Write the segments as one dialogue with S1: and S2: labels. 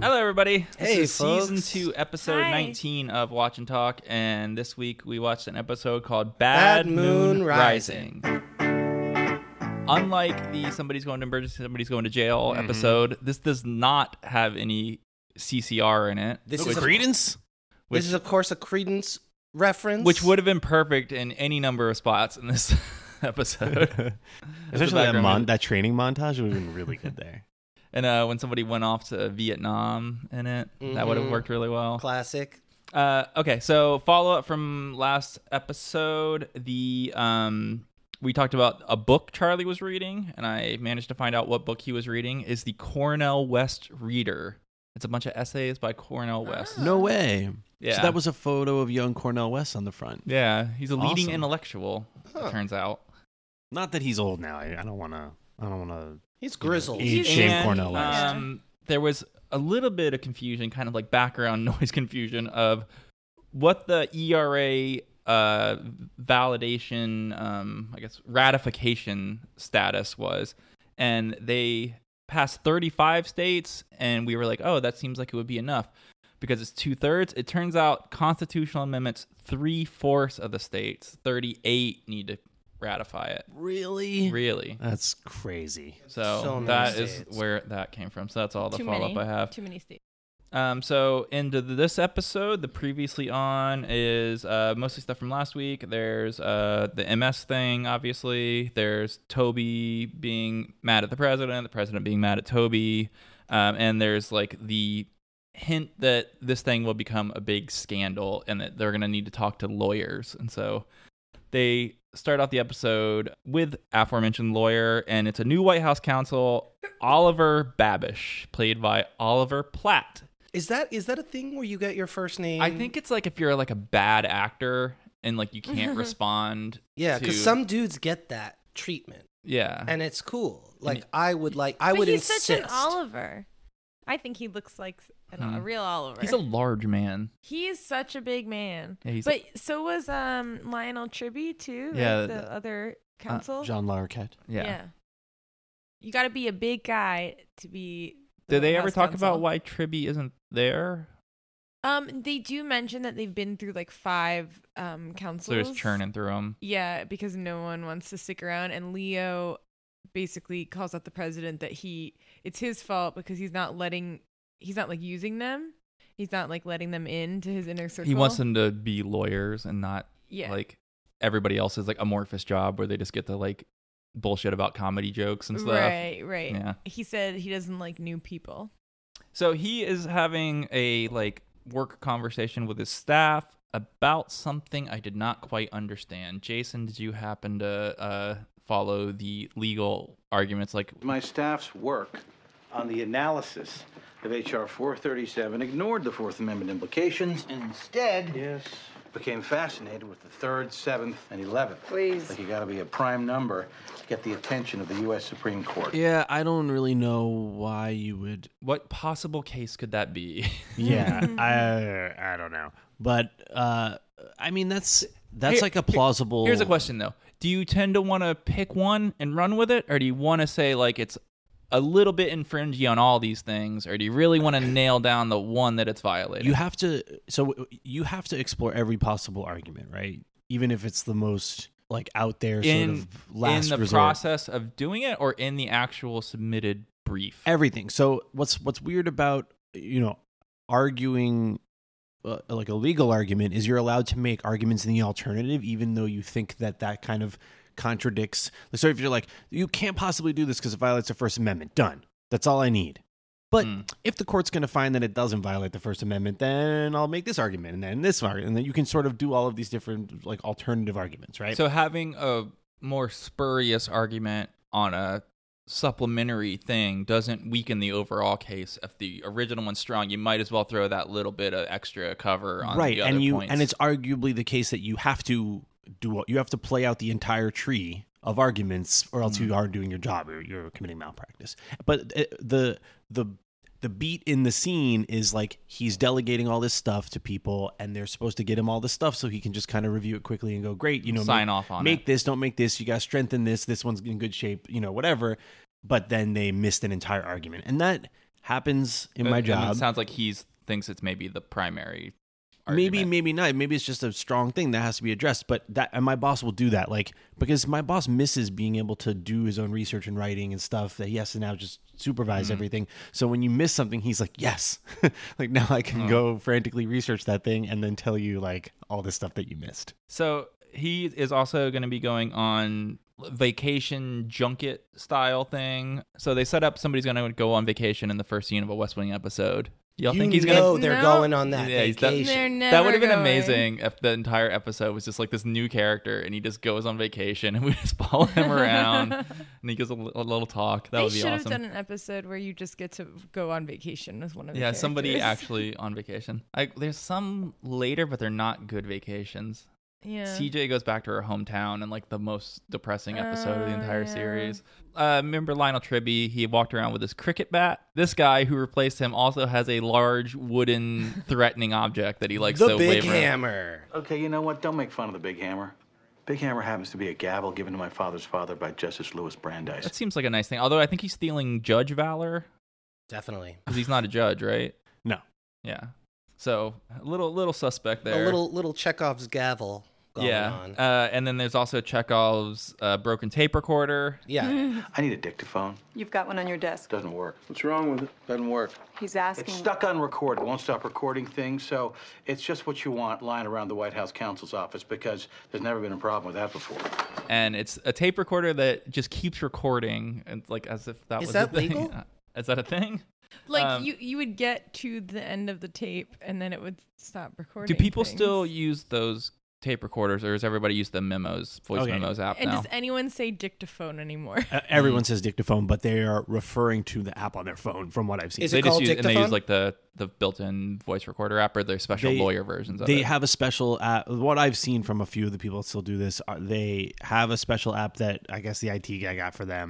S1: Hello, everybody.
S2: Hey,
S1: this is season
S2: folks.
S1: two, episode
S3: Hi.
S1: 19 of Watch and Talk, and this week we watched an episode called Bad,
S2: Bad Moon
S1: Rising. Unlike the somebody's going to emergency, somebody's going to jail
S2: Mm-hmm.
S1: episode, this does not have any CCR in it.
S2: This
S1: which,
S2: is a-
S4: Credence?
S1: which,
S2: this is, of course, a Credence reference.
S1: which would have been perfect in any number of spots in this episode.
S4: Especially that,
S1: background
S4: mon-
S1: music.
S4: that training montage would have been really good there.
S1: and uh, when somebody went off to Vietnam in it, that would have
S2: Mhm.
S1: worked really well.
S2: classic.
S1: Uh, okay, so follow up from last episode. The um, we talked about a book Charlie was reading, and I managed to find out what book he was reading is the Cornell West Reader. It's a bunch of essays by Cornell
S2: Ah.
S1: West.
S4: No way.
S1: Yeah,
S4: So that was a photo of young Cornell West on the front.
S1: yeah. He's a leading
S4: Awesome.
S1: intellectual. It turns out.
S4: Not that he's old now. I, I don't want to. I don't want to.
S2: He's grizzled.
S3: He's
S4: He's- Shane
S3: old.
S4: Cornell West.
S1: Um, there was a little bit of confusion, kind of like background noise confusion of what the ERA uh, validation, um, I guess, ratification status was. And they passed 35 states, and we were like, oh, that seems like it would be enough because it's two thirds. It turns out constitutional amendments, three fourths of the states, 38 need to ratify it.
S4: Really?
S1: Really?
S4: That's crazy.
S2: So
S1: So,
S2: many
S1: that is
S2: states.
S1: where that came from. So that's all the
S3: Too
S1: follow up
S3: many.
S1: I have.
S3: Too many states.
S1: Um, so into this episode, the previously on is uh, mostly stuff from last week. There's uh, the MS thing, obviously. There's Toby being mad at the president, the president being mad at Toby, um, and there's like the hint that this thing will become a big scandal and that they're gonna need to talk to lawyers. And so they start off the episode with aforementioned lawyer, and it's a new White House counsel, Oliver Babish, played by Oliver Platt.
S2: Is that is that a thing where you get your first name?
S1: I think it's like if you're like a bad actor and like you can't respond.
S2: yeah,
S1: to-
S2: because some dudes get that treatment,
S1: yeah.
S2: and it's cool. Like I would like I
S3: but
S2: would
S3: he's
S2: insist.
S3: such an Oliver. I think he looks like an, a real Oliver.
S1: Mm-hmm. he's a large man.
S3: he is such a big man.
S1: Yeah, he's-
S3: but so was um, Lionel Tribby too. right?
S1: Yeah,
S3: the
S1: the- uh,
S3: other counsel.
S4: John Larroquette.
S1: Yeah.
S3: You got to be a big guy to be. the
S1: Did they
S3: White
S1: ever
S3: House
S1: talk about
S3: counsel.
S1: why Tribby isn't there?
S3: Um, they do mention that they've been through like five um
S1: So
S3: councils.
S1: they're just churning through him.
S3: Yeah, because no one wants to stick around, and Leo basically calls out the president that he it's his fault because he's not letting he's not like using them. He's not like letting them into his inner circle.
S1: He wants them to be lawyers and not
S3: yeah.
S1: like everybody else's like amorphous job where they just get to like bullshit about comedy jokes and stuff.
S3: Right, right.
S1: Yeah.
S3: He said he doesn't like new people.
S1: So he is having a like work conversation with his staff about something I did not quite understand. Jason, did you happen to uh, follow the legal arguments? Like,
S5: My staff's work on the analysis of H.R. 437 ignored the Fourth Amendment implications and instead yes. became fascinated with the 3rd, 7th, and 11th. Please. Like you gotta be a prime number to get the attention of the U.S. Supreme Court.
S4: Yeah, I don't really know why you would.
S1: what possible case could that be?
S4: Yeah, I I don't know. But uh, I mean, that's that's
S1: Here-
S4: like a plausible.
S1: Here's a question though: Do you tend to want to pick one and run with it, or do you want to say like it's a little bit infringy on all these things, or do you really want to nail down the one that it's violating?
S4: you have to so you have to explore every possible argument right even if it's the most like out there
S1: in,
S4: sort of last
S1: in the
S4: resort
S1: process of doing it, or in the actual submitted brief.
S4: everything so what's what's weird about you know arguing uh, like a legal argument is you're allowed to make arguments in the alternative even though you think that that kind of contradicts so if you're like you can't possibly do this because it violates the first amendment done that's all i need but if the court's going to find that it doesn't violate the First Amendment, then I'll make this argument and then this argument. And then you can sort of do all of these different, like, alternative arguments, right?
S1: So having a more spurious argument on a supplementary thing doesn't weaken the overall case. If the original one's strong, you might as well throw that little bit of extra cover on
S4: right.
S1: the other
S4: and you,
S1: points.
S4: and it's arguably the case that you have to do what you have to play out the entire tree of arguments or
S1: Mm.
S4: else you are doing your job or you're committing malpractice. But uh, the, the, the beat in the scene is like he's delegating all this stuff to people and they're supposed to get him all this stuff so he can just kind of review it quickly and go, great, you know,
S1: Sign
S4: make-
S1: off on
S4: make
S1: it.
S4: this, don't make this, you got to strengthen this, this one's in good shape, you know, whatever. But then they missed an entire argument. And that happens in
S1: I
S4: my
S1: mean,
S4: job.
S1: it Uh, sounds like he's thinks it's maybe the primary.
S4: maybe
S1: argument.
S4: maybe not maybe it's just a strong thing that has to be addressed but that and my boss will do that like because my boss misses being able to do his own research and writing and stuff that he has to now just supervise
S1: Mm-hmm.
S4: everything so when you miss something he's like yes like now i
S1: Oh.
S4: can go frantically research that thing and then tell you like all the stuff that you missed
S1: So he is also going to be going on vacation junket style thing. So they set up somebody's going to go on vacation in the first scene of a West Wing episode. Y'all
S2: you
S1: think he's
S2: know
S1: going
S3: gonna-
S2: they're
S3: No.
S2: going on that
S1: Yeah, he's done-
S2: vacation.
S3: They're never
S1: that would have been
S3: going.
S1: amazing if the entire episode was just like this new character and he just goes on vacation and we just follow him around and he gives a, li- a little talk. That
S3: they
S1: would be
S3: should
S1: awesome.
S3: have done an episode where you just get to go on vacation as one of the
S1: yeah, somebody
S3: characters.
S1: actually on vacation. I, there's some later, but they're not good vacations.
S3: yeah.
S1: CJ goes back to her hometown in like the most depressing episode of the
S3: Oh,
S1: entire
S3: yeah.
S1: series. Uh, remember Lionel Tribby? He walked around with his cricket bat. This guy who replaced him also has a large wooden threatening object that he likes
S2: the
S1: so
S2: big
S1: waver.
S2: hammer.
S5: Okay, you know what? Don't make fun of the big hammer. Big hammer happens to be a gavel given to my father's father by Justice Louis Brandeis.
S1: That seems like a nice thing. Although I think he's stealing Judge Valor
S2: Definitely.
S1: because he's not a judge, right?
S4: no
S1: Yeah. So a little little suspect there.
S2: A little little Chekhov's gavel going
S1: yeah.
S2: on.
S1: Uh, and then there's also Chekhov's uh, broken tape recorder.
S2: yeah.
S5: I need a dictaphone.
S6: You've got one on your desk.
S5: Doesn't work.
S7: What's wrong with it?
S5: Doesn't work.
S6: He's asking.
S5: It's stuck on record. It won't stop recording things, so it's just what you want lying around the White House counsel's office because there's never been a problem with that before.
S1: and it's a tape recorder that just keeps recording and like as if that
S2: Is
S1: was
S2: that
S1: a thing. Uh,
S2: legal?
S1: Is that a thing?
S3: like
S1: um,
S3: you you would get to the end of the tape and then it would stop recording.
S1: Do people
S3: things.
S1: still use those tape recorders, or does everybody use the memos voice
S4: Okay.
S1: memos app
S3: And
S1: now?
S3: does anyone say dictaphone anymore?
S4: Uh,
S1: Mm-hmm.
S4: everyone says dictaphone but they are referring to the app on their phone from what i've seen
S2: Is
S1: they
S2: it called
S1: just use and they use
S2: Dictaphone?
S1: like the the built-in voice recorder app or their special
S4: They-
S1: lawyer versions of
S4: they
S1: it.
S4: have a special app what i've seen from a few of the people that still do this are they have a special app that i guess the it guy got for them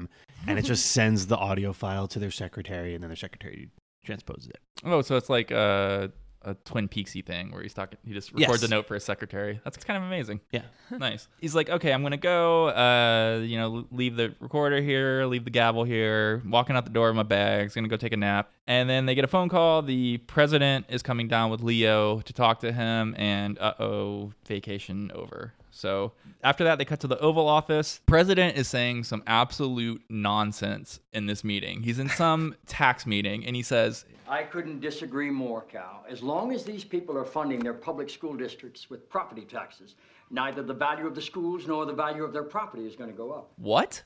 S4: and it just sends the audio file to their secretary and then their secretary transposes it
S1: oh, so it's like a, a Twin Peaksy thing where he's talking. He just records
S4: Yes.
S1: a note for his secretary. That's kind of amazing.
S4: yeah
S1: nice. He's like, okay, I'm gonna go. Uh, you know, leave the recorder here, leave the gavel here. Walking out the door with my bags, gonna go take a nap. And then they get a phone call. The president is coming down with Leo to talk to him, and uh oh, vacation over. So after that, they cut to the Oval Office. President is saying some absolute nonsense in this meeting. He's in some tax meeting, and he says,
S8: I couldn't disagree more, Cal. As long as these people are funding their public school districts with property taxes, neither the value of the schools nor the value of their property is going to go up.
S1: "What?"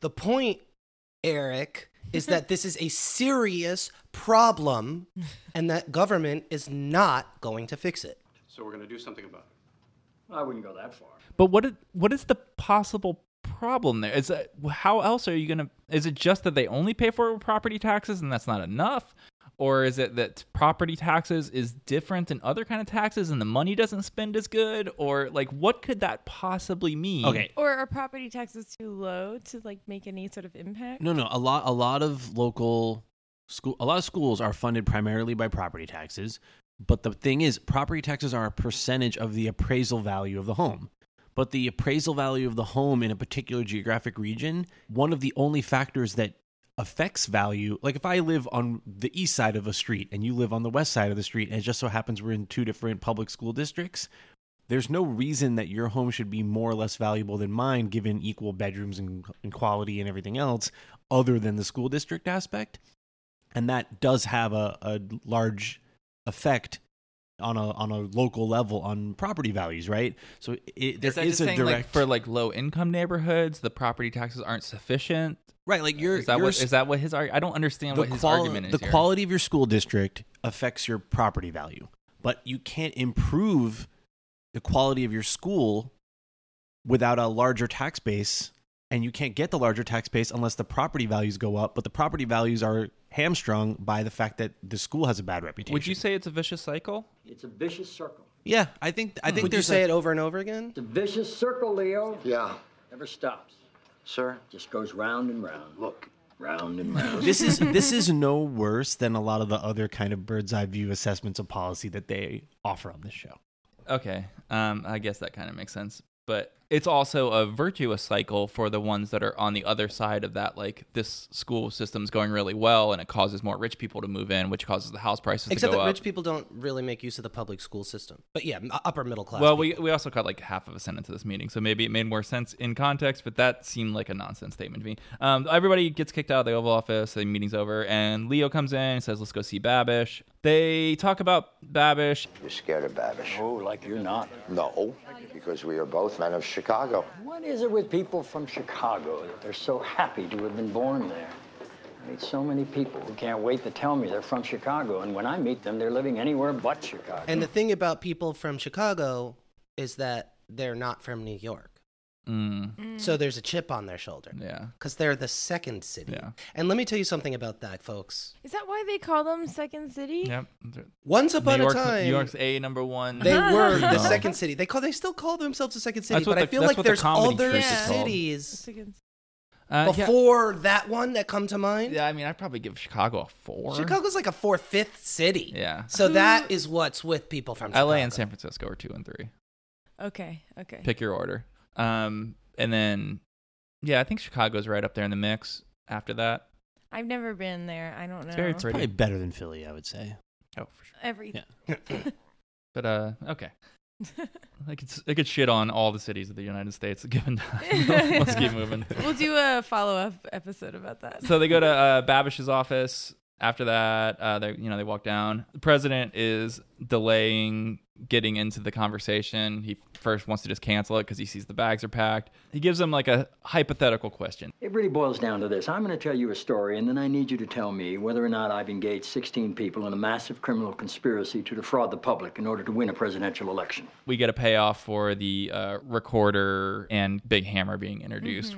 S2: The point, Eric, is that this is a serious problem and that government is not going to fix it.
S5: So we're going to do something about it.
S8: I wouldn't go that far.
S1: But what it- what is the possible problem there? Is that, how else are you gonna? Is it just that they only pay for property taxes and that's not enough, or is it that property taxes is different than other kind of taxes and the money doesn't spend as good, or like what could that possibly mean?
S4: okay
S3: or are property taxes too low to like make any sort of impact?
S4: no no a lot a lot of local school a lot of schools are funded primarily by property taxes but the thing is property taxes are a percentage of the appraisal value of the home but the appraisal value of the home in a particular geographic region one of the only factors that affects value like if i live on the east side of a street and you live on the west side of the street and it just so happens we're in two different public school districts there's no reason that your home should be more or less valuable than mine given equal bedrooms and, and quality and everything else other than the school district aspect and that does have a, a large effect on a on a local level on property values right so it, there
S1: Is
S4: is,
S1: that just
S4: a
S1: saying,
S4: direct
S1: like, for like low income neighborhoods, the property taxes aren't sufficient?
S4: right like you're
S1: Is that
S4: you're
S1: what is that what his argument? I don't understand what his
S4: quali-
S1: argument is.
S4: the
S1: here.
S4: quality of your school district affects your property value, but you can't improve the quality of your school without a larger tax base, and you can't get the larger tax base unless the property values go up. But the property values are hamstrung by the fact that the school has a bad reputation.
S1: Would you say it's a vicious cycle?
S8: It's a vicious circle.
S4: Yeah, I think I think
S2: Would you
S4: there's
S2: say
S4: a-
S2: it over and over again?
S8: It's a vicious circle, Leo.
S7: Yeah.
S8: Never stops.
S7: Sir,
S8: Just goes round and round.
S7: look.
S8: Round and round.
S4: this is this is no worse than a lot of the other kind of bird's eye view assessments of policy that they offer on this show.
S1: Okay, um, I guess that kind of makes sense. but it's also a virtuous cycle for the ones that are on the other side of that like this school system's going really well and it causes more rich people to move in which causes the house prices
S2: Except
S1: to
S2: that
S1: go
S2: rich
S1: up
S2: people don't really make use of the public school system. But yeah, m- upper middle class.
S1: well we, we also cut like half of a sentence of this meeting so maybe it made more sense in context but that seemed like a nonsense statement to me um, everybody gets kicked out of the oval office the meeting's over and leo comes in and says let's go see babish they talk about babish
S6: You're scared of Babish.
S8: Oh, like you're not.
S6: No, because we are both men of Chicago.
S8: What is it with people from Chicago that they're so happy to have been born there? I meet so many people who can't wait to tell me they're from Chicago, and when I meet them, they're living anywhere but Chicago.
S2: and the thing about people from Chicago is that they're not from New York.
S1: mm,
S2: So there's a chip on their shoulder
S1: yeah
S2: because they're the second city.
S1: Yeah.
S2: And let me tell you something about that, folks.
S3: Is that why they call them Second City?
S1: yep
S2: Once
S1: new
S2: upon
S1: york's,
S2: a time,
S1: new york's a number one
S2: they were
S1: No.
S2: the second city. They call they still call themselves the second city,
S1: That's what
S2: but I
S1: the-
S2: feel
S1: that's
S2: like
S1: what the
S2: there's
S1: comedy
S2: other
S3: troop is
S1: called.
S2: cities
S3: Second-
S1: Uh, yeah.
S2: before that one that come to mind.
S1: Yeah, I mean, I'd probably give Chicago a four.
S2: Chicago's like a fourth, fifth city.
S1: Yeah.
S2: So that is what's with people from Chicago.
S1: LA and San Francisco are two and three.
S3: Okay. Okay.
S1: Pick your order. Um, and then, yeah, I think Chicago's right up there in the mix after that.
S3: I've never been there. I don't know.
S1: It's very pretty.
S4: Probably better than Philly, I would say.
S1: Oh, for sure.
S3: Everything.
S1: But, uh, okay. I could, s- I could shit on all the cities of the United States at given time. Let's keep moving.
S3: we'll do a follow up episode about that.
S1: So they go to uh, Babish's office. After that, uh, they you know they walk down. The president is delaying getting into the conversation. He first wants to just cancel it because he sees the bags are packed. He gives them like a hypothetical question.
S8: It really boils down to this. I'm going to tell you a story, and then I need you to tell me whether or not I've engaged 16 people in a massive criminal conspiracy to defraud the public in order to win a presidential election.
S1: We get a payoff for the uh, recorder and Big Hammer being introduced.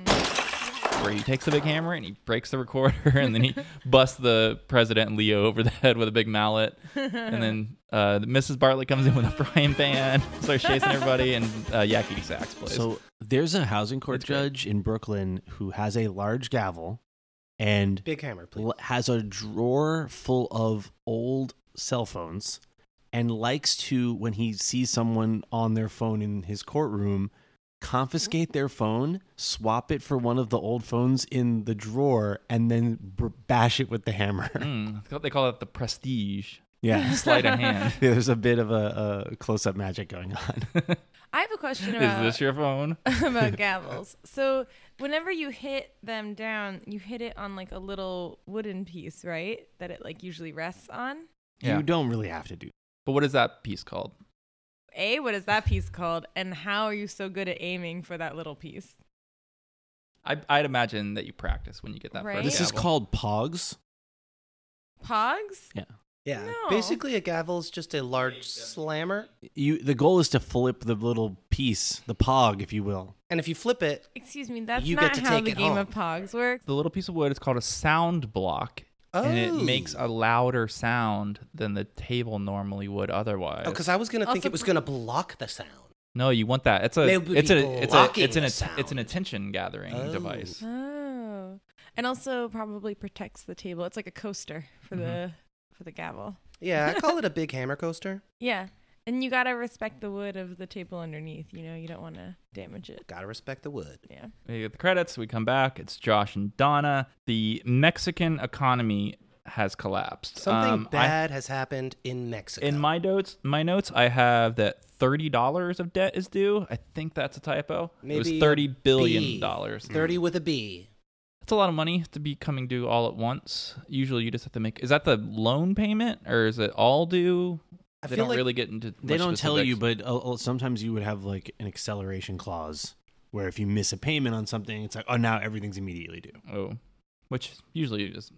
S1: Where he takes the big hammer and he breaks the recorder, and then he busts the president and Leo over the head with a big mallet. And then uh, Mrs. Bartlett comes in with a frying pan, starts chasing everybody, and uh, Yakety Sax plays.
S4: So there's a housing court
S1: It's great.
S4: judge in Brooklyn who has a large gavel and
S2: Big hammer, please.
S4: l- has a drawer full of old cell phones and likes to when he sees someone on their phone in his courtroom confiscate their phone swap it for one of the old phones in the drawer and then br- bash it with the hammer
S1: Mm, it's called- they call it the prestige
S4: yeah
S1: sleight of hand.
S4: Yeah, there's a bit of a, a close-up magic going on
S3: I have a question
S1: Is
S3: about
S1: this your phone?
S3: about gavels. So whenever you hit them down, you hit it on like a little wooden piece, right? That it like usually rests on.
S1: Yeah.
S4: you don't really have to do
S1: But what is that piece called?
S3: A, what is that piece called? And how are you so good at aiming for that little piece?
S1: I, I'd imagine that you practice when you get that
S3: Right.
S1: first.
S4: this is
S1: gavel.
S4: called pogs
S3: Pogs?
S4: yeah
S2: Yeah.
S3: No.
S2: Basically, a gavel's just a large slammer,
S4: you the goal is to flip the little piece the pog if you will
S2: and if you flip it,
S3: Excuse me, that's
S2: You get
S3: not
S2: to
S3: how
S2: take
S3: the
S2: it
S3: game of
S2: home.
S3: Pogs works.
S1: the little piece of wood. It's called a sound block, and it
S2: Oh.
S1: makes a louder sound than the table normally would otherwise.
S2: Oh, because I was gonna think
S3: Also-
S2: it was gonna block the sound.
S1: no, you want that. It's a
S2: They would be
S1: it's a it's a
S2: blocking
S1: it's an
S2: the
S1: att- it's an
S2: sound.
S1: attention gathering
S2: Oh.
S1: device.
S3: Oh. And also probably protects the table. It's like a coaster for the for the gavel.
S2: Yeah, I call it a big hammer coaster.
S3: Yeah. And you gotta respect the wood of the table underneath, you know, you don't wanna damage it.
S2: Gotta respect the wood.
S3: Yeah.
S1: We get the credits. We come back. It's Josh and Donna. The Mexican economy has collapsed.
S2: Something
S1: Um, I-
S2: bad has happened in Mexico.
S1: In my notes, my notes, I have that thirty dollars of debt is due. I think that's a typo. it was
S2: Maybe
S1: thirty
S2: a
S1: billion
S2: B.
S1: dollars. Mm.
S2: thirty with a B.
S1: That's a lot of money to be coming due all at once. Usually, you just have to make. Is that the loan payment or is it all due?
S2: I
S1: they
S2: feel
S1: don't
S2: like-
S1: really get into.
S4: they
S1: much
S4: don't tell
S1: specifics.
S4: you but uh, uh, sometimes you would have like an acceleration clause where if you miss a payment on something it's like oh now everything's immediately due
S1: Oh, which usually is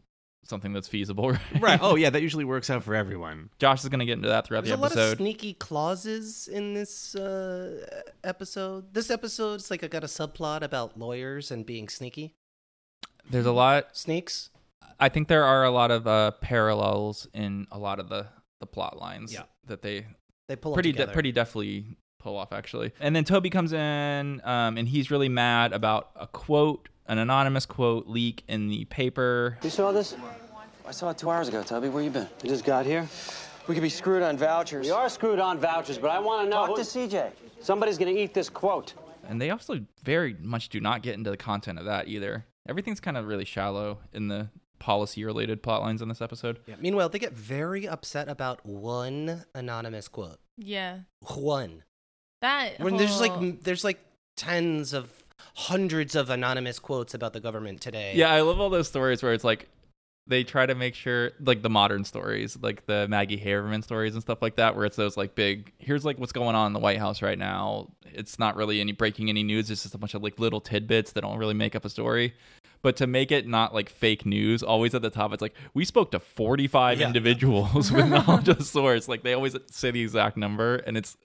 S1: something that's feasible, right?
S4: right oh yeah that usually works out for everyone
S1: Josh is going to get into that throughout
S2: There's a
S1: the
S2: lot of
S1: episode.
S2: sneaky clauses in this uh, episode. This episode's like I got a subplot about lawyers and being sneaky.
S1: There's a lot.
S2: Sneaks.
S1: I think there are a lot of uh, parallels in a lot of the the plot lines
S2: Yeah.
S1: that they
S2: They pull 'em
S1: pretty de-
S2: together.
S1: pretty deftly pull off actually. And then Toby comes in, um, and he's really mad about a quote, an anonymous quote leak in the paper.
S7: You saw this? I saw it two hours ago, Tubby. Where you been?
S9: I just got here. We could be screwed on vouchers.
S7: We are screwed on vouchers, but I want to know.
S9: Talk to
S7: who-
S9: CJ.
S7: Somebody's going to eat this quote.
S1: And they also very much do not get into the content of that either. Everything's kind of really shallow in the policy related plot lines in this episode.
S2: Yeah. Meanwhile, they get very upset about one anonymous quote.
S3: Yeah.
S2: One.
S3: That
S2: When there's like
S3: whole-
S2: m- there's like tens of hundreds of anonymous quotes about the government today.
S1: Yeah, I love all those stories where it's like they try to make sure like the modern stories, like the Maggie Haberman stories and stuff like that, where it's those like big here's like what's going on in the White House right now. It's not really any breaking any news, it's just a bunch of like little tidbits that don't really make up a story. But to make it not like fake news, always at the top, it's like we spoke to 45
S2: Yeah.
S1: individuals with knowledge of the source. Like they always say the exact number, and it's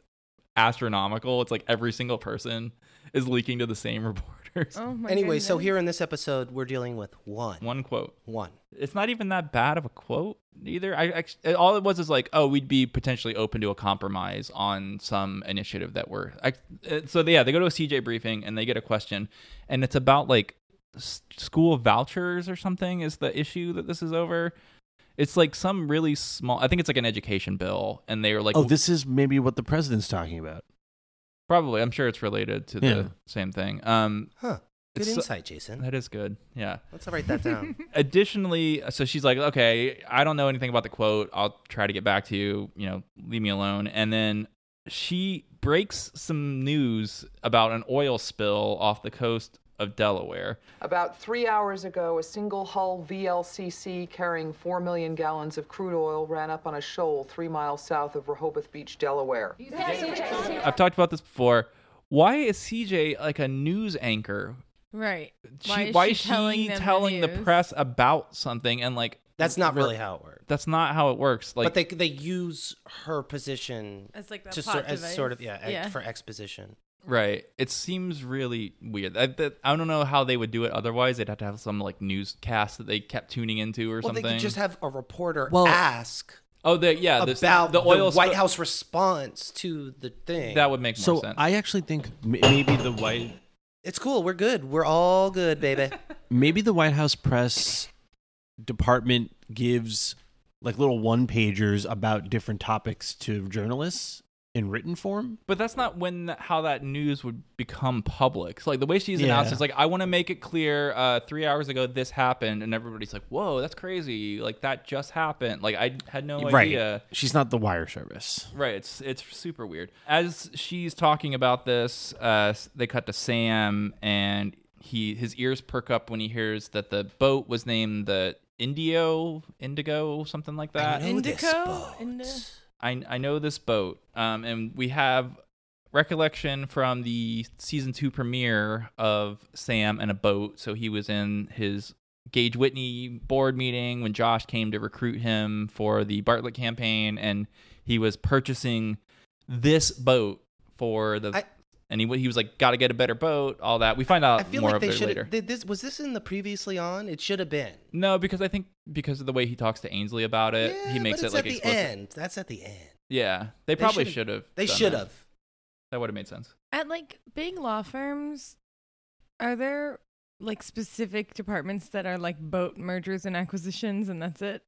S1: astronomical. It's like every single person is leaking to the same reporters.
S3: Oh my
S2: Anyway, so
S3: goodness.
S2: here in this episode, we're dealing with one.
S1: One quote.
S2: One.
S1: it's not even that bad of a quote either. I, act- all it was is like, oh, we'd be potentially open to a compromise on some initiative that we're. I, uh, so yeah, they go to a CJ briefing and they get a question, and it's about like s- school vouchers or something is the issue that this is over. It's like some really small. I think it's like an education bill, and they were like,
S4: oh, this is maybe what the president's talking about.
S1: probably. I'm sure it's related to
S4: Yeah.
S1: the same thing. Um,
S2: Huh. Good
S1: It's so-
S2: insight, Jason.
S1: that is good. Yeah.
S2: Let's write that down.
S1: additionally so she's like okay i don't know anything about the quote i'll try to get back to you you know leave me alone and then she breaks some news about an oil spill off the coast of delaware
S10: About three hours ago, a single hull VLCC carrying 4 million gallons of crude oil ran up on a shoal three miles south of Rehoboth Beach, Delaware.
S1: i've talked about this before why is cj like a news anchor
S3: Right.
S1: She-
S3: Why is she telling them the
S1: telling the,
S3: news?
S1: press about something and like
S2: That's not really how it works.
S1: that's not how it works like
S2: but they they use her position
S3: As like the
S2: to
S3: plot
S2: sort, as
S3: device.
S2: sort of yeah, ex-
S3: Yeah.
S2: for exposition.
S1: Right. It seems really weird. I, that- I don't know how they would do it otherwise. They'd have to have some like newscast that they kept tuning into or
S2: Well,
S1: something.
S2: they could just have a reporter
S4: Well-
S2: ask
S1: oh, the, yeah. this-
S2: about
S1: the oil
S2: White
S1: spill-
S2: House response to the thing.
S1: That would make more
S4: So
S1: sense.
S4: I actually think m- maybe the White
S2: it's cool. We're good. We're all good, baby.
S4: maybe the White House press department gives like little one pagers about different topics to journalists in written form.
S1: but that's not when th- how that news would become public. So, like the way she's
S4: Yeah.
S1: announced, it's like I want to make it clear. Uh, three hours ago, this happened, and everybody's like, "Whoa, that's crazy! Like that just happened. Like I had no idea."
S4: She's not the wire service.
S1: Right, it's it's super weird. As she's talking about this, uh, s- they cut to Sam, and he his ears perk up when he hears that the boat was named the Indio, Indigo, something like that.
S2: I know this
S3: Indico?
S2: boat.
S3: Indi-
S1: I I know this boat, um, and we have recollection from the season two premiere of Sam and a boat. So he was in his Gage Whitney board meeting when Josh came to recruit him for the Bartlett campaign, and he was purchasing this boat for the.
S2: I-
S1: and he, he was like, "Got to get a better boat." All that we find out
S2: I feel
S1: more
S2: like
S1: of
S2: they
S1: it later.
S2: should. Did this was this in the previously on? It should have been.
S1: no, because I think because of the way he talks to Ainsley about it,
S2: yeah,
S1: he makes
S2: but
S1: it
S2: it's
S1: like
S2: at
S1: explicit.
S2: the end. That's at the end.
S1: Yeah, they
S2: They
S1: probably
S2: should've-
S1: should have.
S2: They
S1: done
S2: should
S1: that.
S2: have.
S1: That would have made sense.
S3: At like big law firms, are there like specific departments that are like boat mergers and acquisitions and that's it?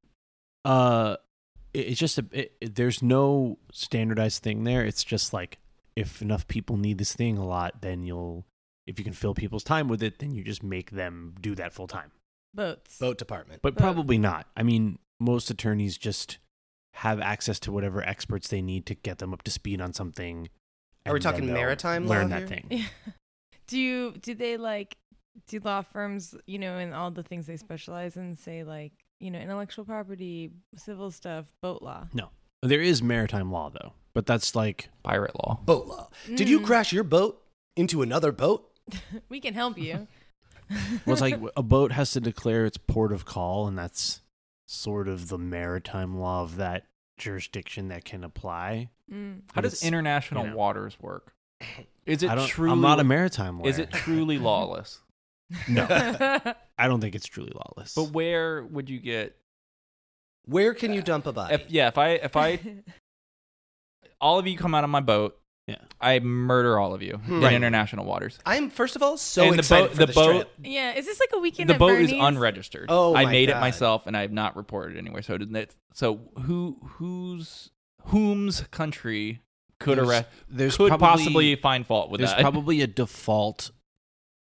S4: Uh, it- it's just a, it, it- there's no standardized thing there. It's just like if enough people need this thing a lot, then you'll if you can fill people's time with it, then you just make them do that full time.
S3: Boats.
S2: Boat department.
S4: But
S3: But-
S4: probably not. I mean, most attorneys just have access to whatever experts they need to get them up to speed on something.
S2: Are we
S4: and then
S2: talking
S4: they'll
S2: maritime law
S4: Learn that
S2: here?
S4: thing.
S3: Yeah. Do you do they like do law firms, you know, in all the things they specialize in say like, you know, intellectual property, civil stuff, boat law?
S4: No, there is maritime law though, but that's like
S1: Pirate law. Hmm.
S2: boat law. Did you
S3: Mm.
S2: crash your boat into another boat?
S3: We can help you.
S4: well, it's like a boat has to declare its port of call, and that's sort of the maritime law of that jurisdiction that can apply.
S3: Mm.
S1: Hmm. How
S4: But
S1: does
S4: it's-
S1: international
S4: you know.
S1: waters work? Is it
S4: I don't,
S1: truly?
S4: I'm not a maritime lawyer.
S1: Is it truly lawless?
S4: No,
S3: That's
S4: I don't think it's truly lawless.
S1: But where would you get?
S2: Where can you dump a body?
S1: If, yeah, if I if I all of you come out of my boat,
S4: Yeah.
S1: I murder all of you in
S4: Right.
S1: international waters.
S2: I'm first of all so
S1: And the
S2: excited
S1: boat-
S2: for
S1: the
S2: this
S1: boat-
S2: trip.
S3: Yeah, is this like a weekend
S1: the
S3: at
S1: boat
S3: Bernie's?
S1: is unregistered.
S2: Oh
S1: I
S2: my
S1: made it
S2: God.
S1: myself, and I have not reported anywhere. So it didn't- so who whose whom's country could
S4: There's-
S1: arrest,
S4: there's
S1: could
S4: probably-
S1: possibly find fault with
S4: there's
S1: that.
S4: probably a default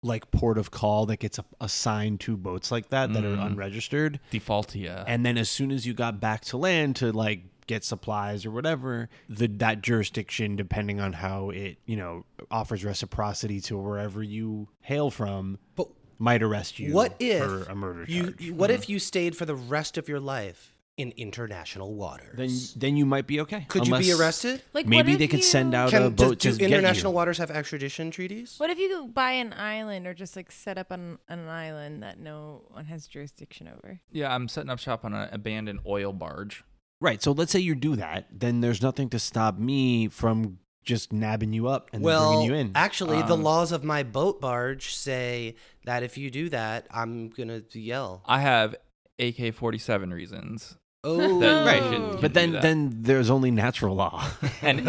S4: like port of call that gets a- assigned to boats like that that are
S1: Mm.
S4: unregistered.
S1: Default, yeah.
S4: And then as soon as you got back to land to like get supplies or whatever, the that jurisdiction, depending on how it you know offers reciprocity to wherever you hail from,
S2: But
S4: might arrest you.
S2: What if
S4: for a murder
S2: you,
S4: charge. Hmm.
S2: you- what if you stayed for the rest of your life in international waters?
S4: then then you might be okay.
S2: Could you be
S4: Unless-
S2: arrested?
S11: Like, what
S4: maybe
S11: if
S4: they could send
S11: you-
S4: out a
S2: Can, do,
S4: boat
S2: do
S4: to get you.
S2: international waters have extradition treaties?
S11: What if you go buy an island or just like set up on, on an island that no one has jurisdiction over?
S1: yeah, I'm setting up shop on an abandoned oil barge.
S4: Right. So let's say you do that, then there's nothing to stop me from just nabbing you up and then
S2: well,
S4: bringing you in.
S2: actually, the
S1: Um,
S2: laws of my boat barge say that if you do that, I'm gonna yell.
S1: I have AK-47 reasons,
S2: Oh,
S1: That-
S4: right.
S1: Oh.
S4: But then
S1: do that.
S4: then there's only natural law.
S1: and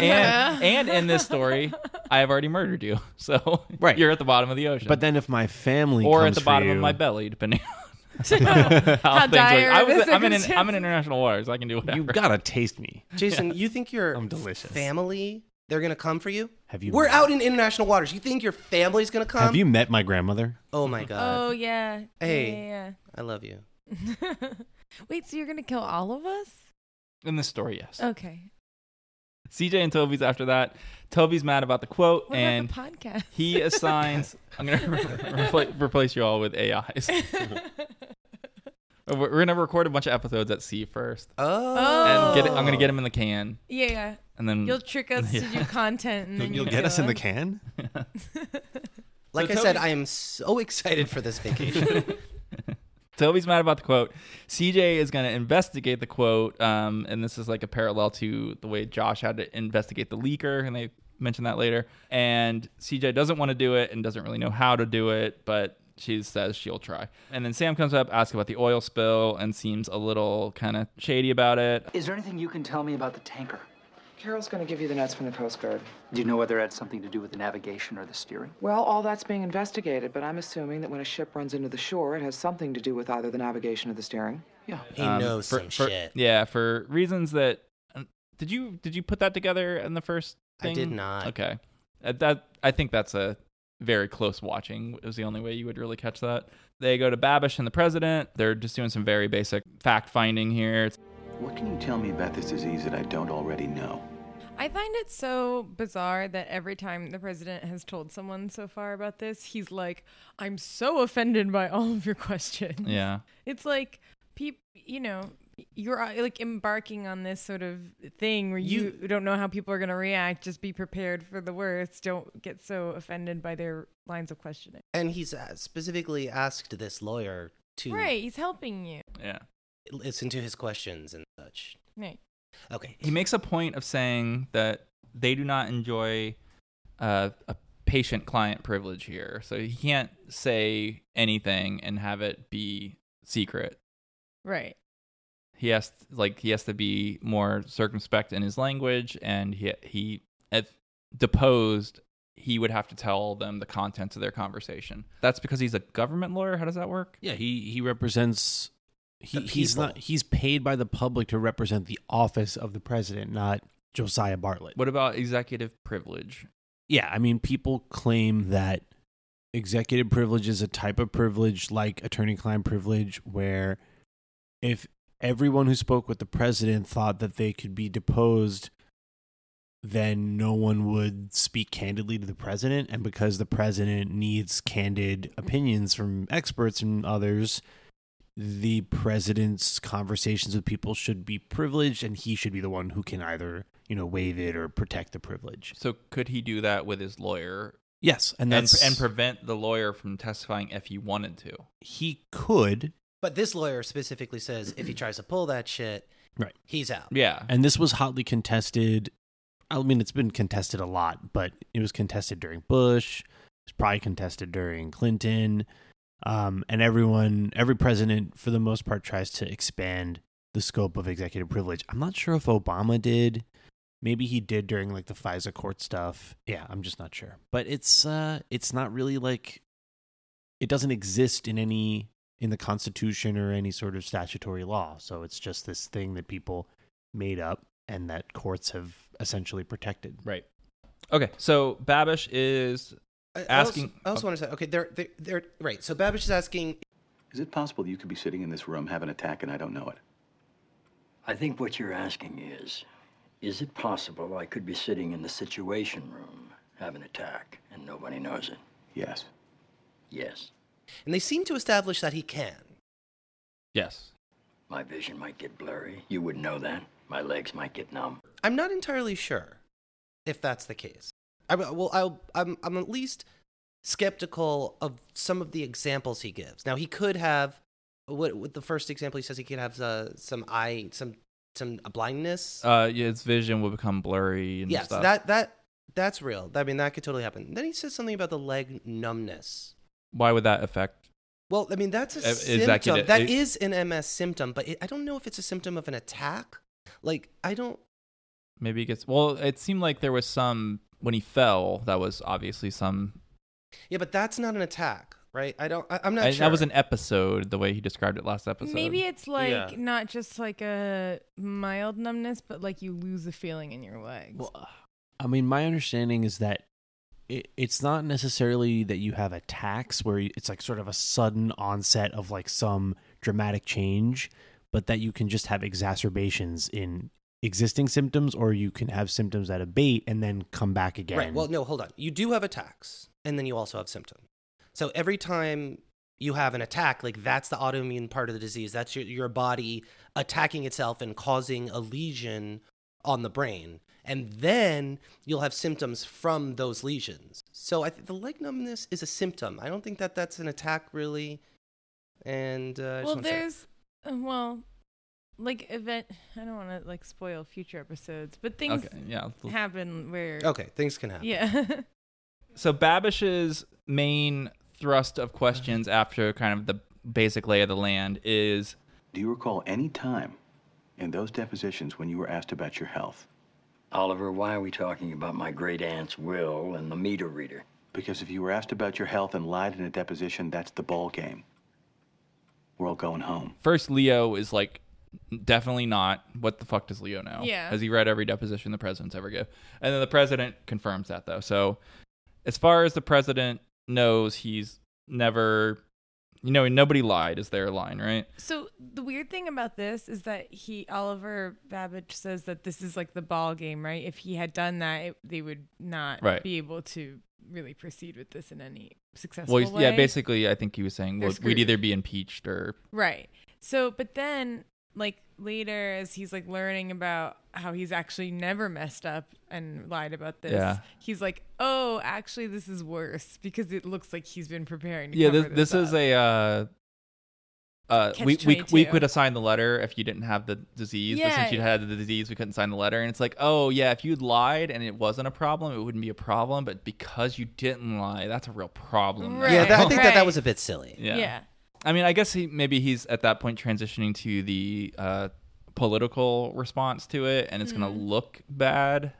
S1: and and in this story, I have already murdered you. So
S4: Right.
S1: you're at the bottom of the ocean.
S4: but then if my family
S1: or at
S4: comes
S1: the
S4: for
S1: bottom of
S4: you-
S1: my belly, depending
S11: How
S1: on how, things
S11: dire
S1: work. I
S11: are the
S1: was, I'm, in,
S11: circumstances?
S1: I'm in international waters. I can do whatever.
S4: you gotta taste me.
S2: Jason, you think your
S4: I'm delicious.
S2: family they're gonna come for you?
S4: Have you
S2: We're
S4: met-
S2: out in international waters. You think your family's gonna come?
S4: Have you met my grandmother?
S2: um, Oh my god.
S11: oh yeah. Yeah,
S2: Hey.
S11: Yeah.
S2: I love you.
S11: yeah, yeah. Wait, so you're gonna kill all of us?
S1: in this story, yes.
S11: Okay.
S1: CJ and Toby's after that. Toby's mad about the quote,
S11: What
S1: and
S11: about the podcast?
S1: he assigns. I'm gonna re- repla- replace you all with AIs. We're we're gonna record a bunch of episodes at sea first,
S2: Oh.
S1: and get it, I'm gonna get him in the can,
S11: yeah, yeah.
S1: and then
S11: You'll trick us to do
S1: Yeah.
S11: content, and then
S4: You'll
S11: you
S4: get
S11: kill
S4: us in the can?
S2: Like
S1: So
S2: I said,
S1: Toby-
S2: I am so excited for this vacation.
S1: Toby's mad about the quote. CJ is going to investigate the quote, um, and this is like a parallel to the way Josh had to investigate the leaker, and they mentioned that later. And CJ doesn't want to do it and doesn't really know how to do it, but she says she'll try. And then Sam comes up, asks about the oil spill, and seems a little kind of shady about it.
S9: Is there anything you can tell me about the tanker?
S10: Carol's going to give you the notes from the Coast Guard.
S9: Do you know whether it had something to do with the navigation or the steering?
S10: Well, all that's being investigated, but I'm assuming that when a ship runs into the shore, it has something to do with either the navigation or the steering.
S9: Yeah.
S2: He
S1: Um,
S2: knows
S1: for-
S2: some
S1: for-
S2: shit.
S1: Yeah, for reasons that um, did you did you put that together in the first?
S2: I
S1: Thing?
S2: did not.
S1: Okay, Uh, that I think that's a very close watching is the only way you would really catch that. They go to Babish and the president. They're just doing some very basic fact finding here. It's-
S5: What can you tell me about this disease that I don't already know?
S11: I find it so bizarre that every time the president has told someone so far about this, he's like, "I'm so offended by all of your questions."
S1: yeah,
S11: It's like, peop, you know, you're uh, like embarking on this sort of thing where you, don't know how people are going to react. Just be prepared for the worst. Don't get so offended by their lines of questioning.
S2: And he's uh, specifically asked this lawyer to
S11: Right? He's helping you.
S1: yeah.
S2: listen to his questions and such.
S11: Right.
S2: Okay.
S1: He makes a point of saying that they do not enjoy uh, a patient client privilege here, so he can't say anything and have it be secret.
S11: Right.
S1: he has t- like he has to be more circumspect in his language and he he if deposed he would have to tell them the contents of their conversation that's because he's a government lawyer how does that work
S4: Yeah, he he represents he,
S2: The
S4: he's
S2: people.
S4: not he's paid by the public to represent the office of the president, not Josiah Bartlett.
S1: what about executive privilege
S4: Yeah, I mean people claim that executive privilege is a type of privilege like attorney-client privilege where if everyone who spoke with the president thought that they could be deposed then no one would speak candidly to the president and because the president needs candid opinions from experts and others the president's conversations with people should be privileged and he should be the one who can either you know waive it or protect the privilege
S1: so could he do that with his lawyer
S4: yes
S1: and,
S4: and that's
S1: and prevent the lawyer from testifying if he wanted to
S4: he could
S2: But this lawyer specifically says if he tries to pull that shit,
S4: Right.
S2: he's out.
S1: yeah
S4: and this was hotly contested i mean it's been contested a lot but it was contested during bush it's probably contested during clinton um, and everyone every president for the most part tries to expand the scope of executive privilege i'm not sure if obama did maybe he did during like the fisa court stuff yeah i'm just not sure but it's uh it's not really like it doesn't exist in any in the constitution or any sort of statutory law so it's just this thing that people made up and that courts have essentially protected.
S1: Right. Okay, so Babish is asking.
S2: I also, I also want to say, okay, they're, they're they're right. So Babish is asking,
S5: Is it possible that you could be sitting in this room, have an attack, and I don't know it?
S8: I think what you're asking is is it possible I could be sitting in the Situation Room, have an attack, and nobody knows it?
S5: Yes.
S8: Yes.
S2: and they seem to establish that he can.
S1: Yes.
S8: My vision might get blurry. You would know that. My legs might get numb.
S2: I'm not entirely sure if that's the case. I well, I'll, I'm I'm at least skeptical of some of the examples he gives. Now he could have what, what the first example he says he could have uh, some eye some some blindness.
S1: Uh, yeah, its vision will become blurry and
S2: yes,
S1: stuff.
S2: that that that's real. I mean, that could totally happen. Then he says something about the leg numbness.
S1: Why would that affect?
S2: Well, I mean, that's a
S1: Uh, is
S2: symptom.
S1: that
S2: That is
S1: gonna- it-
S2: an MS symptom, but it, I don't know if it's a symptom of an attack. Like, I don't.
S1: Maybe it gets. Well, it seemed like there was some when he fell. That was obviously some.
S2: Yeah, but that's not an attack, right? I don't. I, I'm not
S1: I-
S2: sure.
S1: That was an episode. The way he described it last episode.
S11: Maybe it's like
S1: Yeah.
S11: not just like a mild numbness, but like you lose the feeling in your legs.
S4: I mean, my understanding is that it, it's not necessarily that you have attacks where you, it's like sort of a sudden onset of like some dramatic change, but that you can just have exacerbations in existing symptoms, or you can have symptoms that abate and then come back again.
S2: Right. Well, no, hold on. You do have attacks, and then you also have symptom. So every time you have an attack, like that's the autoimmune part of the disease. That's your, your body attacking itself and causing a lesion on the brain. And then you'll have symptoms from those lesions. So I th- the leg numbness is a symptom. I don't think that that's an attack, really. And uh, I just
S11: well,
S2: wanna say-
S11: there's uh, well, like event. I don't want to like spoil future episodes, but things
S1: Okay, yeah.
S11: happen where
S2: Okay, things can happen.
S11: yeah.
S1: so Babish's main thrust of questions
S2: Mm-hmm.
S1: after kind of the basic lay of the land is
S5: Do you recall any time in those depositions when you were asked about your health?
S8: Oliver, why are we talking about my great aunt's will and the meter reader?
S5: Because if you were asked about your health and lied in a deposition, that's the ball game. We're all going home.
S1: first Leo is like definitely not. What the fuck does Leo know?
S5: Yeah.
S1: Has he read every deposition the president's ever give? And then the president confirms that though. So as far as the president knows, he's never you know, nobody lied is their line, right?
S11: So the weird thing about this is that he Oliver Babbage says that this is like the ball game, right? If he had done that, it, they would not
S1: Right.
S11: be able to really proceed with this in any successful
S1: Well, he's-
S11: way.
S1: yeah, basically, I think he was saying
S11: They're
S1: well,
S11: screwed.
S1: we'd either be impeached or
S11: Right. So, but then, like later, as he's like learning about how he's actually never messed up and lied about this,
S1: Yeah.
S11: he's like, "Oh, actually, this is worse because it looks like he's been preparing to
S1: yeah. This,
S11: cover this."
S1: this is a uh, uh,
S11: Catch
S1: we we we
S11: 22.
S1: could assign the letter if you didn't have the disease, but
S11: Yeah.
S1: since you had the disease, we couldn't sign the letter. And it's like, oh yeah, if you'd lied and it wasn't a problem, it wouldn't be a problem. But because you didn't lie, that's a real problem.
S11: Right, Yeah, that- I think that that right. was
S2: a bit silly.
S1: Yeah.
S11: Yeah.
S1: I mean, I guess he maybe he's at that point transitioning to the uh, political response to it, and it's gonna
S11: Mm-hmm.
S1: look bad.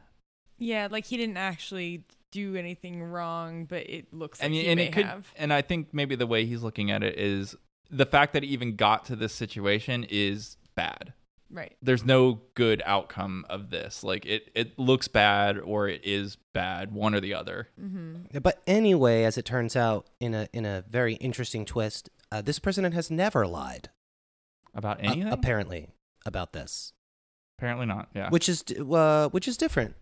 S11: yeah, like he didn't actually do anything wrong, but it looks like
S1: I mean,
S11: he
S1: and
S11: may
S1: it could,
S11: have.
S1: and I think maybe the way he's looking at it is the fact that it even got to this situation is bad.
S11: Right.
S1: There's no good outcome of this. Like it, it looks bad or it is bad, one or the other.
S11: Mm-hmm.
S2: But anyway, as it turns out, in a in a very interesting twist, uh, this president has never lied
S1: About
S2: a-
S1: anything?
S2: apparently about this,
S1: Apparently not. Yeah.
S2: which is d- uh, which is different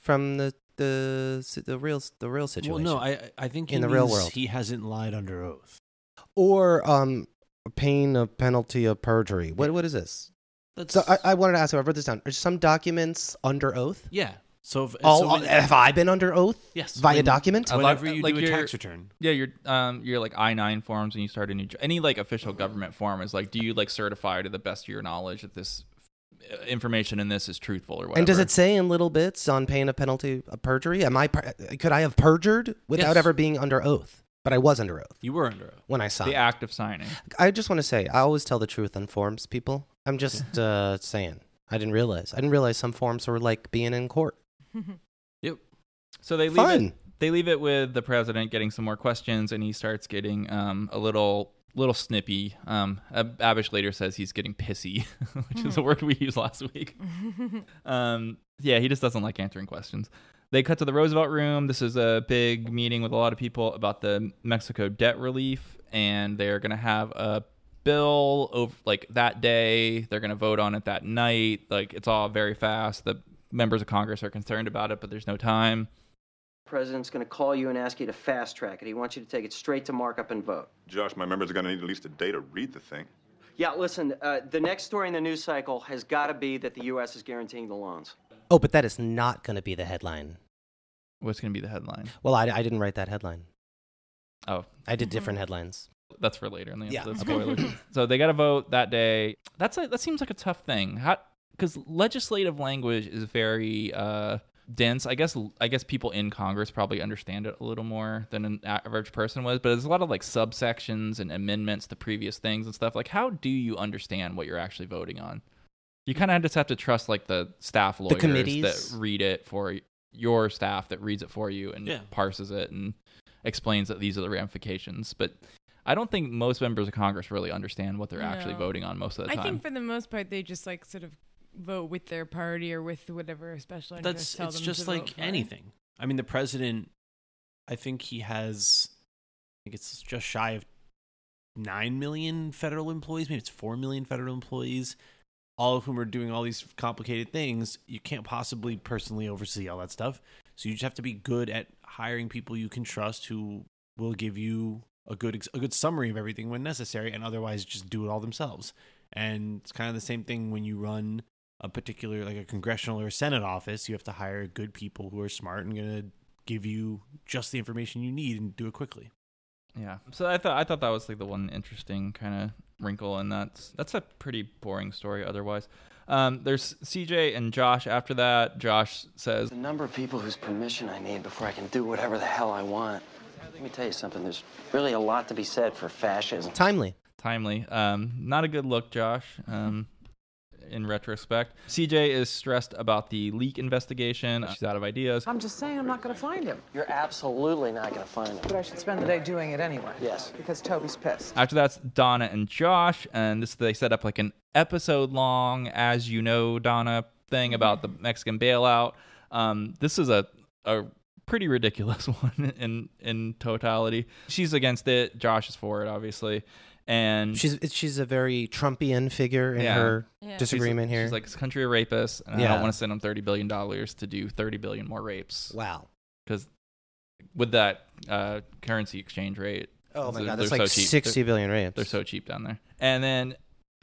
S2: from the the si- the real the real situation.
S4: Well, no, I I think he
S2: in the real
S4: means
S2: world,
S4: he hasn't lied under oath.
S2: or um, paying a penalty of perjury. What what is this? So I, I wanted to ask. I wrote this down. Are some documents under oath?
S4: Yeah. So if, so
S2: All,
S4: when-
S2: have I been under oath?
S4: Yes,
S2: Via
S4: when-
S2: document?
S1: I
S4: Whenever
S1: love-
S4: you
S1: Uh, like
S4: do a
S1: your-
S4: tax return.
S1: Yeah, your um your like I nine forms and you start a new jo- any like official government form is like do you like certify to the best of your knowledge that this uh, information in this is truthful or whatever.
S2: And does it say in little bits on paying a penalty of perjury? Am I per- could I have perjured without
S1: Yes.
S2: ever being under oath? But I was under oath
S4: You were under oath.
S2: when I signed.
S1: the act of signing?
S2: I just want to say I always tell the truth on forms, people. I'm just uh, saying. I didn't realize. I didn't realize some forms were like being in court.
S4: Yep.
S1: So they leave
S2: Fun.
S1: it. They leave it with the president getting some more questions, and he starts getting um, a little little snippy. Um, Ab- Abish later says he's getting pissy, which is a word we used last week. um, yeah, he just doesn't like answering questions. They cut to the Roosevelt room. This is a big meeting with a lot of people about the Mexico debt relief, and they're going to have a bill over like that day. They're going to vote on it that night. Like it's all very fast. The members of Congress are concerned about it, but there's no time.
S12: President's going to call you and ask you to fast track it. He wants you to take it straight to markup and vote.
S13: Josh, my members are going to need at least a day to read the thing.
S12: Yeah, listen, uh, the next story in the news cycle has got to be that the U.S. is guaranteeing the loans.
S2: Oh, but that is not going to be the headline.
S1: What's going to be the headline?
S2: Well, I, I didn't write that headline.
S1: Oh,
S2: I did different headlines.
S1: That's for later in the
S2: Mm-hmm. Yeah.
S1: episode.
S2: Okay.
S1: Spoilers. so they got to vote that day. That's a, that seems like a tough thing. How because legislative language is very uh, dense. I guess I guess people in Congress probably understand it a little more than an average person was. But there's a lot of like subsections and amendments to previous things and stuff. Like how do you understand what you're actually voting on? You kind of just have to trust like the staff lawyers
S2: committees.
S1: that read it for y- your staff that reads it for you and
S2: Yeah.
S1: parses it and explains that these are the ramifications. But I don't think most members of Congress really understand what they're actually
S3: No.
S1: voting on most of the
S3: I
S1: time.
S3: think for the most part, they just like sort of vote with their party or with whatever special
S4: That's
S3: interest. tell
S4: it's
S3: them to
S4: just
S3: vote
S4: like
S3: for.
S4: anything. I mean, the president. I think he has. I think it's just shy of nine million federal employees. Maybe it's four million federal employees, all of whom are doing all these complicated things. You can't possibly personally oversee all that stuff. So you just have to be good at hiring people you can trust who will give you a good ex- a good summary of everything when necessary, and otherwise just do it all themselves. And it's kind of the same thing when you run a particular like a congressional or senate office. You have to hire good people who are smart and going to give you just the information you need and do it quickly.
S1: Yeah. So I thought I thought that was like the one interesting kind of wrinkle, and that's that's a pretty boring story otherwise. Um, there's CJ and Josh. After that, Josh says,
S7: The number of people whose permission I need before I can do whatever the hell I want. Let me tell you something. There's really a lot to be said for fascism.
S2: Timely.
S1: "Timely, um, not a good look, Josh." Um, in retrospect, CJ is stressed about the leak investigation. She's out of ideas.
S10: I'm just saying I'm not going to find him.
S7: You're absolutely not going to find him.
S10: But I should spend the day doing it anyway. Yes. Because Toby's pissed.
S1: After that's Donna and Josh, and this they set up like an episode long, as you know, Donna thing about the Mexican bailout. Um, this is a a pretty ridiculous one in in totality. She's against it. Josh is for it, obviously, and
S2: She's she's a very Trumpian figure in her disagreement
S1: She's-
S2: here.
S1: She's like, this country of rapists, and I
S2: Yeah.
S1: don't want to send them thirty billion dollars to do thirty billion more rapes.
S2: Wow.
S1: Because with that uh, currency exchange rate,
S2: Oh my
S1: they're-
S2: God, that's
S1: they're
S2: like
S1: cheap.
S2: 60 billion
S1: They're-
S2: rapes.
S1: They're so cheap down there. And then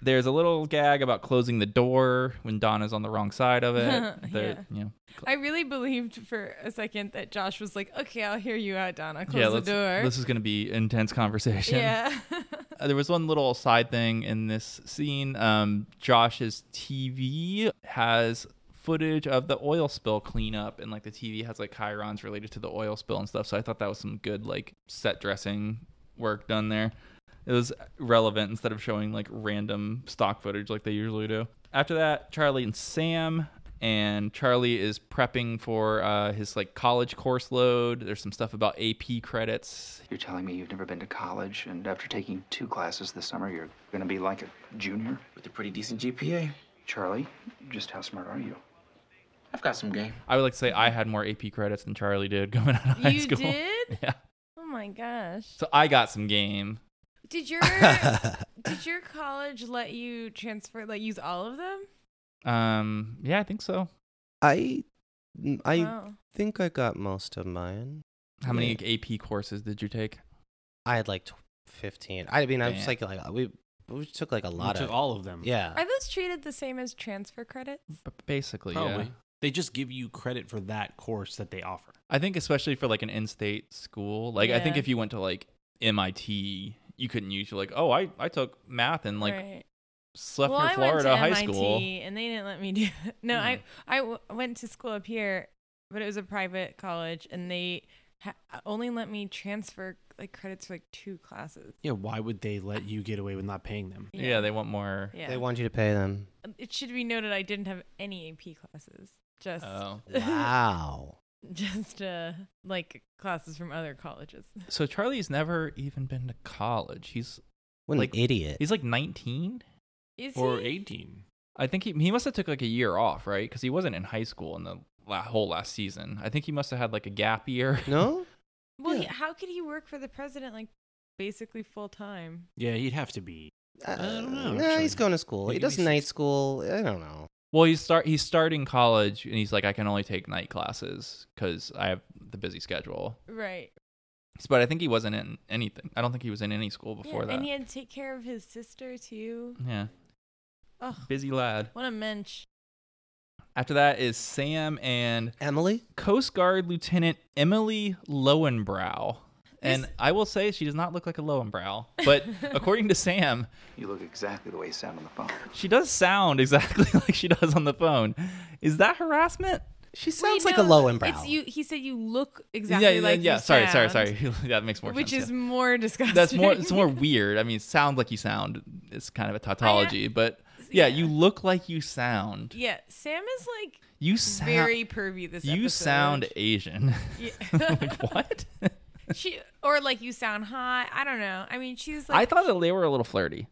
S1: there's a little gag about closing the door when Donna's on the wrong side of it. They're-
S3: Yeah.
S1: you know,
S3: I really believed for a second that Josh was like, "Okay, I'll hear you out, Donna. Close
S1: yeah,
S3: the
S1: let's-
S3: door."
S1: This is going to be intense conversation.
S3: Yeah.
S1: Uh, there was one little side thing in this scene. Um, Josh's TV has footage of the oil spill cleanup, and like the TV has like chirons related to the oil spill and stuff. So I thought that was some good like set dressing work done there. It was relevant instead of showing like random stock footage like they usually do. After that, Charlie and Sam. And Charlie is prepping for uh, his like college course load. There's some stuff about AP credits.
S9: You're telling me you've never been to college, and after taking two classes this summer, you're going to be like a junior? With a pretty decent GPA. Charlie, just how smart are you? I've got some game.
S1: I would like to say I had more AP credits than Charlie did coming out of high
S3: you
S1: school.
S3: did?
S1: Yeah.
S3: Oh my gosh.
S1: So I got some game.
S3: Did your did your college let you transfer like use all of them?
S1: Um, yeah, I think so.
S2: I n- I
S3: Wow.
S2: think I got most of mine.
S1: How many AP courses did you take?
S2: I had like tw- 15. I mean, I was
S1: Damn.
S2: like, like we we took like a lot
S4: took
S2: of
S4: all of them.
S2: Yeah.
S3: Are those treated the same as transfer credits?
S1: Basically,
S4: Probably.
S1: yeah.
S4: They just give you credit for that course that they offer.
S1: I think especially for like an in-state school, like I think
S4: Yeah.
S1: if you went to like MIT, you couldn't use you're like, oh, I I took math in like
S3: Right.
S1: Slefner,
S3: well, I
S1: Florida
S3: went to
S1: high
S3: MIT
S1: school. Mm.
S3: and they didn't let me do. That. No, I I w- went to school up here, but it was a private college, and they ha- only let me transfer like credits for like two classes.
S4: Yeah, why would they let you get away with not paying them?
S3: Yeah, Yeah.
S1: they want more.
S3: Yeah.
S2: They want you to pay them.
S3: It should be noted I didn't have any AP classes. Just
S1: Oh.
S2: Wow.
S3: just uh like classes from other colleges.
S1: So Charlie's never even been to college. He's
S2: What an
S1: like,
S2: idiot.
S1: He's like 19
S3: Is
S4: or
S3: he?
S4: 18.
S1: I think he he must have took like a year off, right? Because he wasn't in high school in the la- whole last season. I think he must have had like a gap year.
S2: No.
S3: Well, he- how could he work for the president like basically full time?
S4: Yeah, he'd have to be.
S2: Uh,
S4: I
S3: Oh,
S4: don't know.
S2: Nah, he's
S4: actually.
S2: going to school. He
S4: could be
S2: does night school. I don't know.
S1: Well, he's start he's starting college, and he's like, I can only take night classes because I have the busy schedule.
S3: Right.
S1: But I think he wasn't in anything. I don't think he was in any school before
S3: yeah,
S1: that. Mm.
S3: and he had to take care of his sister too.
S1: yeah,
S3: Ugh,
S1: busy lad.
S3: what a mensch.
S1: After that is Sam and
S2: Emily,
S1: Coast Guard Lieutenant Emily Lowenbrow. And I will say she does not look like a Lowenbrow, but according to Sam,
S9: You look exactly the way you sound on the phone.
S1: she does sound exactly like she does on the phone. Is that harassment?
S2: She
S3: Wait,
S2: sounds like
S3: no,
S2: a low and brow.
S3: It's you. He said you look exactly
S1: yeah,
S3: like
S1: yeah.
S3: you
S1: sorry, sorry,
S3: sound,
S1: sorry. that makes more
S3: Which
S1: sense.
S3: is
S1: yeah.
S3: more disgusting.
S1: That's more. It's more weird. I mean, sound like you sound is kind of a tautology, but yeah, you look like you sound.
S3: Yeah, Sam is like
S1: You sound
S3: very pervy. This
S1: You
S3: episode.
S1: sound Asian.
S3: Yeah.
S1: like what?
S3: she or like you sound hot. I don't know. I mean, she's like
S1: I thought that they were a little flirty.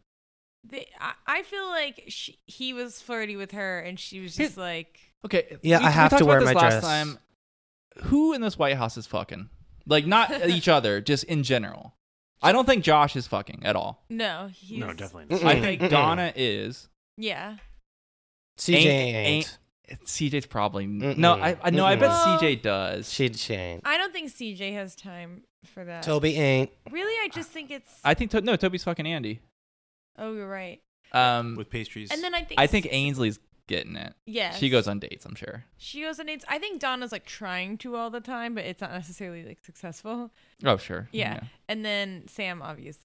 S3: They, I, I feel like she, he was flirty with her, and she was just like,
S1: Okay.
S2: Yeah, I have
S1: talked
S2: to
S1: about
S2: wear
S1: this
S2: my
S1: last
S2: dress.
S1: Time. Who in this White House is fucking? Like not each other, just in general. I don't think Josh is fucking at all.
S3: "No, he's
S4: No, definitely.
S2: Mm-mm,
S1: I think
S2: mm-mm.
S1: Donna is.
S3: yeah."
S2: CJ ain't.
S1: CJ's probably no. I, I no. I bet
S3: Mm-mm.
S1: CJ does.
S2: She she ain't.
S3: I don't think CJ has time for that.
S2: Toby ain't.
S3: Really, I just think it's.
S1: I think to, no. Toby's fucking Andy.
S3: Oh, you're right.
S1: Um,
S4: with pastries.
S3: And then I think
S1: I think Ainsley's getting it.
S3: Yes.
S1: she goes on dates. I'm sure.
S3: she goes and dates. I think Donna's like trying to all the time, but it's not necessarily like successful.
S1: Oh, sure.
S3: Yeah. And then Sam, obviously.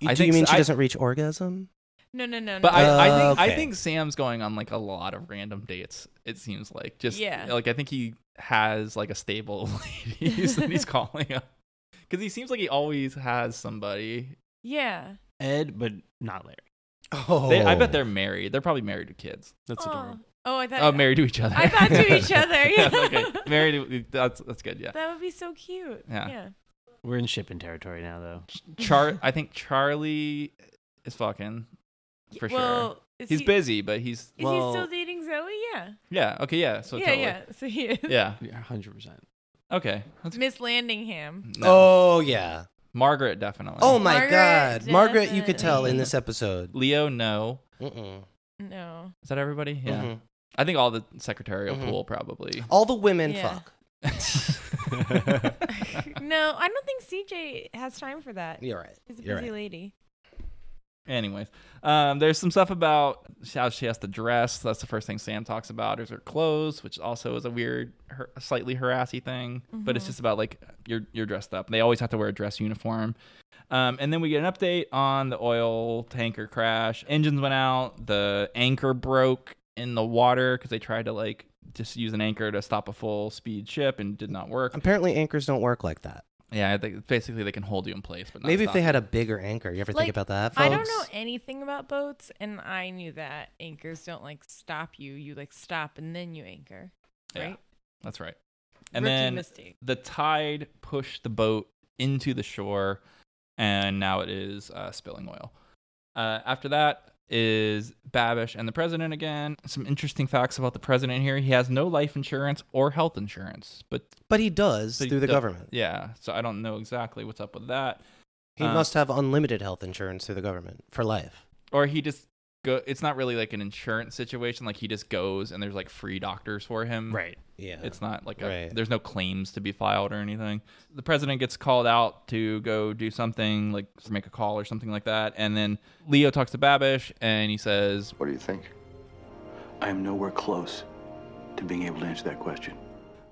S2: You-
S1: I
S2: Do you
S1: think
S2: mean
S1: so-
S2: she
S1: I-
S2: doesn't reach orgasm?
S3: No, no, no, no.
S1: But I, I think I
S2: Okay.
S1: think Sam's going on like a lot of random dates. It seems like just
S3: Yeah.
S1: like I think he has like a stable of ladies that he's calling up because he seems like he always has somebody.
S3: yeah.
S4: Ed, but not Larry.
S2: Oh,
S1: They, I bet they're married. They're probably married with kids.
S4: That's
S3: Oh.
S4: adorable.
S3: oh, I thought.
S1: Oh, married to each other.
S3: I thought to each other. Yeah.
S1: okay, married. to- That's that's good. Yeah.
S3: That would be so cute.
S1: Yeah.
S3: yeah.
S4: We're in shipping territory now, though.
S1: Char. I think Charlie is fucking for
S3: well,
S1: sure.
S3: is
S1: He's
S3: he-
S1: busy, but he's
S3: Is he still dating Zoe? Yeah.
S1: yeah. Okay. Yeah. So
S3: yeah,
S1: totally.
S3: yeah. So he is.
S1: Yeah.
S4: Yeah, hundred percent.
S1: Okay. That's
S3: Miss Landingham.
S1: no.
S2: Oh yeah.
S1: Margaret definitely.
S2: Oh my
S3: Margaret
S2: God, Margaret, you could tell in
S3: definitely.
S2: this episode.
S1: Leo, no.
S2: Mm-mm.
S3: No.
S1: Is that everybody? Yeah.
S2: Mhm.
S1: I think all the secretarial
S2: Mhm.
S1: pool probably.
S2: All the women
S3: Yeah.
S2: fuck.
S3: No, I don't think CJ has time for that.
S2: You're right.
S3: He's a
S2: You're
S3: busy
S2: right.
S3: lady.
S1: Anyways, um, there's some stuff about how she has to dress. That's the first thing Sam talks about is her clothes, which also is a weird, har- slightly harassy thing. But it's just about like you're you're dressed up. They always have to wear a dress uniform. Um, and then we get an update on the oil tanker crash. Engines went out. The anchor broke in the water because they tried to like just use an anchor to stop a full speed ship and it did not work.
S2: Apparently, anchors don't work like that.
S1: Yeah, I think basically they can hold you in place, but not
S2: Maybe if
S1: stop
S2: they
S1: you.
S2: had a bigger anchor. You ever
S3: Like,
S2: think about that, folks?
S3: I don't know anything about boats, and I knew that anchors don't like stop you. You like stop and then you anchor.
S1: Yeah,
S3: Right?
S1: that's right. And
S3: Rookie
S1: then
S3: mistake.
S1: the tide pushed the boat into the shore, and now it is uh, spilling oil. Uh, after that is Babish and the president again. Some interesting facts about the president here. He has no life insurance or health insurance, but
S2: But he does
S1: but he
S2: through the
S1: do-
S2: government.
S1: Yeah, so I don't know exactly what's up with that.
S2: He
S1: Uh,
S2: must have unlimited health insurance through the government for life.
S1: or he just go. It's not really like an insurance situation. Like he just goes and there's like free doctors for him.
S4: Right.
S2: Yeah.
S1: It's not like a,
S2: Right.
S1: there's no claims to be filed or anything. The president gets called out to go do something, like make a call or something like that. And then Leo talks to Babish and he says,
S6: What do you think?
S5: I am nowhere close to being able to answer that question.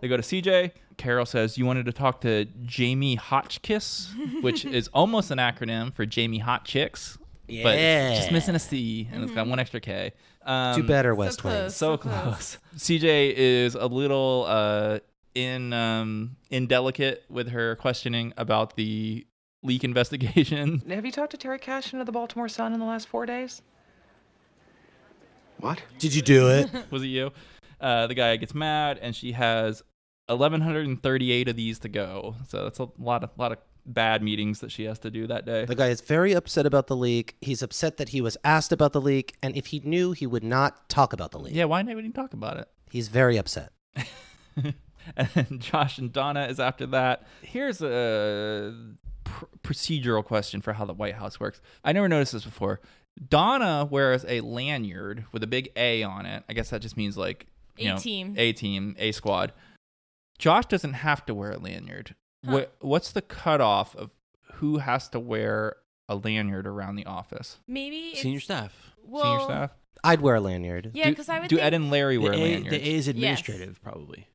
S1: they go to CJ. Carol says, You wanted to talk to Jamie Hotchkiss, which is almost an acronym for Jamie Hot Chicks. But it's just
S2: Yeah.
S1: missing a C and it's got one extra K. Um,
S2: Do better, West Wing.
S3: close.
S1: Mm-hmm. so close. CJ is a little uh in um indelicate with her questioning about the leak investigation.
S10: Have you talked to Terry Cashin of the Baltimore Sun in the last four days?
S5: What?
S2: Did you do it?
S1: Was it you? Uh, the guy gets mad, and she has 1,138 of these to go. So that's a lot of lot of bad meetings that she has to do that day.
S2: The guy is very upset about the leak. He's upset that he was asked about the leak, and if he knew, he would not talk about the leak.
S1: Yeah, why would he talk about it?
S2: He's very upset.
S1: and Josh and Donna is after that. Here's a pr- procedural question for how the White House works. I never noticed this before. Donna wears a lanyard with a big A on it. I guess that just means like you know,
S3: A-team.
S1: A team, A squad. Josh doesn't have to wear a lanyard. What what's the cutoff of who has to wear a lanyard around the office?
S3: Maybe it's-
S1: Senior
S4: staff.
S1: Senior
S3: well,
S1: staff.
S2: I'd wear a lanyard.
S3: Yeah,
S1: Do-
S3: 'cause I would
S1: do
S3: think-
S1: Ed and Larry
S4: The
S1: wear
S4: A-
S1: lanyards?
S4: the A is administrative,
S3: Yes.
S4: probably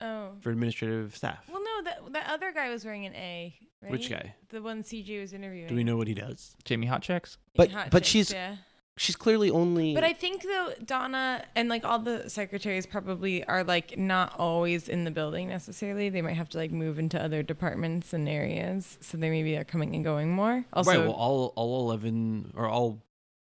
S3: Oh.
S4: for administrative staff.
S3: Well, no, that that other guy was wearing an A. Right?
S4: Which guy?
S3: The one CJ was interviewing.
S4: Do we know what he does?
S1: Jamie Hot checks.
S2: But
S3: Hot
S2: but
S3: chicks,
S2: she's
S3: yeah.
S2: she's clearly only.
S4: Mm.
S3: But I think though Donna and like all the secretaries probably are like not always in the building necessarily. They might have to like move into other departments and areas, so they maybe are coming and going more. Also,
S4: right. Well, all all eleven or all.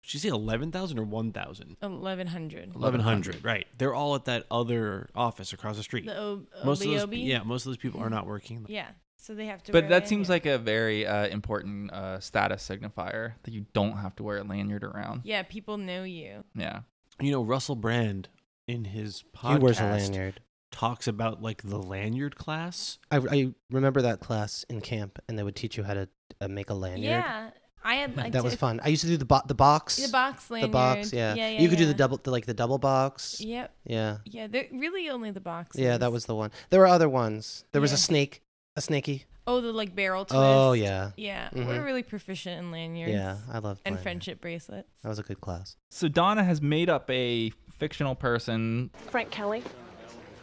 S4: Did she say eleven thousand or one thousand?
S3: eleven hundred.
S4: Eleven hundred. Right. They're all at that other office across the street.
S3: The O-
S4: most of those,
S3: OBOB?
S4: yeah, most of those people are not working.
S3: Yeah, so they have to.
S1: But
S3: wear
S1: that
S3: it.
S1: seems like a very uh, important uh, status signifier that you don't have to wear a lanyard around.
S3: Yeah, people know you.
S1: Yeah.
S4: You know, Russell Brand in his podcast
S2: He wears a lanyard.
S4: talks about like the lanyard class.
S2: I, I remember that class in camp, and they would teach you how to uh, make a lanyard.
S3: Yeah, I had like
S2: that was
S3: if-
S2: fun. I used to do the bo- the box,
S3: The box
S2: the
S3: lanyard.
S2: box. Yeah,
S3: Yeah, yeah,
S2: you could do the
S3: yeah.
S2: double, the, like the double box.
S3: Yep.
S2: Yeah,
S3: Yeah, they're really only the box.
S2: yeah, that was the one. There were other ones. There was a
S3: Yeah.
S2: snake, a snaky.
S3: Oh, the like barrel twist.
S2: Oh, yeah.
S3: Yeah,
S2: Mhm.
S3: we're really proficient in lanyards.
S2: Yeah, I loved
S3: and
S2: lanyards.
S3: friendship bracelets.
S2: That was a good class.
S1: So Donna has made up a fictional person.
S14: Frank Kelly.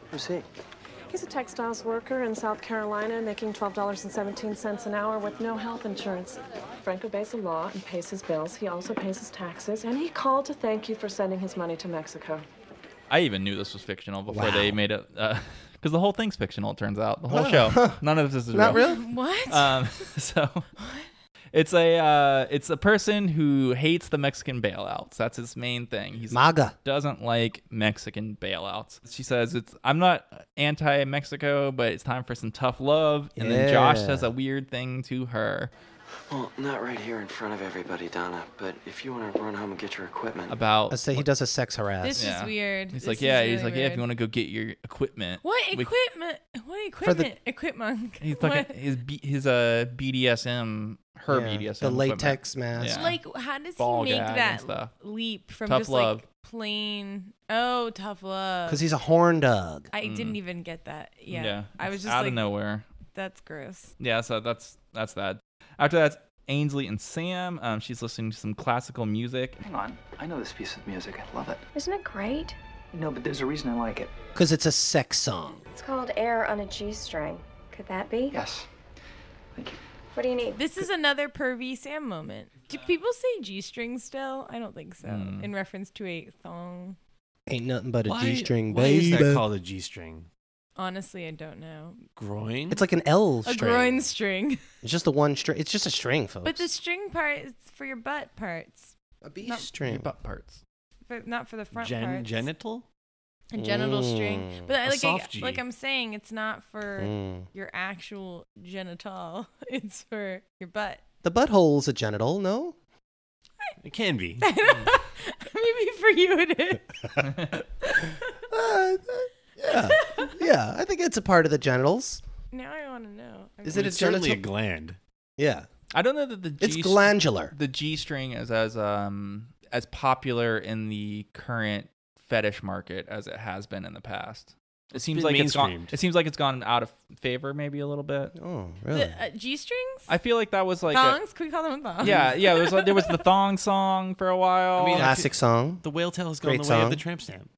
S7: Who's he?
S14: He's a textiles worker in South Carolina making $12.17 an hour with no health insurance. Frank obeys the law and pays his bills. He also pays his taxes, and he called to thank you for sending his money to Mexico.
S1: I even knew this was fictional before
S2: Wow.
S1: they made it, because the whole thing's fictional. It turns
S4: Oh.
S1: out the whole
S2: Wow.
S1: show, none of this is
S2: Not
S1: real.
S2: real?
S3: What?
S1: Um, so it's a uh, it's a person who hates the Mexican bailouts. That's his main thing. He's
S2: MAGA.
S1: doesn't like Mexican bailouts. She says it's I'm not anti Mexico, but it's time for some tough love. And then Josh
S7: Yeah.
S1: says a weird thing to her
S7: Well, not right here in front of everybody, Donna, but if you want to run home and get your equipment.
S1: about
S2: I say he does a sex harass.
S3: This is weird.
S1: He's
S3: This
S1: like,
S3: is
S1: yeah. he's
S3: really
S1: like, yeah. If
S3: weird.
S1: you want to go get your
S4: Uh,
S1: equipment,
S3: What
S1: we-
S3: equipment? What
S1: For the-
S3: equipment? equipment.
S1: He's talking his B, his uh BDSM her
S2: Yeah,
S1: BDSM
S2: the
S1: equipment.
S2: latex mask.
S1: Yeah.
S3: Like, how does
S1: Ball
S3: he make
S1: gag and
S3: that
S1: stuff.
S3: leap from
S1: Tough
S3: just
S1: love.
S3: like plain? Oh, tough love.
S2: Because he's a horn dog.
S3: I didn't even get that. Yeah. I was
S1: Mm. it's
S3: just
S1: out
S3: like,
S1: of nowhere.
S3: That's gross.
S1: Yeah, so that's that's that. After that's Ainsley and Sam. Um, she's listening to some classical music.
S10: Hang on. I know this piece of music. I love it.
S15: Isn't it great?
S10: No, but there's a reason I like it.
S2: Because it's a sex song.
S15: It's called Air on a G String. Could that be?
S10: Yes.
S15: What do you need?
S3: This is another pervy Sam moment. Do people say G string still? I don't think so.
S1: Mm.
S3: In reference to a thong.
S2: Ain't nothing but a
S4: Why-
S2: G string,
S4: why is
S2: baby.
S4: that called a G string?
S3: Honestly, I don't know.
S4: Groin.
S2: It's like an L
S3: A
S2: string.
S3: groin string.
S2: It's just the one string. It's just a string, folks.
S3: But the string part is for your butt parts.
S2: A B
S3: not,
S2: string.
S1: butt parts.
S3: for, not for the front
S4: Gen-
S3: parts.
S4: genital.
S3: A genital string.
S4: Mm.
S3: But I-
S4: A
S3: like, I,
S4: soft G.
S3: like I'm saying, it's not for
S2: Mm.
S1: Hmm.
S3: your actual genital. It's for your butt.
S2: The butthole's a genital, no?
S4: It can be.
S3: Maybe for you it is.
S4: Uh,
S2: Yeah. yeah, I think it's a part of the genitals.
S3: Now I want to know. I
S2: Is
S3: mean-
S2: it a
S4: It's certainly a
S2: genital-
S4: gland.
S2: Yeah.
S1: I don't know that the G
S2: It's glandular.
S1: The G string is as um as popular in the current fetish market as it has been in the past. It seems
S4: been
S1: like it's gone.
S4: mainstreamed.
S1: It seems like it's gone out of favor, maybe a little bit.
S2: Oh,
S3: The, uh, G strings?
S1: I feel like that was like a-
S3: thongs? Can we call them thongs?
S1: yeah, yeah. There was like, there was the thong song for a while.
S2: Classic song.
S4: The whale tail has gone
S2: Great
S4: the way
S2: song.
S4: of the tramp stamp.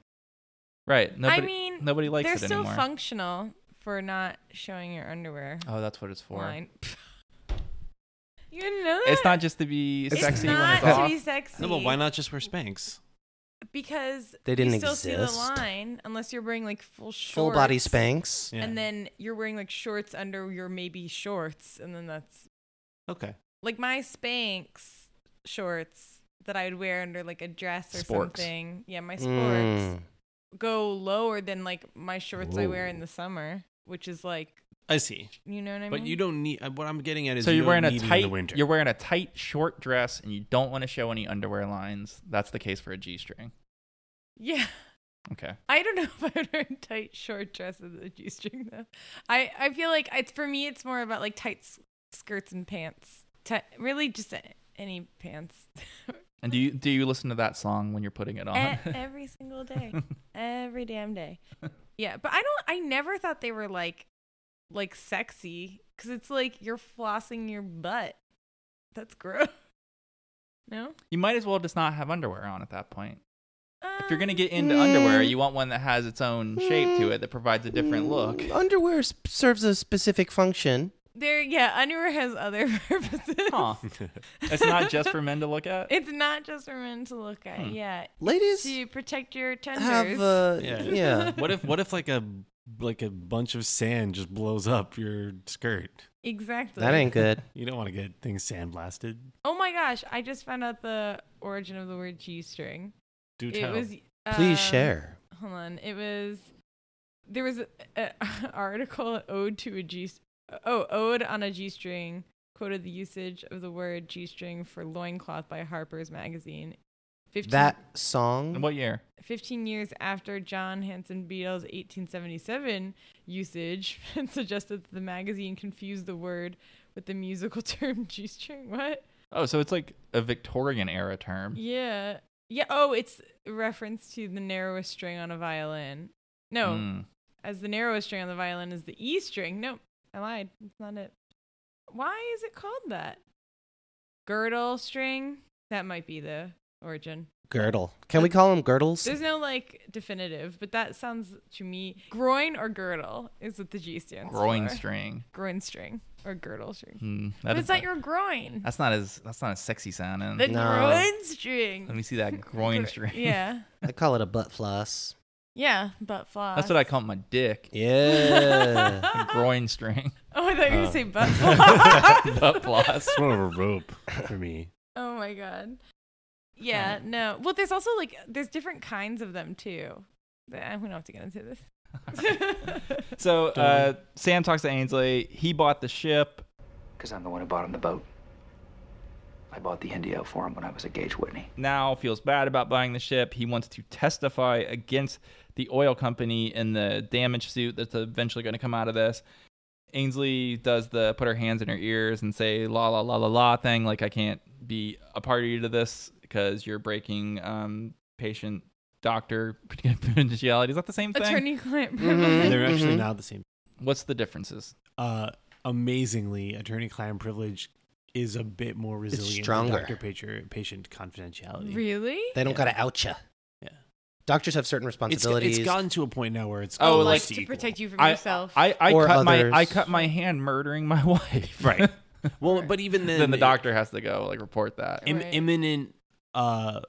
S1: Right. Nobody,
S3: I mean,
S1: nobody likes
S3: they're
S1: it
S3: so
S1: anymore.
S3: functional for not showing your underwear.
S1: Oh, that's what it's for.
S3: Line. you didn't know that?
S1: It's not just to be
S3: It's
S1: sexy
S3: not
S1: when it's
S3: to
S1: off.
S3: be sexy.
S4: No, but why not just wear Spanx?
S3: because
S2: They didn't
S3: you still see the
S2: exist.
S3: line unless you're wearing like full shorts,
S2: Full body Spanx.
S4: Yeah.
S3: and then you're wearing like shorts under your maybe shorts, and then that's
S4: Okay.
S3: like my Spanx shorts that I would wear under like a dress or
S1: Sporks.
S3: something. Yeah, my sports
S2: Mm.
S3: go lower than like my shorts I wear
S2: Whoa.
S3: in the summer, which is like
S4: I see.
S3: You know what I
S4: but
S3: mean?
S4: you don't need. uh, What I'm getting at is
S1: so
S4: you
S1: you're
S4: don't
S1: wearing a
S4: need it
S1: tight
S4: in the winter.
S1: you're wearing a tight short dress and you don't want to show any underwear lines. That's the case for a G-string.
S3: Yeah.
S1: Okay.
S3: I don't know if I would wear a tight short dress with a G string though. I, I feel like it's for me it's more about like tight s- skirts and pants. Ti- really just a- any pants.
S1: And do you do you listen to that song when you're putting it on?
S3: E- every single day. every damn day. Yeah, but I don't I never thought they were like like sexy cuz it's like you're flossing your butt. That's gross. No?
S1: you might as well just not have underwear on at that point. If you're gonna get into underwear, you want one that has its own shape to it that provides a different look.
S2: Underwear s- serves a specific function.
S3: There yeah, underwear has other purposes.
S1: Huh. it's not just for men to look at.
S3: It's not just for men to look at.
S1: Hmm.
S3: Yeah.
S2: Ladies
S3: to protect your tenders.
S2: have, uh,
S4: what if what if like a like a bunch of sand just blows up your skirt?
S3: Exactly.
S4: You don't want to get things sandblasted.
S3: Oh my gosh, I just found out the origin of the word G string.
S4: Do tell.
S2: Please share.
S3: um, Hold on. It was there was an article ode to a G oh, ode on a G string quoted the usage of the word G string for loincloth by Harper's magazine. 15
S2: That song.
S1: what year?
S3: 15 years after John Hanson Beadle's 1877 usage and suggested that the magazine confused the word with the musical term G string. What?
S1: Oh, so it's like a Victorian era term.
S3: Yeah. Yeah. Oh, it's a reference to the narrowest string on a violin. No,
S1: Mm.
S3: as the narrowest string on the violin is the E string. Nope, I lied. That's not it. Why is it called that? Girdle string? That might be the origin.
S2: Girdle. Can we call them girdles?
S3: There's no like definitive, but that sounds to me groin or girdle is what the G stands
S1: Groin
S3: for.
S1: string.
S3: Groin string or girdle string.
S1: Hmm, that
S3: but
S1: is-
S3: it's not your groin.
S1: That's not as that's not a sexy sounding.
S3: The groin string.
S1: Let me see that groin string.
S3: Yeah.
S2: I call it a butt floss.
S3: Yeah, butt floss.
S1: That's what I call my dick.
S2: Yeah. Um.
S1: groin string.
S3: Oh, I thought you were gonna say butt floss.
S1: butt floss.
S4: It's more of a rope for me.
S3: Oh my god. Yeah, no. Well, there's also like there's different kinds of them too. I don't have to get into this.
S1: So uh, Sam talks to Ainsley. He bought the ship.
S9: Because I'm the one who bought him the boat. I bought the Indio for him when I was a Gage Whitney.
S1: Now feels bad about buying the ship. He wants to testify against the oil company in the damage suit that's eventually going to come out of this. Ainsley does the put her hands in her ears and say la la la la la thing like I can't be a party to this because you're breaking um, patient doctor confidentiality. Is that the same thing?
S3: Attorney-client
S4: privilege. Mm-hmm.
S2: Mm-hmm.
S4: They're actually not the same.
S1: What's the differences?
S4: Uh, amazingly, attorney-client privilege is a bit more resilient. than
S2: stronger.
S4: Doctor-patient patient confidentiality.
S3: Really?
S2: They don't gotta out you.
S4: Yeah.
S2: Doctors have certain
S4: It's, it's
S2: responsibilities.
S4: gotten to a point now where it's
S1: Oh,
S4: almost
S1: like-
S3: to protect you from
S1: I,
S3: yourself.
S1: I, I
S2: Or
S1: cut my
S2: others.
S1: I cut my hand murdering my wife.
S4: Right. Well, but even then,
S1: then the doctor has to go like report that.
S4: im-
S3: Right.
S4: imminent uh,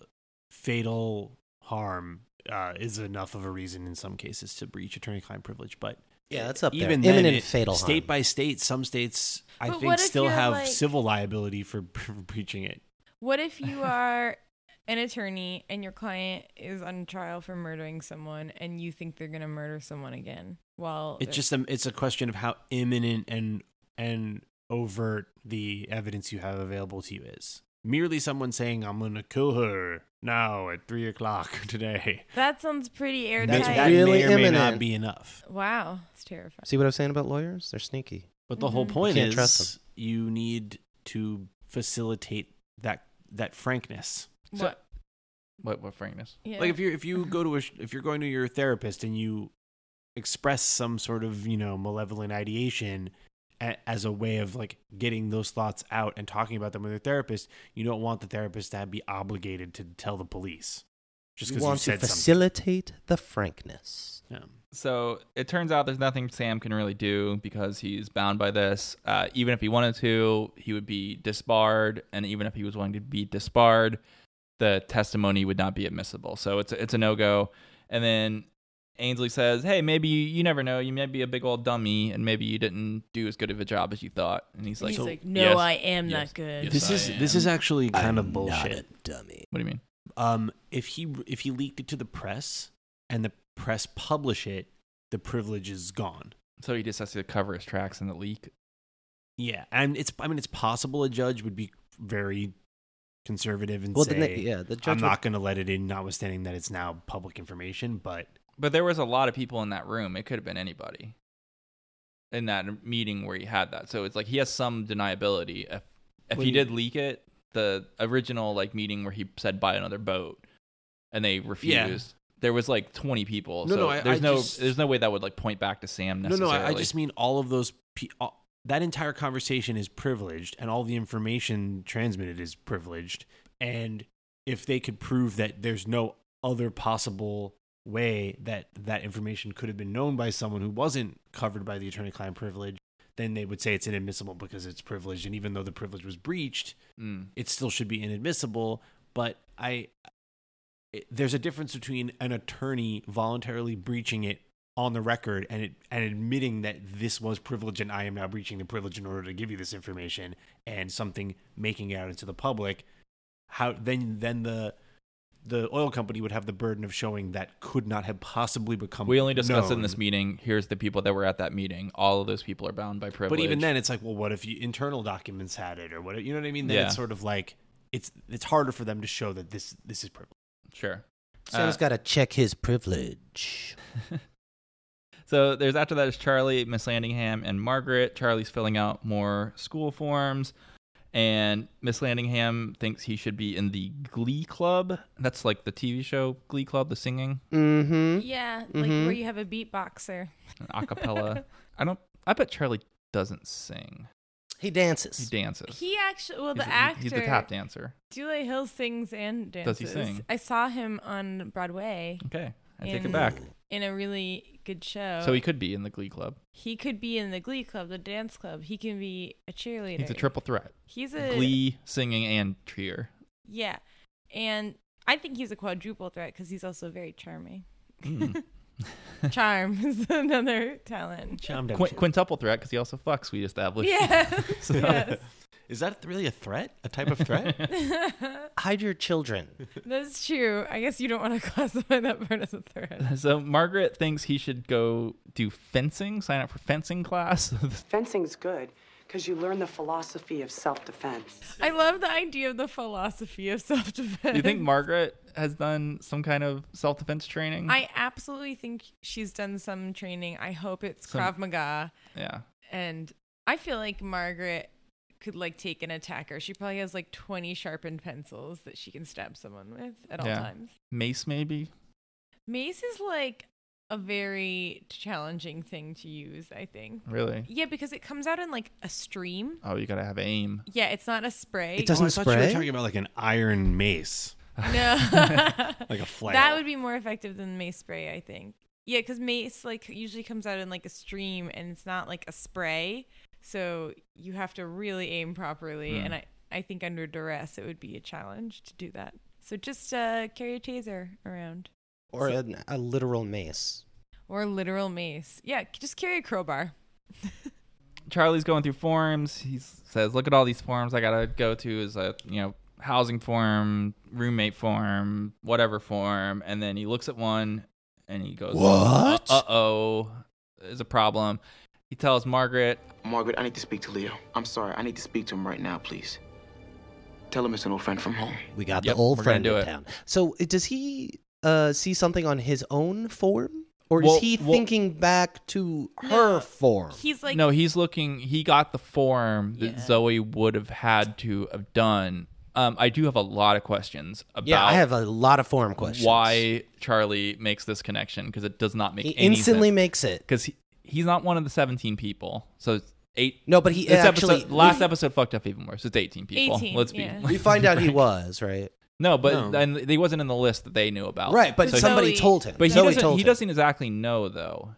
S4: fatal harm uh, is enough of a reason in some cases to breach attorney-client privilege. But
S2: Yeah, that's up there.
S4: even then,
S2: Imminent
S4: it-
S2: fatal
S4: state
S2: harm.
S4: by state, some states I
S3: But
S4: think
S3: what if
S4: still
S3: you're,
S4: have
S3: like-
S4: civil liability for breaching it.
S3: What if you are an attorney and your client is on trial for murdering someone and you think they're gonna murder someone again? Well,
S4: It's just a, it's a question of how imminent and and overt the evidence you have available to you is. Merely someone saying I'm gonna kill her now at three o'clock today.
S3: that sounds pretty airtight.
S4: That's that
S2: really
S4: may or may
S2: imminent.
S4: not be enough.
S3: wow, it's terrifying.
S2: See what I'm saying about lawyers? They're sneaky.
S4: But the whole
S3: Mhm.
S4: point
S2: You can't
S4: is
S2: trust
S4: you need to facilitate that that frankness.
S1: So- what what frankness?
S3: Yeah.
S4: Like if you if you go to a sh- if you're going to your therapist and you express some sort of you know malevolent ideation a, as a way of like getting those thoughts out and talking about them with your therapist, you don't want the therapist to be obligated to tell the police just
S2: you
S4: because you,
S2: want to
S4: said something.
S2: facilitate the frankness.
S4: Yeah.
S1: So it turns out there's nothing Sam can really do because he's bound by this. Uh, even if he wanted to, he would be disbarred, and even if he was willing to be disbarred, the testimony would not be admissible. So it's a, it's a no go. And then Ainsley says, "Hey, maybe you, you never know. You may be a big old dummy, and maybe you didn't do as good of a job as you thought." And he's
S3: And
S1: like,
S3: he's like,
S1: "So-
S3: "No,
S1: yes,
S3: I am
S1: yes,
S3: not good."
S1: yes,
S4: This
S1: I
S4: is this
S1: am."
S4: is actually kind of bullshit.
S2: dummy.
S1: What do you mean?
S4: um, if he if he leaked it to the press and the press publish it, the privilege is gone.
S1: So he just has to cover his tracks in the leak.
S4: Yeah, and it's I mean it's possible a judge would be very conservative and
S1: Well,
S4: say,
S1: then they- yeah, the judge
S4: I'm not
S1: would-
S4: going to let it in, notwithstanding that it's now public information. But
S1: But there was a lot of people in that room. It could have been anybody in that meeting where he had that. So it's like he has some deniability. If if
S4: Well,
S1: he
S4: you-
S1: did leak it, the original like meeting where he said buy another boat and they refused. There was like 20 people.
S4: No,
S1: so
S4: no, I-
S1: there's
S4: I
S1: no
S4: just-
S1: there's no way that would like point back to Sam
S4: no, no,
S1: necessarily.
S4: I, I just mean all of those. Pe- all, that entire conversation is privileged, and all the information transmitted is privileged. And if they could prove that there's no other possible way that that information could have been known by someone who wasn't covered by the attorney-client privilege, then they would say it's inadmissible because it's privileged. And even though the privilege was breached,
S1: Mm.
S4: it still should be inadmissible. But I, it- there's a difference between an attorney voluntarily breaching it on the record and it, and admitting that this was privilege and I am now breaching the privilege in order to give you this information and something making it out into the public. How then then the the oil company would have the burden of showing that could not have possibly become.
S1: we only discussed in
S4: known.
S1: this meeting. Here's the people that were at that meeting. All of those people are bound by privilege.
S4: But even then, it's like, well, what if you, internal documents had it, or what? if- You know what I mean? Then
S1: Yeah.
S4: it's sort of like it's it's harder for them to show that this this is privilege.
S1: Sure.
S2: Sam's
S1: Uh,
S2: got to check his privilege.
S1: So there's after that is Charlie, Miss Landingham, and Margaret. Charlie's filling out more school forms, and Miss Landingham thinks he should be in the Glee Club. That's like the TV show Glee Club, the singing
S2: Mm-hmm.
S3: Yeah, like where you have a beatboxer.
S1: a cappella. I don't. I bet Charlie doesn't sing.
S2: He dances.
S1: He dances.
S3: He actually, well, the
S1: he's,
S3: actor.
S1: He's the tap dancer.
S3: Dule Hill sings and dances.
S1: Does he sing?
S3: I saw him on Broadway.
S1: Okay, I take it back.
S3: In a really good show.
S1: So he could be in the Glee Club.
S3: He could be in the Glee Club, the dance club. He can be a cheerleader.
S1: He's a triple threat.
S3: He's a
S1: Glee, singing, and cheer.
S3: Yeah, and I think he's a quadruple threat because he's also very charming.
S1: Mm.
S3: Charm is another talent.
S1: Qu- quintuple threat because he also fucks. We established.
S3: Yeah.
S1: So-
S3: Yes.
S4: Is that really a threat? A type of threat?
S2: Hide your children.
S3: That's true. I guess you don't want to classify that part as a threat.
S1: So Margaret thinks he should go do fencing, sign up for fencing class.
S14: Fencing's good because you learn the philosophy of self-defense.
S3: I love the idea of the philosophy of self-defense.
S1: do you think Margaret has done some kind of self-defense training?
S3: I absolutely think she's done some training. I hope it's
S1: Some-
S3: Krav Maga.
S1: yeah.
S3: And I feel like Margaret could like take an attacker. She probably has like 20 sharpened pencils that she can stab someone with at all
S1: yeah.
S3: times.
S1: Mace maybe.
S3: Mace is like a very challenging thing to use, I think.
S1: Really?
S3: Yeah, because it comes out in like a stream.
S1: Oh, you gotta have aim.
S3: Yeah, it's not a spray.
S4: Oh, I thought you were talking about like an iron mace.
S3: No.
S4: like a flail.
S3: That would be more effective than mace spray, I think. Yeah, because mace like usually comes out in like a stream, and it's not like a spray, so you have to really aim properly.
S1: Hmm.
S3: And I, I think under duress, it would be a challenge to do that. So just uh, carry a taser around
S2: Or an, a literal mace.
S3: or literal mace. Yeah, c- just carry a crowbar.
S1: Charlie's going through forms. He s- says, "Look at all these forms I gotta go to. Is a you know housing form, roommate form, whatever form." And then he looks at one and he goes,
S16: What?
S1: Uh oh, there's a problem." He tells Margaret,
S16: Margaret, I need to speak to Leo. I'm sorry, I need to speak to him right now, please. Tell him it's an old friend from home.
S2: We got
S1: Yep,
S2: the old
S1: we're gonna
S2: friend
S1: do
S2: in
S1: it.
S2: town. So uh, does he uh, see something on his own form? Or
S1: Well,
S2: is he
S1: well-
S2: thinking back to her form?
S3: He's like,
S1: no, he's looking. He got the form that
S3: Yeah.
S1: Zoe would have had to have done. Um, I do have a lot of questions about
S2: yeah, I have a lot of form questions.
S1: why Charlie makes this connection because it does not make
S2: He
S1: any
S2: instantly
S1: sense.
S2: makes it.
S1: because he, he's not one of the seventeen people. So it's eight.
S2: No, but he
S1: this
S2: actually-
S1: episode, last episode fucked up even worse. It's eighteen people.
S2: 18,
S1: Let's be.
S2: yeah. We find out he was right.
S1: No, but
S2: No.
S1: and he wasn't in the list that they knew about.
S2: Right, but somebody
S1: he-
S2: told him.
S1: But he
S2: Zoe
S1: doesn't,
S2: told
S1: he
S2: him.
S1: doesn't exactly know though.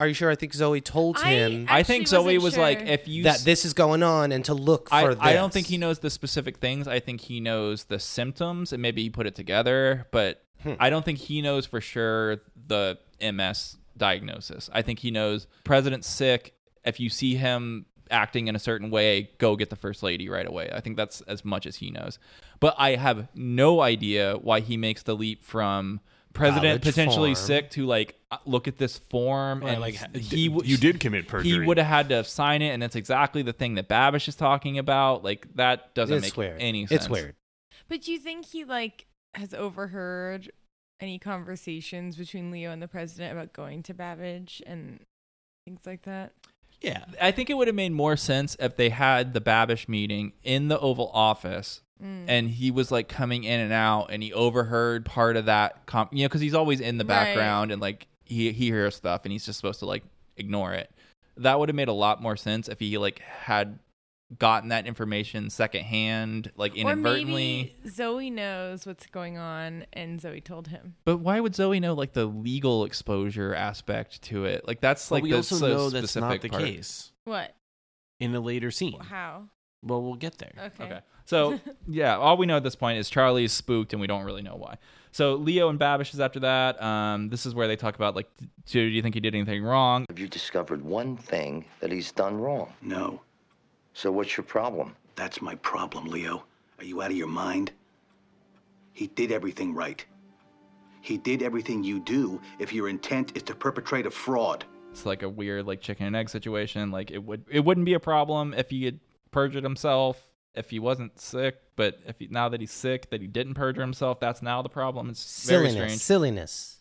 S2: Are you sure? I think Zoe told him.
S1: I think Zoe was like, if you
S2: that
S1: s-
S2: this is going on and to look for
S1: I,
S2: this.
S1: I don't think he knows the specific things. I think he knows the symptoms and maybe he put it together, but
S2: Hmm.
S1: I don't think he knows for sure the MS diagnosis. I think he knows president's sick. If you see him acting in a certain way, go get the first lady right away. I think that's as much as he knows. But I have no idea why he makes the leap from president
S4: College
S1: potentially
S4: form.
S1: sick to like uh, look at this form
S4: Right,
S1: and
S4: like,
S1: like
S4: d-
S1: he w-
S4: you did commit
S1: He
S4: perjury.
S1: would have had to sign it, and that's exactly the thing that Babish is talking about. Like that doesn't
S2: It's
S1: make
S2: weird.
S1: any
S2: It's
S1: sense.
S2: weird.
S11: But do you think he like has overheard any conversations between Leo and the president about going to Babbage and things like that?
S1: Yeah. I think it would have made more sense if they had the Babish meeting in the Oval Office
S11: Mm.
S1: and he was like coming in and out and he overheard part of that, com- you know, because he's always in the
S11: Right.
S1: background and like he, he hears stuff and he's just supposed to like ignore it. That would have made a lot more sense if he like had gotten that information secondhand, like inadvertently.
S11: Or maybe Zoe knows what's going on and Zoe told him.
S1: But why would Zoe know like the legal exposure aspect to it? Like that's
S4: But
S1: like
S4: we
S1: the
S4: also
S1: so
S4: know that's
S1: specific
S4: not the
S1: part.
S4: case
S11: What?
S4: in a later scene.
S11: How?
S4: Well, we'll get there.
S11: Okay.
S1: So yeah, all we know at this point is Charlie's spooked, and we don't really know why. So Leo and Babish is after that. Um, this is where they talk about like, do do you think he did anything wrong?
S6: Have you discovered one thing that he's done wrong?
S5: No.
S6: So what's your problem?
S5: That's my problem, Leo. Are you out of your mind? He did everything right. He did everything you do if your intent is to perpetrate a fraud.
S1: It's like a weird like chicken and egg situation. Like it would it wouldn't be a problem if he had perjured himself if he wasn't sick, but if he, now that he's sick that he didn't perjure himself, that's now the problem. It's
S2: Silliness.
S1: very strange.
S2: Silliness.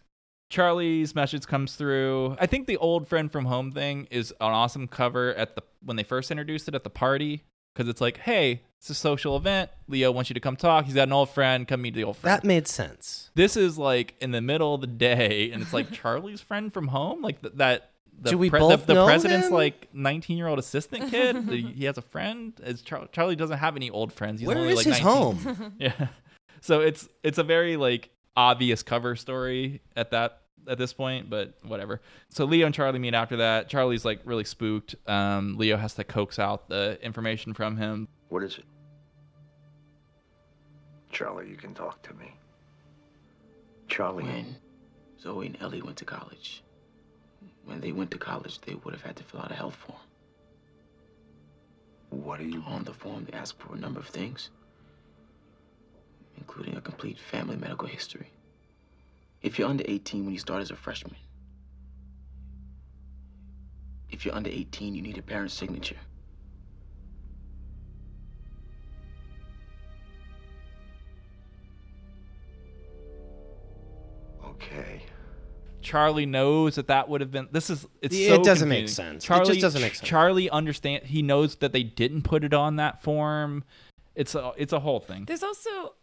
S1: Charlie's message comes through. I think the old friend from home thing is an awesome cover at the when they first introduced it at the party because it's like, hey, it's a social event. Leo wants you to come talk. He's got an old friend. Come meet the old friend.
S2: That made sense.
S1: This is like in the middle of the day, and it's like Charlie's friend from home, like th- that. The
S2: Do we
S1: pre-
S2: both
S1: the, the
S2: know
S1: president's
S2: him?
S1: like 19 year old assistant kid. The- he has a friend. Is Char- Charlie doesn't have any old friends. He's
S2: Where
S1: only
S2: is
S1: like 19.
S2: his home?
S1: yeah. So it's it's a very like obvious cover story at that at this point, but whatever. So Leo and Charlie meet after that. Charlie's like really spooked. Um, Leo has to coax out the information from him.
S6: What is it?
S16: Charlie, you can talk to me. Charlie. When Zoe and Ellie went to college, when they went to college, they would have had to fill out a health form. What are you? On the form, they ask for a number of things, including a complete family medical history. If you're under 18 when you start as a freshman, if you're under 18, you need a parent's signature.
S6: Okay.
S1: Charlie knows that that would have been. This is it's
S2: It
S1: so
S2: doesn't make
S1: confusing.
S2: sense. It
S1: Charlie
S2: just doesn't make sense.
S1: Charlie understand. He knows that they didn't put it on that form. It's a it's a whole thing.
S11: There's also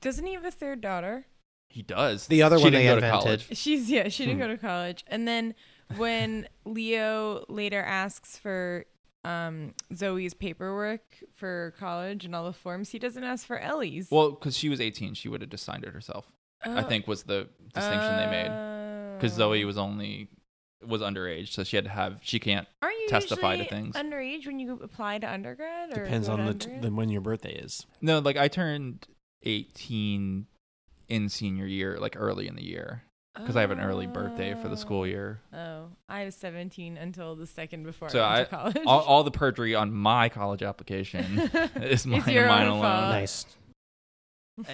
S11: doesn't he have a third daughter?
S1: He does.
S2: The other
S1: She
S2: one
S1: didn't
S2: they
S1: go
S2: invented.
S1: to college.
S11: She's yeah, she didn't
S1: Hmm.
S11: go to college. And then when Leo later asks for um Zoe's paperwork for college and all the forms, he doesn't ask for Ellie's.
S1: Well, because she was 18, she would have just signed it herself. I
S11: Oh.
S1: think was the distinction they made. Because Zoe was only was underage, so she had to have she can't
S11: Aren't you
S1: testify to
S11: usually
S1: things.
S11: underage when you apply to undergrad? Or
S4: Depends
S11: go to
S4: on the,
S11: undergrad?
S4: the when your birthday is.
S1: no, like I turned 18 in senior year, like early in the year, because I have an early birthday for the school year.
S11: Oh, I was 17 until the second before
S1: So
S11: I
S1: I
S11: went to college.
S1: all, all the perjury on my college application is
S11: It's
S1: mine,
S11: your
S1: and mine
S11: own
S1: alone.
S11: fault.
S2: Nice.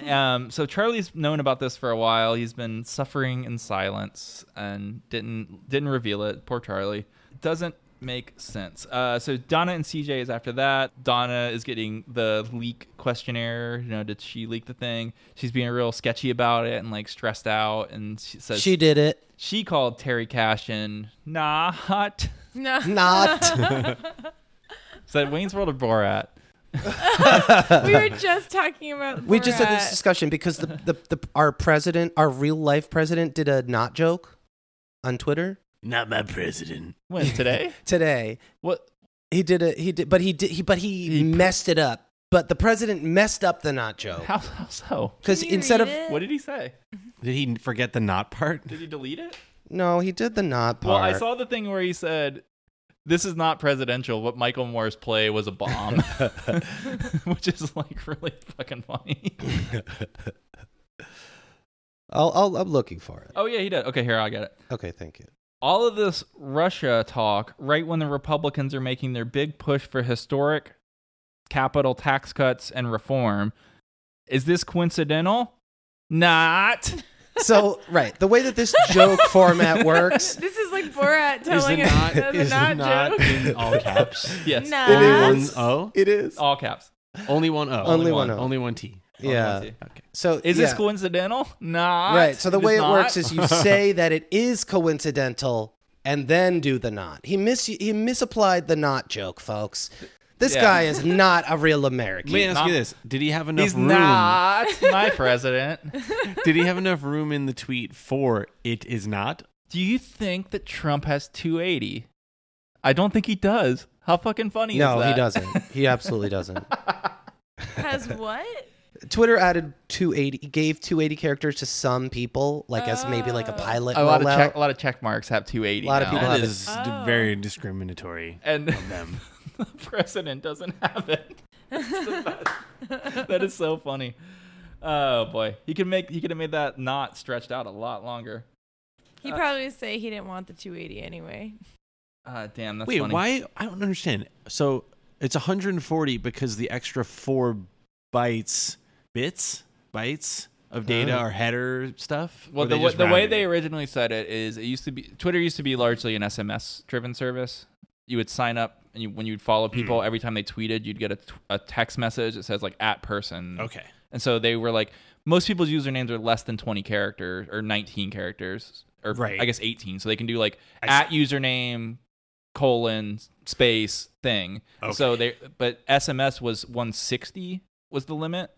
S1: um, so Charlie's known about this for a while. He's been suffering in silence and didn't didn't reveal it. Poor Charlie. Doesn't make sense. Uh, so Donna and CJ is after that. Donna is getting the leak questionnaire. You know, did she leak the thing? She's being real sketchy about it and like stressed out. And she says
S2: She did it.
S1: She called Terry Cashin not.
S11: No.
S2: Not.
S1: Is that Wayne's World or Borat?
S11: we were just talking about.
S2: We just had
S11: Borat.
S2: this discussion because the, the, the our president, our real life president, did a not joke on Twitter.
S4: Not my president.
S1: When today?
S2: today.
S1: What
S2: he did a he did, but he did he but he, messed it up. But the president messed up the not joke.
S1: How, how so?
S2: Because instead of
S1: what did he say?
S4: Did he forget the not part?
S1: Did he delete it?
S2: no, he did the not
S1: Well,
S2: part.
S1: I saw the thing where he said, "This is not presidential, but Michael Moore's play was a bomb," which is like really fucking funny.
S2: I'll, I'll I'm looking for it.
S1: oh yeah, he did. Okay, here I got it.
S2: Okay, thank you.
S1: All of this Russia talk, right when the Republicans are making their big push for historic capital tax cuts and reform, is this coincidental? Not.
S2: so right, the way that this joke format works
S3: This is like Borat telling us the not, joke.
S4: in all caps?
S1: yes.
S3: Nah.
S4: Only
S3: It
S4: one
S3: is.
S4: O?
S2: It is.
S1: All caps.
S4: Only one O.
S2: Only one O.
S4: Only one T.
S1: Only
S2: Yeah.
S1: one T.
S2: Okay. So
S1: Is
S2: yeah.
S1: this coincidental? Nah.
S2: Right. So the way it works is you say that it is coincidental and then do the not. He mis he misapplied the not joke, folks. This
S1: Yeah.
S2: guy is not a real American.
S4: Let me ask you this: Did he have enough
S1: He's
S4: room?
S1: not my president.
S4: Did he have enough room in the tweet for it is not?
S1: Do you think that Trump has 280? I don't think he does. How fucking funny is
S2: No,
S1: that?
S2: he doesn't. He absolutely doesn't.
S3: Has what?
S2: Twitter added 280 gave 280 characters to some people like as maybe like a pilot
S1: a lot of
S2: rollout.
S1: Uh, check, a lot of check marks have 280.
S2: A lot of
S1: now.
S2: people
S4: That
S2: have
S4: is d- very discriminatory
S1: Oh. And-
S4: of them.
S1: the president doesn't have it. It's the best. that is so funny. Oh boy, he could make he could have made that knot stretched out a lot longer.
S3: He probably would say he didn't want the 280 anyway.
S1: Ah, damn, that's
S4: Wait,
S1: funny.
S4: why? I don't understand. So it's 140 because the extra four bytes, bits, bytes of data
S1: Oh.
S4: or header stuff.
S1: Well,
S4: or
S1: the,
S4: they
S1: wa-
S4: just
S1: the way
S4: rounded it?
S1: they originally said it is, it used to be Twitter used to be largely an SMS driven service. You would sign up, and you, when you'd follow
S4: Hmm.
S1: people, every time they tweeted, you'd get a, t- a text message that says like at person.
S4: Okay.
S1: And so they were like, most people's usernames are less than twenty characters or nineteen characters, or
S4: Right.
S1: I guess eighteen. So they can do like at username colon space thing. So they, but SMS was one sixty was the limit.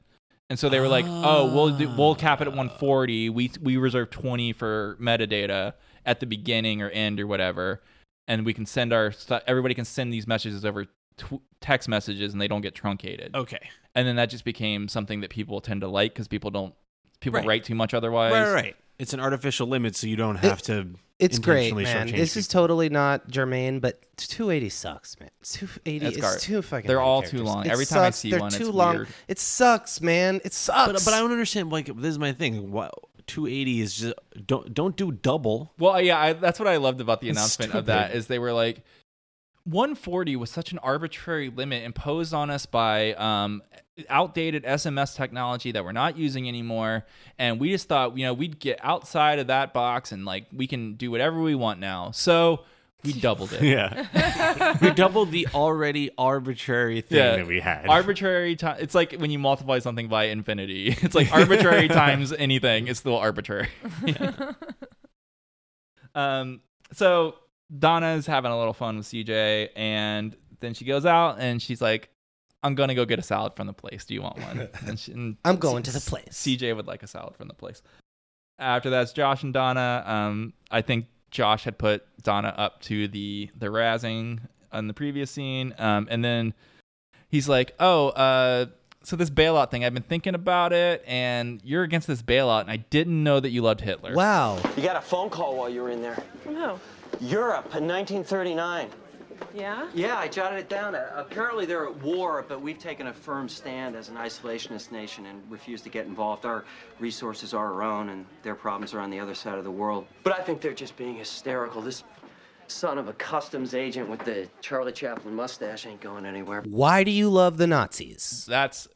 S1: And so they were like, "Oh, we'll do, we'll cap it at 140. We we reserve 20 for metadata at the beginning or end or whatever, and we can send our stu- everybody can send these messages over tw- text messages, and they don't get truncated."
S4: Okay.
S1: And then that just became something that people tend to like because people don't people
S4: Right.
S1: write too much otherwise.
S4: Right, right, right. It's an artificial limit, so you don't have to.
S2: It's great,
S4: intentionally
S2: man.
S4: shortchange
S2: This is totally not germane, but 280 sucks, man. 280
S1: That's
S2: is
S1: gar-
S2: too fucking.
S1: they're
S2: many
S1: all too
S2: characters.
S1: long.
S2: It
S1: Every time I
S2: sucks.
S1: see
S2: they're
S1: one,
S2: too
S1: it's
S2: long.
S1: weird.
S2: It sucks, man. It
S4: But,
S2: sucks.
S4: but I don't understand. Like this is my thing. What 280 is just don't don't do double.
S1: Well, yeah, I, that's what I loved about the
S4: It's
S1: announcement of that
S4: stupid.
S1: is they were like, 140 was such an arbitrary limit imposed on us by um, outdated SMS technology that we're not using anymore, and we just thought you know we'd get outside of that box and like we can do whatever we want now, so we doubled it.
S4: Yeah, we doubled the already arbitrary thing that we had.
S1: Arbitrary time. It's like when you multiply something by infinity. It's like arbitrary times anything. It's still arbitrary. um. So Donna's having a little fun with CJ, and then she goes out and she's like, "I'm gonna go get a salad from the place. Do you want one?" And, she, and
S2: I'm going to the place.
S1: CJ would like a salad from the place. After that's Josh and Donna. Um, I think Josh had put Donna up to the the razzing on the previous scene. Um, and then he's like, "Oh, uh, so this bailout thing. I've been thinking about it, and you're against this bailout, and I didn't know that you loved Hitler."
S2: Wow.
S7: You got a phone call while you were in there.
S14: No.
S7: Europe in 1939.
S14: Yeah?
S7: Yeah, I jotted it down. Uh, Apparently, they're at war, but we've taken a firm stand as an isolationist nation and refuse to get involved. Our resources are our own, and their problems are on the other side of the world. But I think they're just being hysterical. This son of a customs agent with the Charlie Chaplin mustache ain't going anywhere.
S2: Why do you love the Nazis?
S1: That's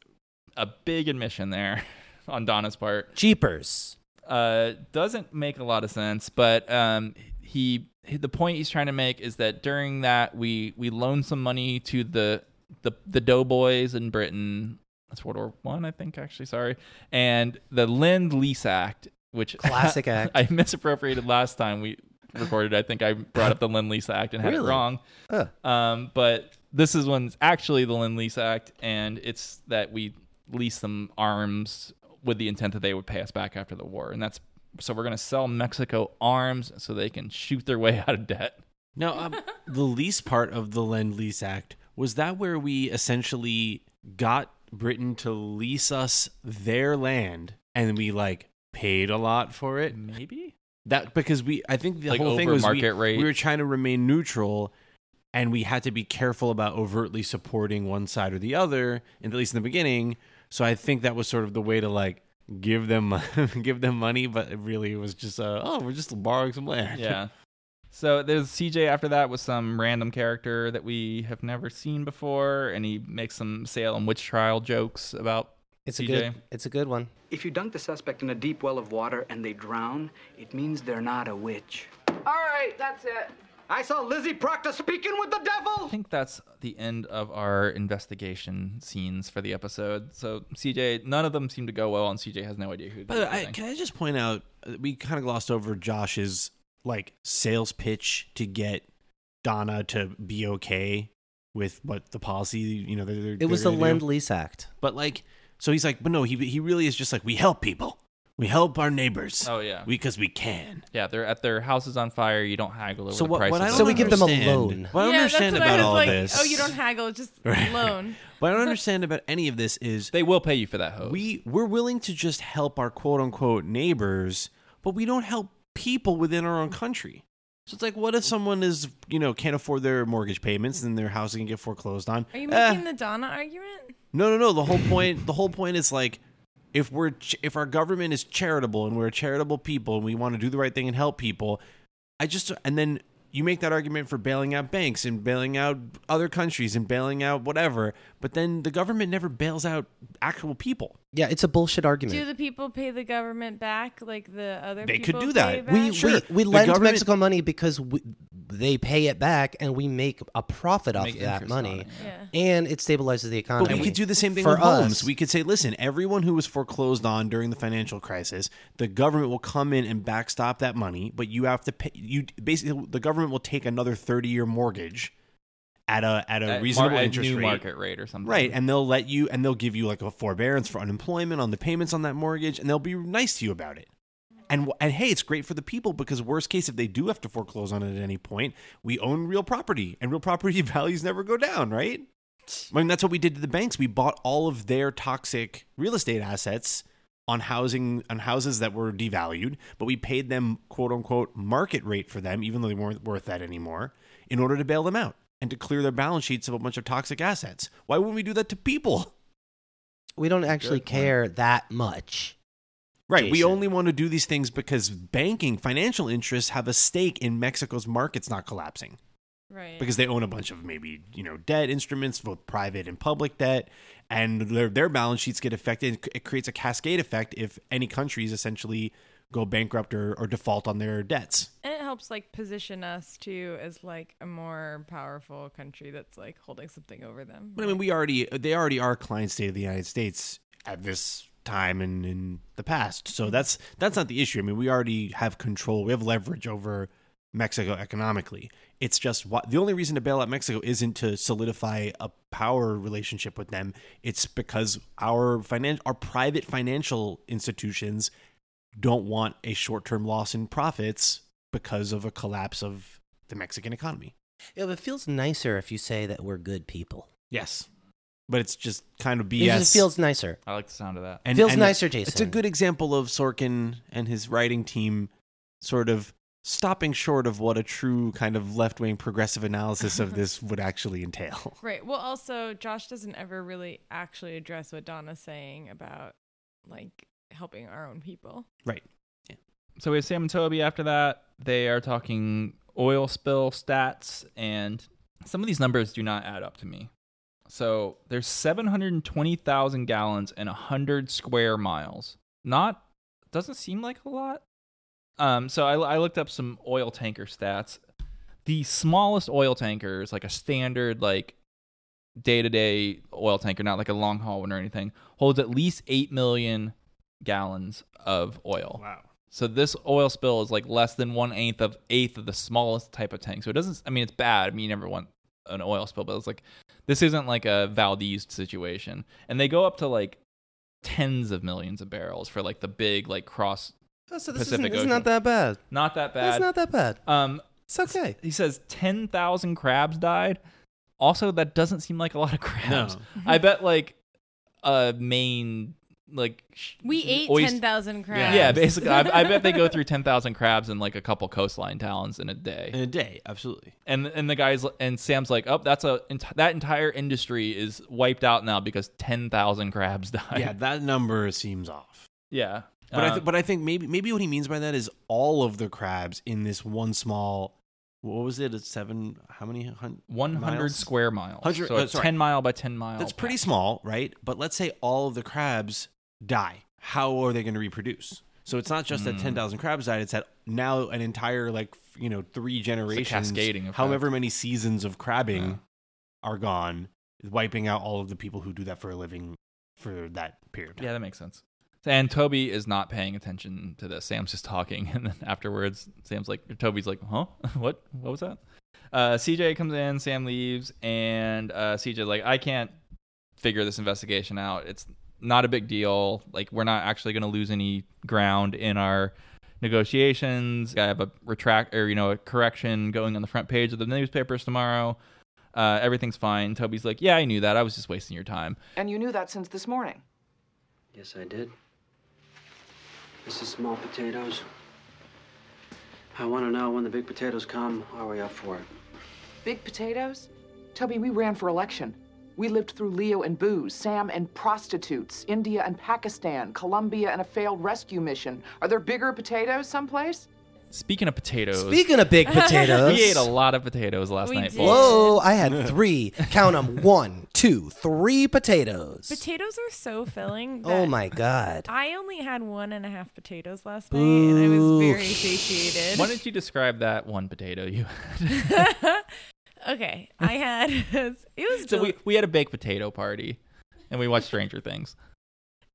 S1: a big admission there on Donna's part.
S2: Jeepers.
S1: Uh, doesn't make a lot of sense, but um, he the point he's trying to make is that during that we we loaned some money to the the the doughboys in Britain. That's World War One, I think. Actually, sorry, and the Lend Lease Act, which
S2: Classic act.
S1: I misappropriated last time we recorded. I think I brought up the Lend Lease Act and had
S2: Really?
S1: it wrong.
S2: Huh.
S1: Um, but this is when it's actually the Lend Lease Act, and it's that we lease them arms with the intent that they would pay us back after the war. And that's so we're going to sell Mexico arms so they can shoot their way out of debt.
S4: Now, um, the lease part of the Lend Lease Act was that where we essentially got Britain to lease us their land, and we like paid a lot for it.
S1: Maybe
S4: That because we, I think the
S1: Like
S4: whole thing
S1: over
S4: was we-
S1: market rate?
S4: we were trying to remain neutral, and we had to be careful about overtly supporting one side or the other, and at least in the beginning. So I think that was sort of the way to like give them give them money, but it really was just uh, oh, we're just borrowing some land.
S1: Yeah. So there's CJ after that with some random character that we have never seen before, and he makes some Salem witch trial jokes about
S2: It's a good. It's a good one.
S9: If you dunk the suspect in a deep well of water and they drown, it means they're not a witch.
S10: All right, that's it.
S9: I saw Lizzie Proctor speaking with the
S1: I
S9: devil.
S1: think that's the end of our investigation scenes for the episode. So CJ, none of them seem to go well, and CJ has no idea who.
S4: By the way, I, can I just point out uh, we kind of glossed over Josh's like sales pitch to get Donna to be okay with what the policy you know they're, they're,
S2: It was
S4: they're
S2: the
S4: gonna do.
S2: Lend Lease Act.
S4: But like, so he's like, but no, he he really is just like we help people, we help our neighbors.
S1: Oh, yeah.
S4: because we can.
S1: Yeah, they're at their houses on fire. You don't haggle over
S4: So
S1: the
S4: what-
S1: prices.
S4: what I don't So we give them a understand- loan. what I don't
S3: yeah,
S4: understand
S3: that's what
S4: about
S3: I was
S4: all
S3: like,
S4: this-
S3: Oh, you don't haggle, just
S4: Right.
S3: loan.
S4: What I don't understand about any of this is
S1: they will pay you for that. Hose.
S4: We we're willing to just help our quote unquote neighbors, but we don't help people within our own country. So it's like, what if someone is you know can't afford their mortgage payments and their house can get foreclosed on?
S3: Are you
S4: Eh,
S3: making the Donna argument?
S4: no, no, no. The whole point. The whole point is like, if we're ch- if our government is charitable and we're a charitable people and we want to do the right thing and help people, I just and then you make that argument for bailing out banks and bailing out other countries and bailing out whatever, but then the government never bails out actual people.
S2: Yeah, it's a bullshit argument.
S3: Do the people pay the government back like the other
S4: They could
S3: people
S4: do
S3: pay
S4: that.
S3: back?
S2: We
S4: Sure,
S2: we, we
S4: the
S2: lend
S4: government-
S2: Mexico money because we, they pay it back, and we make a profit off
S4: Make
S2: of that
S4: interest on
S2: money,
S4: it, yeah.
S2: and it stabilizes the economy.
S4: But we could do the same thing
S2: for
S4: with
S2: us.
S4: homes. We could say, listen, everyone who was foreclosed on during the financial crisis, the government will come in and backstop that money, but you have to pay. You basically, the government will take another thirty-year mortgage at a at a
S1: At mar-
S4: reasonable
S1: at
S4: interest
S1: new
S4: rate,
S1: market rate or something.
S4: right? And they'll let you, and they'll give you like a forbearance for unemployment on the payments on that mortgage, and they'll be nice to you about it. And, wh- and hey, it's great for the people because worst case, if they do have to foreclose on it at any point, we own real property, and real property values never go down, right? I mean, that's what we did to the banks. We bought all of their toxic real estate assets on housing on houses that were devalued, but we paid them quote unquote market rate for them, even though they weren't worth that anymore, in order to bail them out and to clear their balance sheets of a bunch of toxic assets. Why wouldn't we do that to people?
S2: We don't actually care that much.
S4: Right. We
S2: Jason.
S4: only want to do these things because banking, financial interests have a stake in Mexico's markets not collapsing.
S3: Right.
S4: because they own a bunch of maybe you know debt instruments, both private and public debt, and their their balance sheets get affected. It creates a cascade effect if any countries essentially go bankrupt or, or default on their debts.
S3: And it helps like position us too as like a more powerful country that's like holding something over them.
S4: But I mean, we already they already are client state of the United States at this time and in the past, so that's that's not the issue. I mean, we already have control, we have leverage over Mexico economically. It's just what the only reason to bail out Mexico isn't to solidify a power relationship with them. It's because our finan- our private financial institutions don't want a short-term loss in profits because of a collapse of the Mexican economy.
S2: Yeah, but it feels nicer if you say that we're good people.
S4: Yes. But it's just kind of BS.
S2: It just feels nicer.
S1: I like the sound of that.
S2: Feels nicer,
S4: It's a
S2: Jason.
S4: good example of Sorkin and his writing team sort of stopping short of what a true kind of left wing progressive analysis of this would actually entail.
S3: Right. Well, also Josh doesn't ever really actually address what Donna's saying about like helping our own people.
S4: Right.
S1: So we have Sam and Toby after that. They are talking oil spill stats, and some of these numbers do not add up to me. So there's 720,000 gallons in 100 square miles. Not, doesn't seem like a lot. Um, so I, I looked up some oil tanker stats. The smallest oil tanker is like a standard, like day to day oil tanker, not like a long haul one or anything, holds at least 8 million gallons of oil.
S4: Wow.
S1: So this oil spill is like less than one eighth of eighth of the smallest type of tank. So it doesn't. I mean, it's bad. I mean, you never want an oil spill, but it's like this isn't like a Valdez situation. And they go up to like tens of millions of barrels for like the big like cross
S2: Oh, so this isn't-
S1: Pacific
S2: it's
S1: Ocean.
S2: not that bad.
S1: Not that bad.
S2: That's not that bad.
S1: Um,
S2: it's okay.
S1: He says ten thousand crabs died. Also, that doesn't seem like a lot of crabs. I bet like a main like sh-
S3: We ate
S1: oyst-
S3: 10,000 crabs.
S1: Yeah, basically, I, I bet they go through ten thousand crabs in like a couple coastline towns in a day.
S4: In a day, absolutely.
S1: And and the guys and Sam's like, oh, that's a ent- that entire industry is wiped out now because ten thousand crabs died.
S4: yeah, that number seems off.
S1: yeah.
S4: But I
S1: Um,
S4: th- but I think maybe maybe what he means by that is all of the crabs in this one small what was it? It's seven. How many? Hun-
S1: 100
S4: miles?
S1: square miles.
S4: 100
S1: So
S4: uh,
S1: a
S4: sorry.
S1: 10 mile by 10 mile
S4: That's pretty
S1: patch.
S4: small, right? But let's say all of the crabs die. How are they going to reproduce? So it's not just that
S1: Mm.
S4: ten thousand crabs died. It's that now an entire like f- you know three generations,
S1: cascading effect.
S4: however many seasons of crabbing, are gone, wiping out all of the people who do that for a living for that period.
S1: Yeah, that makes sense. And Toby is not paying attention to this. Sam's just talking, and then afterwards, Sam's like, or Toby's like, "Huh? What? What was that?" Uh, CJ comes in, Sam leaves, and uh, CJ's like, "I can't figure this investigation out. It's not a big deal. Like, we're not actually going to lose any ground in our negotiations. I have a retract or you know a correction going on the front page of the newspapers tomorrow. Uh, everything's fine." Toby's like, "Yeah, I knew that. I was just wasting your time."
S10: And you knew that since this morning.
S7: Yes, I did. This is small potatoes. I want to know when the big potatoes come. Are we up for it?
S10: Big potatoes? Tubby, we ran for election. We lived through Leo and booze, Sam and prostitutes, India and Pakistan, Colombia and a failed rescue mission. Are there bigger potatoes someplace?
S1: Speaking of potatoes.
S2: Speaking of big potatoes.
S1: we ate a lot of potatoes last
S14: We
S1: night.
S14: did.
S1: folks.
S2: Whoa, I had three. Count them. One, two, three potatoes.
S3: Potatoes are so filling.
S2: Oh
S3: that
S2: my God.
S3: I only had one and a half potatoes last night, and I was very satiated.
S1: Why don't you describe that one potato you had?
S3: okay, I had it was
S1: so
S3: del-
S1: we, we had a baked potato party and we watched Stranger Things.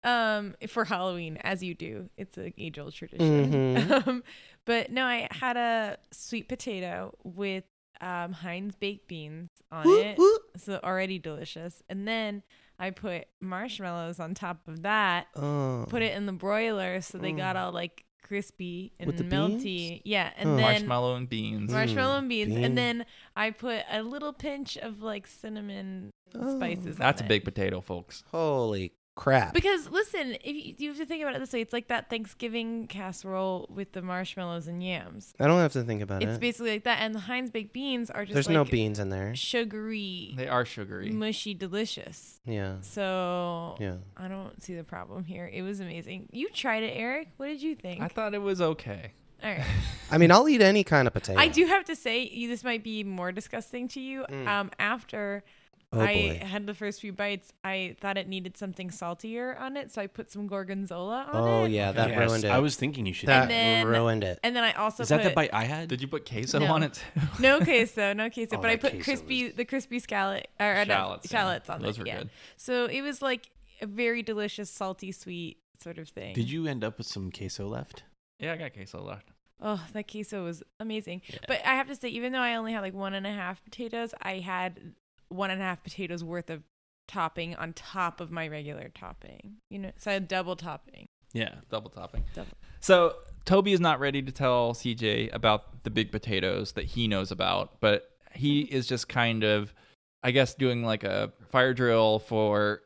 S3: um for Halloween, as you do. It's an age old tradition.
S1: Mhm.
S3: Um, but no, I had a sweet potato with um, Heinz baked beans on
S14: Whoop,
S3: it,
S14: whoop.
S3: so already delicious. And then I put marshmallows on top of that.
S2: Oh.
S3: Put it in the broiler, so they got
S1: Mm.
S3: all like crispy and
S1: With the
S3: melty.
S1: beans?
S3: Yeah, and
S1: Oh.
S3: then
S1: Marshmallow and beans.
S3: marshmallow and
S1: Mm,
S3: beans,
S1: bean.
S3: and then I put a little pinch of like cinnamon
S1: Oh.
S3: spices.
S1: That's a
S3: on it.
S1: big potato, folks.
S2: Holy crap.
S3: Because listen, if you, you have to think about it this way, it's like that Thanksgiving casserole with the marshmallows and yams.
S2: I don't have to think about
S3: it's
S2: it.
S3: basically like that, and the Heinz baked beans are just
S2: There's no
S3: like
S2: beans in there.
S3: Sugary.
S1: They are sugary.
S3: Mushy, delicious.
S2: Yeah.
S3: So
S2: Yeah.
S3: I don't see the problem here. It was amazing. You tried it, Eric. What did you think?
S1: I thought it was okay.
S3: All right.
S2: I mean, I'll eat any kind of potato.
S3: I do have to say, you, this might be more disgusting to you.
S2: Mm.
S3: Um, after
S2: Oh,
S3: I
S2: boy.
S3: had the first few bites, I thought it needed something saltier on it, so I put some gorgonzola on it.
S2: Oh yeah, that
S4: Yes,
S2: ruined it.
S4: I was thinking you should
S2: That
S3: And then-
S2: ruined it.
S3: And then I also
S4: Is that the
S3: put-
S4: bite I had?
S1: Did you put queso
S3: No.
S1: on it?
S3: no queso, no queso.
S1: Oh,
S3: but I
S1: that
S3: put
S1: queso
S3: crispy the crispy scallop or uh, no,
S1: Shallots,
S3: shallots,
S1: yeah.
S3: on
S1: Those
S3: it.
S1: were
S3: yeah.
S1: good.
S3: So it was like a very delicious, salty, sweet sort of thing.
S4: Did you end up with some queso left?
S1: Yeah, I got queso left.
S3: Oh, that queso was amazing. But I have to say, even though I only had like one and a half potatoes, I had one and a half potatoes worth of topping on top of my regular topping. You know, so I had double topping.
S1: Yeah. Double topping.
S3: Double.
S1: So Toby is not ready to tell CJ about the big potatoes that he knows about, but he
S3: Mm-hmm.
S1: is just kind of, I guess, doing like a fire drill for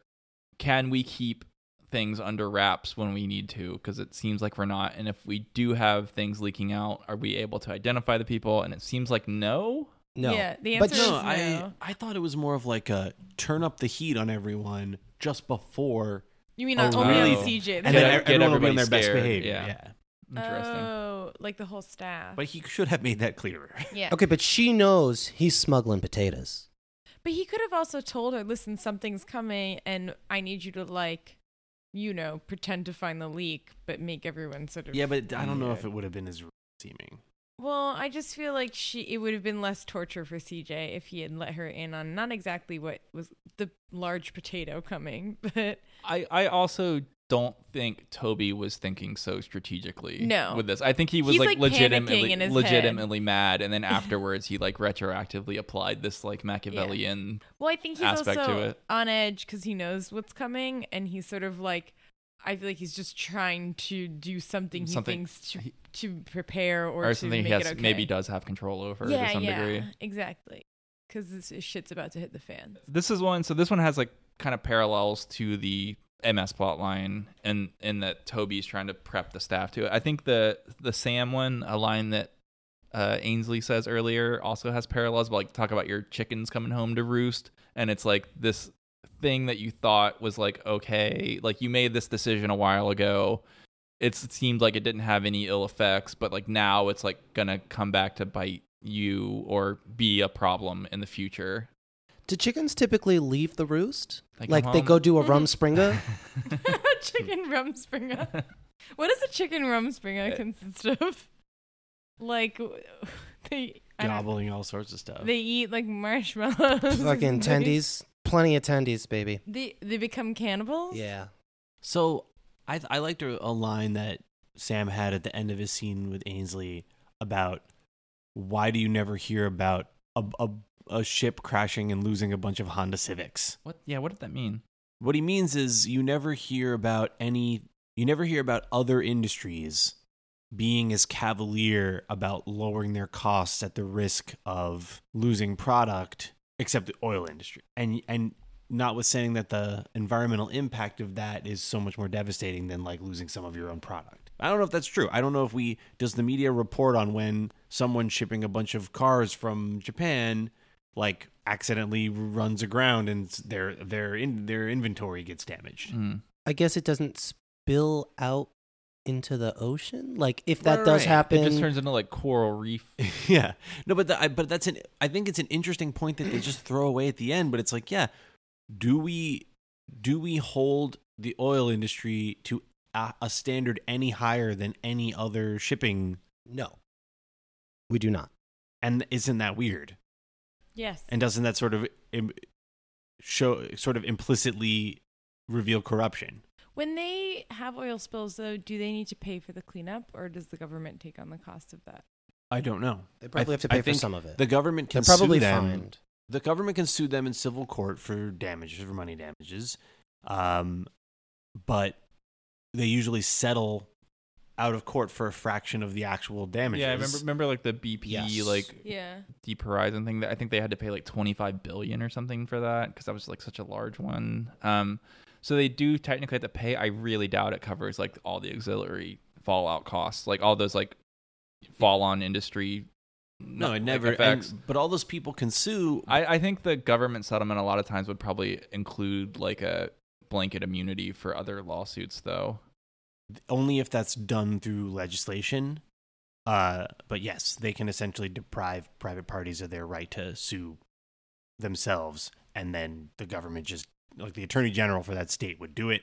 S1: can we keep things under wraps when we need to? Because it seems like we're not. And if we do have things leaking out, are we able to identify the people? And it seems like no.
S4: No.
S3: Yeah, the
S4: but
S3: answer
S4: no,
S3: is
S4: I
S3: no.
S4: I thought it was more of like a turn up the heat on everyone just before.
S3: You mean
S4: a
S3: on- only on CJ,
S4: and
S3: Get-
S4: then
S1: Oh, get
S4: everyone will be on
S1: everybody
S4: their best
S1: scared,
S4: behavior.
S1: yeah.
S4: Yeah.
S3: Oh, like the whole staff.
S4: but he should have made that clearer.
S3: Yeah.
S2: Okay, but she knows he's smuggling potatoes.
S3: But he could have also told her, listen, something's coming and I need you to like, you know, pretend to find the leak, but make everyone sort of
S4: Yeah, but I don't know
S3: weird.
S4: if it would have been as seeming.
S3: Well, I just feel like she it would have been less torture for CJ if he had let her in on not exactly what was the large potato coming, but
S1: I, I also don't think Toby was thinking so strategically
S3: No.
S1: with this. I think he was
S3: He's,
S1: like,
S3: like,
S1: legitimately
S3: panicking in his
S1: legitimately mad and then afterwards he like retroactively applied this like Machiavellian
S3: well, I think he's
S1: aspect to
S3: also
S1: it.
S3: on edge cuz he knows what's coming and he's sort of like I feel like he's just trying to do something he
S1: Something-
S3: thinks to, to prepare or,
S1: Or,
S3: to
S1: something he
S3: make it
S1: has
S3: okay.
S1: maybe does have control over to some degree.
S3: Exactly. Because this shit's about to hit the fan.
S1: This is one so this one has like kind of parallels to the MS plotline and in that Toby's trying to prep the staff to it. I think the the Sam one, a line that uh, Ainsley says earlier also has parallels, but like talk about your chickens coming home to roost, and it's like this thing that you thought was like okay, like you made this decision a while ago. It's, it seemed like it didn't have any ill effects, but like now it's like gonna come back to bite you or be a problem in the future.
S2: Do chickens typically leave the roost?
S1: They come
S2: like they
S1: home?
S2: go
S3: Mm-hmm.
S2: do a rumspringa?
S3: chicken rumspringer. what is a chicken rumspringer consist of? Like they I don't-
S4: gobbling all sorts of stuff.
S3: they eat like marshmallows.
S2: Fucking
S3: They-
S2: tendies. Plenty of tendies, baby.
S3: They they become cannibals.
S2: Yeah.
S4: So I I liked a, a line that Sam had at the end of his scene with Ainsley about why do you never hear about a a, a ship crashing and losing a bunch of Honda Civics?
S1: What? Yeah. What did that mean?
S4: What he means is you never hear about any you never hear about other industries being as cavalier about lowering their costs at the risk of losing product except the oil industry. And and notwithstanding that the environmental impact of that is so much more devastating than like losing some of your own product. I don't know if that's true. I don't know if we does the media report on when someone shipping a bunch of cars from Japan like accidentally runs aground and their their in, their inventory gets damaged.
S1: Mm.
S2: I guess it doesn't spill out into the ocean. Like if
S4: Right,
S2: that does
S4: right.
S2: happen,
S1: It just turns into like coral reef.
S4: yeah. No, but the, I, but that's an I think it's an interesting point that they just throw away at the end. But it's like, yeah, do we do we hold the oil industry to a, a standard any higher than any other shipping?
S2: No, we do not.
S4: And isn't that weird?
S3: Yes.
S4: And doesn't that sort of im- show sort of implicitly reveal corruption?
S3: When they have oil spills, though, do they need to pay for the cleanup, or does the government take on the cost of that?
S4: I don't know.
S2: They probably
S4: I-
S2: have to
S4: I
S2: pay for
S4: think
S2: some of it.
S4: The government can
S2: They're probably
S4: sue them.
S2: fined.
S4: The government can sue them in civil court for damages, for money damages. Um, but they usually settle out of court for a fraction of the actual damages.
S1: Yeah, I remember remember like the BP
S4: Yes.
S1: like
S3: Yeah.
S1: Deep Horizon thing that I think they had to pay like 25 billion or something for that because that was like such a large one. Um so they do technically have to pay. I really doubt it covers like all the auxiliary fallout costs, like all those like fall on industry
S4: No, it
S1: like,
S4: never.
S1: effects.
S4: and- but all those people can sue.
S1: I, I think the government settlement a lot of times would probably include like a blanket immunity for other lawsuits though.
S4: only if that's done through legislation. Uh, but yes, they can essentially deprive private parties of their right to sue themselves, and then the government just like the attorney general for that state would do it,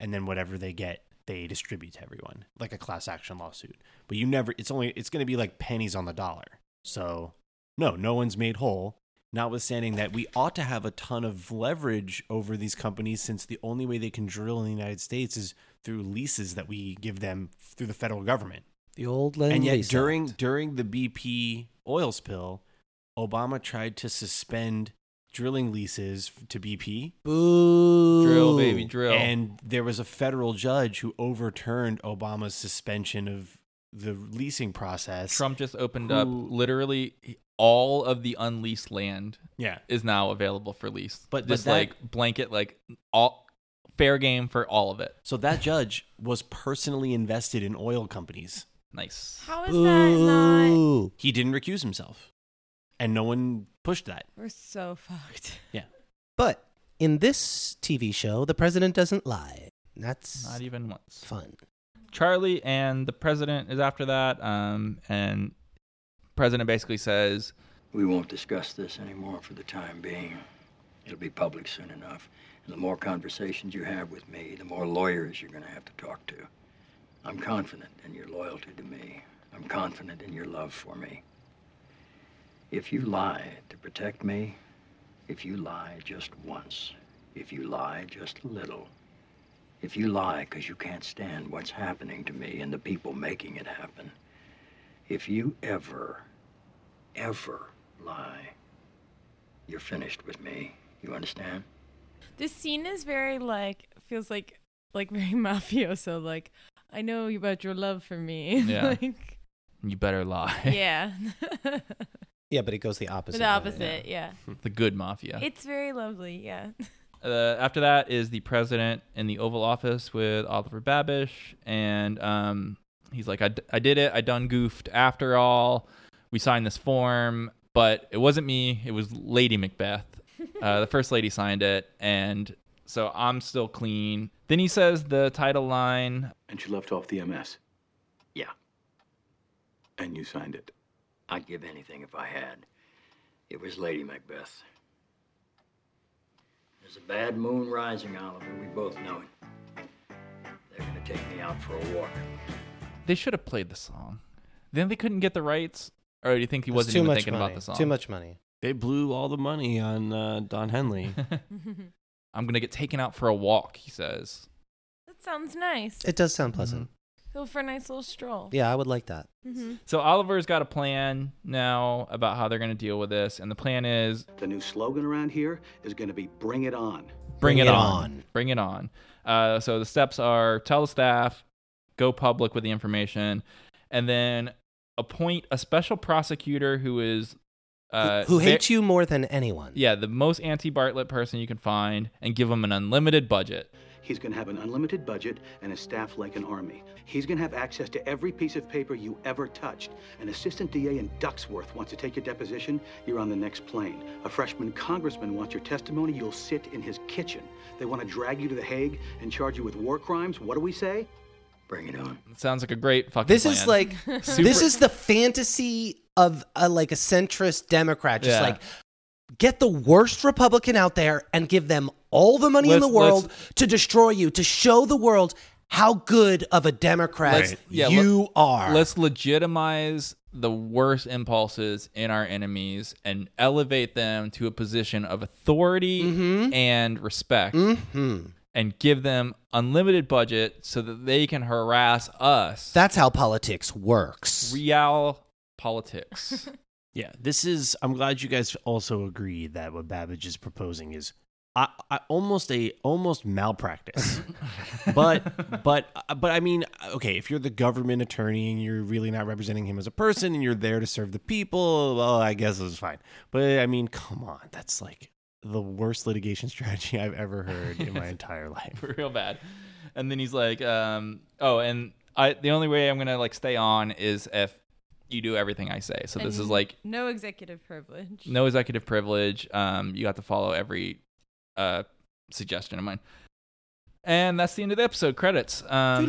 S4: and then whatever they get, they distribute to everyone like a class action lawsuit. But you never, it's only it's going to be like pennies on the dollar. So no, no one's made whole. Notwithstanding that, we ought to have a ton of leverage over these companies since the only way they can drill in the United States is through leases that we give them through the federal government.
S2: The old land
S4: and yet,
S2: lease
S4: during during the BP oil spill, Obama tried to suspend drilling leases f- to BP.
S2: Boo.
S1: Drill, baby, drill.
S4: And there was a federal judge who overturned Obama's suspension of the leasing process.
S1: Trump just opened
S4: Who-
S1: up literally all of the unleased land.
S4: Yeah.
S1: is now available for lease.
S4: But- but
S1: just
S4: that-
S1: like blanket, like all fair game for all of it.
S4: So that judge was personally invested in oil companies.
S1: Nice.
S3: How is that not?
S4: He didn't recuse himself. And no one pushed that.
S3: We're so fucked.
S4: Yeah.
S2: But in this TV show, the president doesn't lie. That's
S1: Not even once.
S2: fun.
S1: Charlie and the president is after that. Um, and president basically says,
S8: We won't discuss this anymore for the time being. It'll be public soon enough. And the more conversations you have with me, the more lawyers you're going to have to talk to. I'm confident in your loyalty to me. I'm confident in your love for me. If you lie to protect me, if you lie just once, if you lie just a little, if you lie because you can't stand what's happening to me and the people making it happen, if you ever, ever lie, you're finished with me. You understand?
S3: This scene is very like feels like like very mafioso. Like I know about your love for me.
S1: Yeah.
S3: like,
S1: "You better lie."
S3: yeah.
S2: Yeah, but it goes the opposite.
S3: the opposite. Yeah.
S1: the good mafia.
S3: It's very lovely. Yeah.
S1: uh, after that is the president in the Oval Office with Oliver Babish, and um, he's like, I, d- "I did it. I done goofed. After all, we signed this form, but it wasn't me. It was Lady Macbeth. Uh, the first lady signed it, and so I'm still clean." Then he says the title line,
S17: And she left off the MS.
S8: Yeah.
S17: And you signed it.
S18: I'd give anything if I had. It was Lady Macbeth. There's a bad moon rising, Oliver. We both know it. They're going to take me out for a walk.
S1: They should have played the song. Then they couldn't get the rights. Or do you think he wasn't even thinking about the song?
S2: money.
S4: They blew all the money on uh, Don Henley.
S1: I'm gonna get taken out for a walk. He says.
S11: That sounds nice.
S2: It does sound pleasant.
S1: Mm-hmm.
S11: Go for a nice little stroll.
S2: Yeah, I would like that.
S11: Mhm.
S1: So Oliver's got a plan now about how they're gonna deal with this, and the plan is
S5: The new slogan around here is going to be Bring It On.
S1: Bring, it, on. Bring it on. Uh, so the steps are tell the staff, go public with the information, and then appoint a special prosecutor who is uh,
S2: Who
S1: ve-
S2: hates you more than anyone?
S1: Yeah, the most anti Bartlett person you can find, and give him an unlimited budget.
S5: He's going to have an unlimited budget and his staff like an army. He's going to have access to every piece of paper you ever touched. An assistant DA in Ducksworth wants to take your deposition, you're on the next plane. A freshman congressman wants your testimony, you'll sit in his kitchen. They want to drag you to The Hague and charge you with war crimes. What do we say?
S18: Bring it on.
S1: Sounds like a great fucking.
S2: This is
S1: plan.
S2: like
S1: Super-
S2: this is the fantasy of a, like a centrist Democrat, just
S1: Yeah.
S2: like get the worst Republican out there and give them all the money in
S1: Let's-
S2: the world to destroy you, to show the world how good of a Democrat
S1: Let's- yeah, let-
S2: you are.
S1: Let's legitimize the worst impulses in our enemies and elevate them to a position of authority
S2: Mm-hmm.
S1: and respect
S2: Hmm.
S1: and give them unlimited budget so that they can harass us.
S2: That's how politics works.
S1: Real politics.
S4: Yeah, this is. I'm glad you guys also agree that what Babbage is proposing is I, I, almost a almost malpractice. but but but I mean, okay, if you're the government attorney and you're really not representing him as a person and you're there to serve the people, well, I guess it's fine. But I mean, come on, that's like the worst litigation strategy I've ever heard in my entire life.
S1: real bad. And then he's like, um, "Oh, and I the only way I'm gonna like stay on is if you do everything I say." So this
S11: And
S1: is like
S11: no executive privilege.
S1: no executive privilege. Um, you have to follow every uh suggestion of mine. And that's the end of the episode. Credits. Um,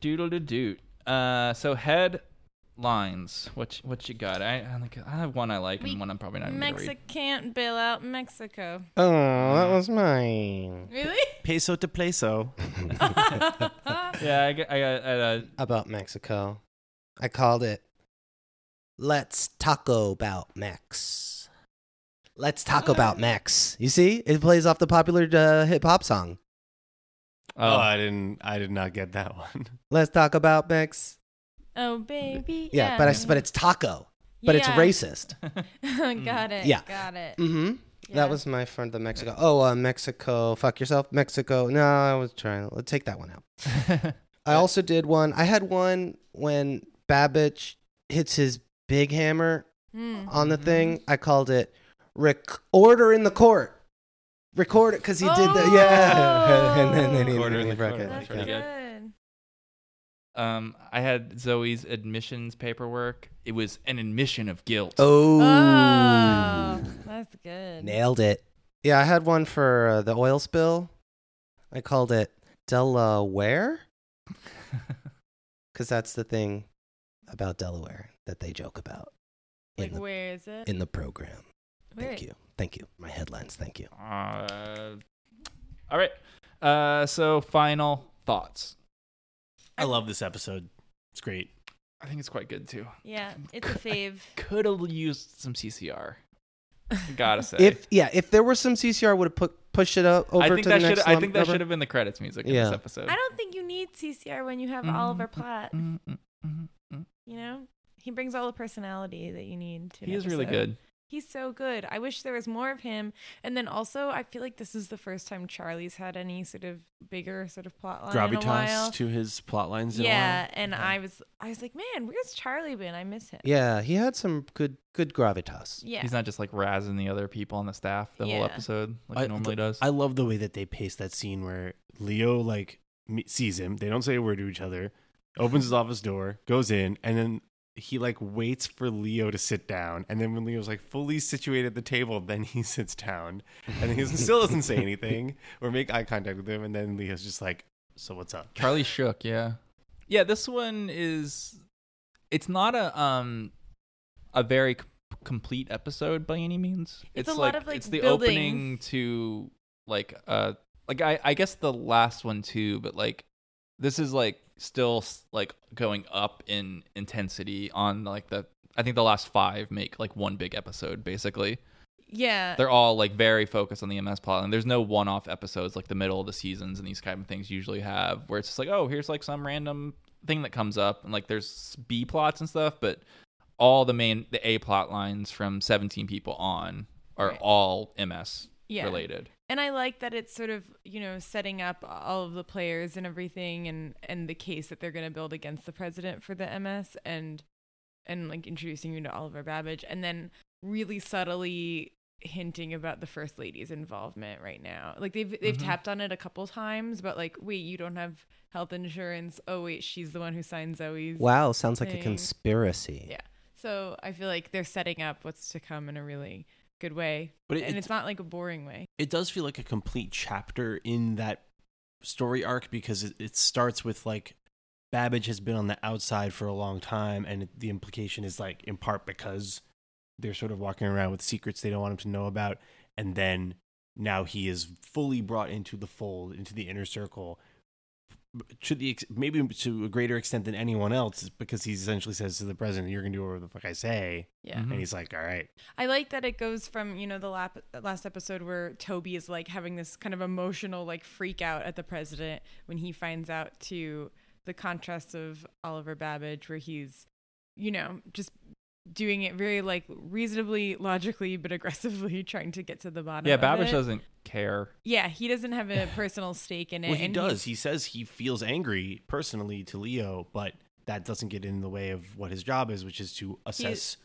S1: doodle doo doot. Uh, so headlines. What you, what you got? I I, like, I have one I like and one I'm probably not even gonna read.
S11: Mexico can't bail out Mexico.
S2: Oh, that was mine.
S11: Really?
S4: Peso to peso.
S1: yeah, I got. I got uh,
S2: about Mexico. I called it. Let's taco about Mex. Let's taco about Mex. You see, it plays off the popular uh, hip hop song.
S4: Oh. I didn't. I did not get that one.
S2: Let's talk about Mex.
S11: Oh baby.
S2: Yeah, but I, s- but it's taco. But it's
S11: Yeah.
S2: racist.
S1: Mm.
S11: got it.
S2: Yeah.
S11: Got it.
S2: Mm-hmm. That was my friend, the Mexico. Oh, uh, Mexico, fuck yourself, Mexico. No, I was trying. Let's take that one out. I also did one. I had one when Babbage hits his big hammer
S11: Mm.
S2: on the thing. I called it "Rec Order in the Court." Record it because he did the yeah,
S11: Oh.
S2: and then, then he, then he broke it.
S1: Pretty good. Um, I had Zoe's admissions paperwork. It was an admission of guilt.
S2: Oh.
S11: Oh, that's good.
S2: Nailed it. Yeah, I had one for uh, the oil spill. I called it Delaware because that's the thing about Delaware that they joke about
S11: Like, where is it?
S2: in the program.
S11: Thank
S2: you. Thank you. My headlines. Thank you.
S1: Uh, all right. Uh, so final thoughts.
S4: I love this episode. It's great.
S1: I think it's quite good too.
S11: Yeah, it's a fave.
S1: Could have used some CCR. Gotta say.
S2: If yeah, if there were some CCR, would have put push it up over
S1: I think
S2: to
S1: that
S2: the
S1: should
S2: next.
S1: I
S2: lump
S1: think that
S2: number.
S1: should have been the credits music in
S2: Yeah.
S1: this episode. Mm-hmm.
S11: I don't think you need CCR when you have Oliver Platt. You know, he brings all the personality that you need. To an
S1: He is really
S11: episode.
S1: good.
S11: He's so good. I wish there was more of him. And then also, I feel like this is the first time Charlie's had any sort of bigger sort of plot line in a while.
S4: Gravitas to his plot lines. in a
S11: yeah,
S4: while.
S11: and I was, I was like, man, where's Charlie been? I miss him.
S2: Yeah, Uh, he had some good good gravitas.
S11: Yeah.
S1: He's not just like razzing the other people on the staff the whole
S11: Yeah.
S1: episode like he normally
S4: th-
S1: does.
S4: I love the way that they pace that scene where Leo like me- sees him. They don't say a word to each other. Opens his office door, goes in, and then he like waits for Leo to sit down. And then when Leo's like fully situated at the table, then he sits down, and he still doesn't say anything or make eye contact with him. And then Leo's just like, "So what's up?"
S1: Charlie shook, yeah. Yeah, this one is it's not a um a very c- complete episode by any means.
S3: It's a lot
S1: like
S3: of, like,
S1: it's the
S3: building.
S1: opening to like uh like I I guess the last one too, but like this is like still s- like going up in intensity on like the I think the last five make like one big episode basically.
S3: Yeah.
S1: They're all like very focused on the MS plot, and there's no one-off episodes like the middle of the seasons and these kind of things usually have, where it's just like, oh, here's like some random thing that comes up, and like there's B plots and stuff, but all the main the A plot lines from 17 people on are all MS
S3: yeah.
S1: related.
S3: And I like that it's sort of, you know, setting up all of the players and everything and and the case that they're going to build against the president for the MS and and like introducing you to Oliver Babbage and then really subtly hinting about the first lady's involvement right now. Like they've they've
S11: Mhm.
S3: tapped on it a couple times, but like wait, you don't have health insurance. Oh wait, she's the one who signed Zoe's
S2: Wow, sounds like a
S3: thing.
S2: conspiracy.
S3: Yeah. So I feel like they're setting up what's to come in a really good way.
S4: But
S3: But
S4: it-
S3: and
S4: it-
S3: it's not like a boring way.
S4: it does feel like a complete chapter in that story arc because it, it starts with like Babbage has been on the outside for a long time, and it- the implication is like in part because they're sort of walking around with secrets they don't want him to know about, and then now he is fully brought into the fold, into the inner circle, to the ex- maybe to a greater extent than anyone else, because he essentially says to the president, "You're gonna do whatever the fuck I say,"
S3: Yeah.
S1: Mm-hmm.
S4: and he's like, "All right."
S3: I like that it goes from, you know, the lap- last episode where Toby is like having this kind of emotional like freak out at the president when he finds out to the contrast of Oliver Babbage where he's, you know, just doing it very like reasonably, logically, but aggressively trying to get to the bottom
S1: Yeah,
S3: of
S1: Babbage
S3: it.
S1: doesn't care.
S3: Yeah, he doesn't have a personal stake in it.
S4: Well, he
S3: and
S4: does. He says he feels angry personally to Leo, but that doesn't get in the way of what his job is, which is to assess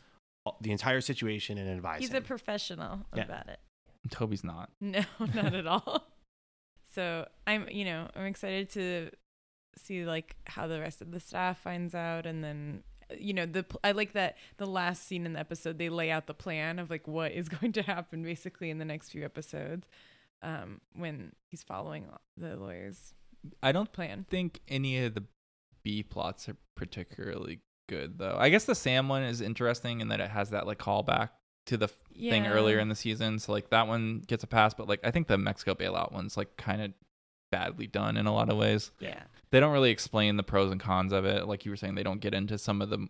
S4: all- the entire situation and advise.
S3: He's
S4: him.
S3: a professional
S4: Yeah.
S3: about it.
S1: Toby's not.
S3: No, not at all. So I'm, you know, I'm excited to see like how the rest of the staff finds out, and then you know the pl- I like that the last scene in the episode they lay out the plan of like what is going to happen basically in the next few episodes um when he's following the lawyers.
S1: I don't
S3: plan.
S1: think any of the B plots are particularly good though. I guess the Sam one is interesting in that it has that like callback to the f- thing
S3: Yeah.
S1: earlier in the season. So like that one gets a pass, but like I think the Mexico bailout one's like kind of badly done in a lot of ways.
S3: Yeah.
S1: They don't really explain the pros and cons of it. Like you were saying they don't get into some of the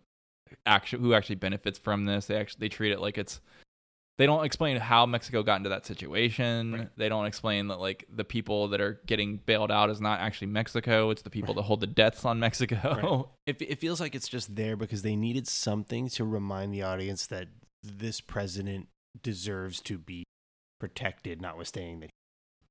S1: actual who actually benefits from this. They actually they treat it like it's they don't explain how Mexico got into that situation. They don't explain that like the people that are getting bailed out is not actually Mexico. It's the people that hold the debts on Mexico.
S4: Right. It, it feels like it's just there because they needed something to remind the audience that this president deserves to be protected, notwithstanding that.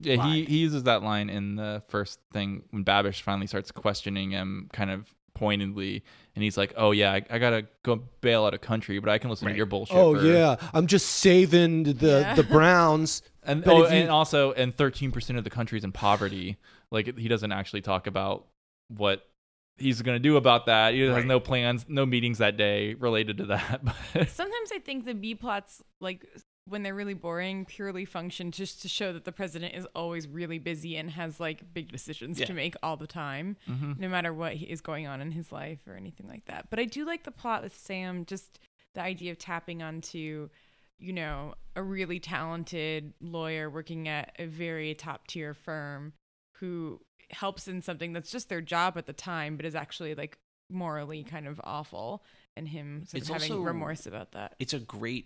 S1: Yeah,
S4: Right.
S1: he, he uses that line in the first thing when Babish finally starts questioning him kind of pointedly and he's like, Oh yeah, I, I gotta go bail out a country, but I can listen to your bullshit.
S2: Oh
S1: for-
S2: yeah, I'm just saving the the Browns.
S1: And
S2: But
S1: oh,
S2: if you-
S1: and also, and thirteen percent of the country's in poverty. Like he doesn't actually talk about what he's going to do about that. He has no plans, no meetings that day related to that. But
S3: Sometimes I think the B plots, like when they're really boring, purely function just to show that the president is always really busy and has like big decisions
S11: Yeah.
S3: to make all the time,
S11: Mhm.
S3: no matter what he- is going on in his life or anything like that. But I do like the plot with Sam, just the idea of tapping onto, you know, a really talented lawyer working at a very top tier firm who helps in something that's just their job at the time, but is actually like morally kind of awful. And him sort of having remorse about that.
S4: It's a great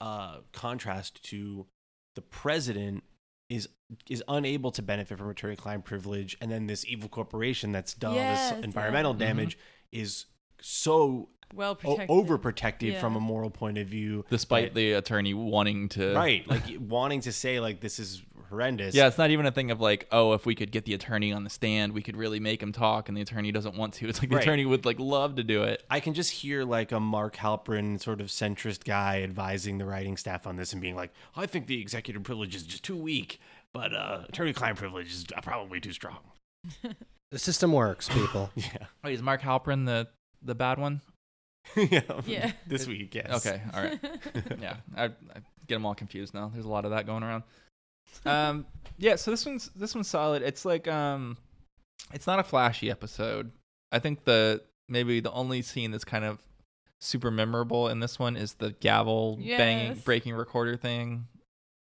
S4: uh, contrast to the president is is unable to benefit from attorney-client privilege, and then this evil corporation that's done all
S3: Yes,
S4: this
S3: yeah.
S4: environmental
S3: Mhm.
S4: damage is so
S3: Well
S4: o-
S3: protected.
S4: overprotective from
S3: Yeah.
S4: a moral point of view,
S1: despite the attorney wanting to,
S4: right? Like wanting to say like this is horrendous.
S1: yeah, it's not even a thing of like, oh, if we could get the attorney on the stand, we could really make him talk, and the attorney doesn't want to. It's like the
S4: Right.
S1: attorney would like love to do it.
S4: I can just hear like a Mark Halperin sort of centrist guy advising the writing staff on this and being like, "Oh, I think the executive privilege is just too weak, but uh, attorney client privilege is probably too strong.
S2: The system works, people.
S4: yeah.
S1: Wait, is Mark Halperin the the bad one?
S4: Yeah. this week, yes.
S1: Okay, all right. yeah, I, I get them all confused now. There's a lot of that going around. Um, yeah. So this one's this one's solid. It's like um, it's not a flashy episode. I think the maybe the only scene that's kind of super memorable in this one is the gavel banging
S3: Yes.
S1: breaking recorder thing.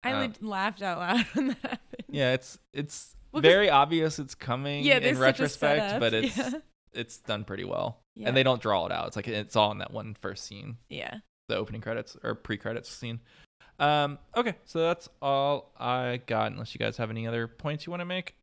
S3: I
S1: Uh,
S3: lit- laughed out loud when that happened.
S1: yeah, it's it's
S3: Well, 'cause-
S1: very obvious it's coming
S3: Yeah,
S1: in
S3: there's such a
S1: retrospect,
S3: setup,
S1: but it's
S3: yeah.
S1: it's done pretty well.
S3: Yeah.
S1: And they don't draw it out. It's like it's all in that one first scene.
S3: Yeah.
S1: The opening credits or pre-credits scene. Um okay, so that's all I got unless you guys have any other points you want to make.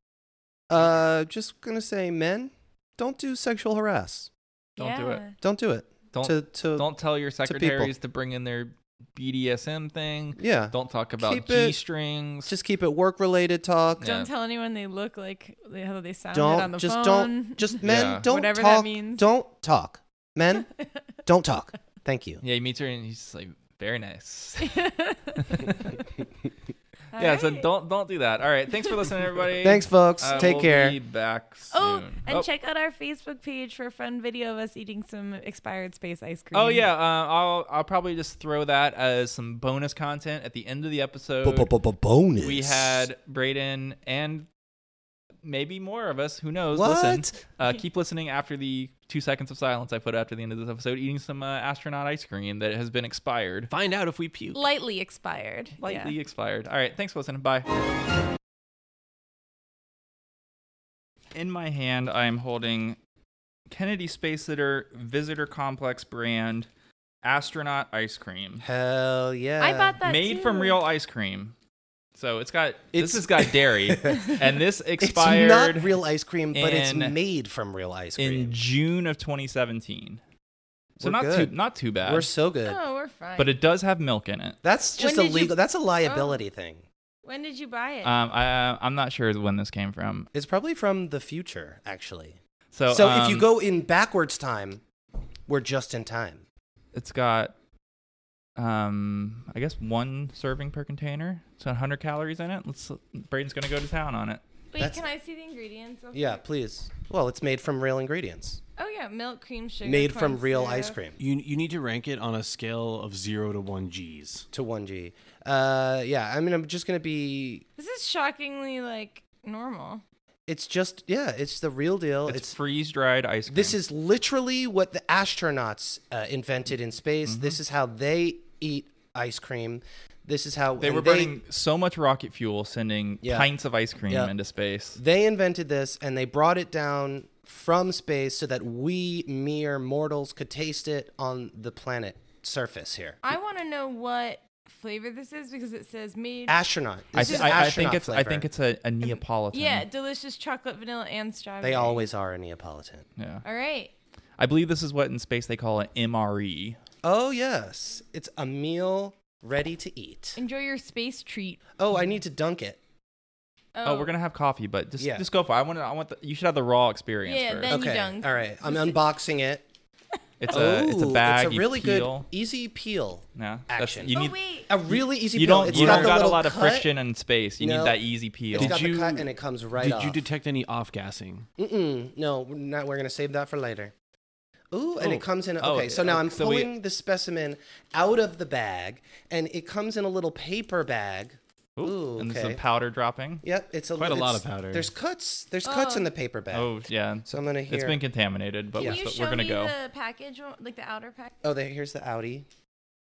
S2: Uh, just gonna say, men, don't do sexual harass.
S1: Don't do it. Yeah.
S2: Don't do it.
S1: Don't
S2: to, to
S1: don't tell your
S2: people.
S1: secretaries to, bring in their BDSM thing.
S2: Yeah.
S1: Don't talk about
S2: Keep it-
S1: G strings.
S2: Just keep it work related talk.
S3: Don't tell anyone they look like they- how they sounded
S2: Don't-
S3: on the
S2: just
S3: phone.
S2: don't just men
S1: Yeah.
S2: don't
S3: Whatever
S2: talk.
S3: that means.
S2: Don't talk. Men, don't talk. Thank you.
S1: Yeah, he meets her and he's like, very nice. yeah, so don't don't do that. All right, thanks for listening, everybody.
S2: Thanks, folks.
S1: Uh,
S2: Take
S1: we'll
S2: care.
S1: Be back soon.
S3: Oh, and check out our Facebook page for a fun video of us eating some expired space ice cream.
S1: Oh yeah, uh, I'll I'll probably just throw that as some bonus content at the end of the episode.
S2: Bonus.
S1: We had Brayden and maybe more of us. Who knows?
S2: What?
S1: Listen, uh, keep listening after the two seconds of silence I put after the end of this episode, eating some uh, astronaut ice cream that has been expired.
S4: Find out if we puke.
S3: lightly expired.
S1: Lightly expired. All right, thanks for listening. Bye. In my hand, I am holding Kennedy Space Center Visitor Complex brand astronaut ice cream.
S2: Hell yeah!
S3: I bought that
S1: made
S3: too.
S1: from real ice cream. So it's got this has got dairy, and this expired.
S2: It's not real ice cream, but it's
S1: in-
S2: made from real ice cream.
S1: in June of 2017. So
S2: We're
S1: not
S2: good.
S1: too not too bad.
S2: We're so good.
S3: Oh, we're fine.
S1: But it does have milk in it.
S2: That's just a
S3: When did you- Oh.
S2: legal. That's a liability thing.
S3: when did you buy it?
S1: Um, I I'm not sure when this came from.
S2: It's probably from the future, actually.
S1: So
S2: so if
S1: um,
S2: you go in backwards time, we're just in time.
S1: it's got um I guess one serving per container. It's got 100 calories in it. Let's Braden's gonna go to town on it.
S3: Wait,
S2: that's-
S3: can I see the ingredients? real
S2: Yeah,
S3: quick?
S2: please. Well, it's made from real ingredients.
S3: Oh yeah, milk, cream, sugar.
S2: made
S3: corn
S2: from real ice
S3: syrup.
S2: cream
S4: You you need to rank it on a scale of zero to one G's.
S2: to 1G. Uh, yeah, I mean, I'm just going to be.
S3: This is shockingly like normal.
S2: It's just, yeah, it's the real deal.
S1: It's,
S2: It's,
S1: freeze dried ice cream.
S2: This is literally what the astronauts uh, invented in space.
S1: Mm-hmm.
S2: This is how they eat ice cream. This is how
S1: they
S2: and
S1: were burning so much rocket fuel, sending
S2: Yeah.
S1: pints of ice cream
S2: Yeah.
S1: into space.
S2: They invented this and they brought it down from space so that we mere mortals could taste it on the planet surface here.
S3: I want to know what flavor this is because it says made.
S2: Astronaut.
S1: I,
S2: This
S1: th-
S2: is
S1: I, I
S2: astronaut
S1: think it's
S2: flavor.
S1: I think it's a, a Neapolitan.
S3: yeah, delicious chocolate, vanilla, and strawberry.
S2: They always are a Neapolitan.
S1: Yeah.
S3: All right.
S1: I believe this is what in space they call an MRE.
S2: Oh, yes. It's a meal ready to eat.
S3: Enjoy your space treat.
S2: Oh, I need to dunk it.
S1: Oh, we're gonna have coffee, but just
S2: Yeah.
S1: just go for. it. I want to. I want. The, you should have the raw experience
S3: Yeah,
S1: first.
S3: then you
S2: Okay.
S3: dunk.
S2: All right. I'm unboxing it.
S1: It's a it's a
S2: Ooh,
S1: bag.
S2: It's a
S1: you
S2: really
S1: peel.
S2: good, easy peel.
S1: Yeah, that's-
S2: action.
S1: you
S3: Oh,
S1: need
S3: wait.
S2: A really easy
S1: you
S2: peel.
S1: don't
S2: it's
S1: you
S2: not
S1: don't
S2: the
S1: got a
S2: little
S1: lot of
S2: cut.
S1: friction in space. You
S2: No.
S1: need that easy peel.
S2: It's got the cut and it comes right
S4: did
S2: off.
S4: you detect any off gassing?
S2: Mm-mm. No, we're not. We're gonna save that for later. Ooh, and
S4: Oh.
S2: it comes in.
S1: Oh,
S2: Okay, so now
S1: oh,
S2: I'm
S1: so we-
S2: pulling the specimen out of the bag, and it comes in a little paper bag. Ooh,
S1: and
S2: okay.
S1: some powder dropping.
S2: Yep, it's a
S4: Quite a
S2: li-
S4: lot
S2: it's-
S4: of powder.
S2: There's cuts. There's cuts in the paper bag.
S1: Oh yeah.
S2: So I'm gonna
S1: It's
S2: here-
S1: been contaminated, but
S2: Yeah.
S1: we're,
S3: Can you
S1: st-
S3: show
S1: we're gonna
S3: me
S1: go.
S3: the package, one- like the outer package?
S2: Oh, there, here's the Audi.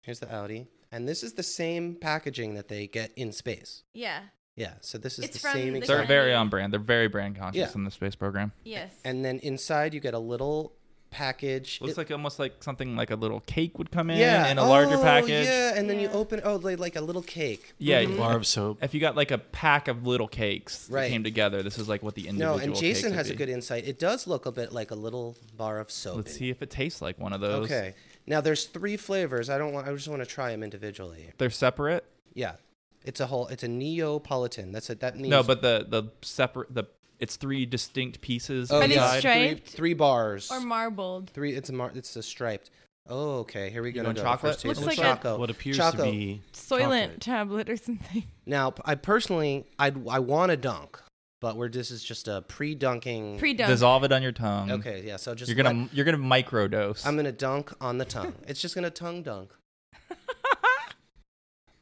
S2: Here's the Audi, and this is the same packaging that they get in space.
S3: Yeah.
S2: Yeah, so this is
S3: It's
S2: the
S3: from
S2: same.
S3: the
S2: exact-
S1: They're very on brand. They're very brand conscious
S2: Yeah.
S1: in the space program.
S3: Yes.
S2: And then inside you get a little package.
S1: Looks
S2: It-
S1: like almost like something like a little cake would come in
S2: yeah,
S1: in a larger
S2: oh,
S1: package.
S2: Yeah, and then you open oh like, like a little cake.
S1: Yeah,
S2: Mhm.
S4: bar of soap.
S1: If you got like a pack of little cakes that
S2: Right.
S1: came together, this is like what the individual.
S2: No, and Jason
S1: cakes
S2: has a
S1: would
S2: good
S1: be.
S2: insight. It does look a bit like a little bar of soap.
S1: Let's
S2: in
S1: see if it tastes like one of
S2: it.
S1: those.
S2: Okay. Now there's three flavors. I don't want. I just want to try them individually.
S1: They're separate.
S2: Yeah, it's a whole. It's a Neapolitan. That's it. That means
S1: No, but the the separate the it's three distinct pieces.
S2: Oh,
S3: Are they
S2: yeah.
S1: inside.
S2: Three,
S3: striped
S2: three bars.
S3: or marbled?
S2: Three. It's a mar- it's a striped. Oh, okay. Here we go.
S1: want
S2: to
S1: chocolate?
S2: The first
S3: Looks
S2: taste.
S3: like a-
S2: Choco.
S4: What appears
S2: Choco.
S4: to be
S3: Soylent
S4: chocolate.
S3: tablet or something.
S2: Now, p- I personally, I'd, I want to dunk, but we're this is just a pre-dunking.
S3: Pre-dunk.
S1: Dissolve it on your tongue.
S2: Okay, yeah. So just
S1: You're gonna
S2: let-
S1: you're gonna microdose.
S2: I'm gonna dunk on the tongue. it's just gonna tongue dunk.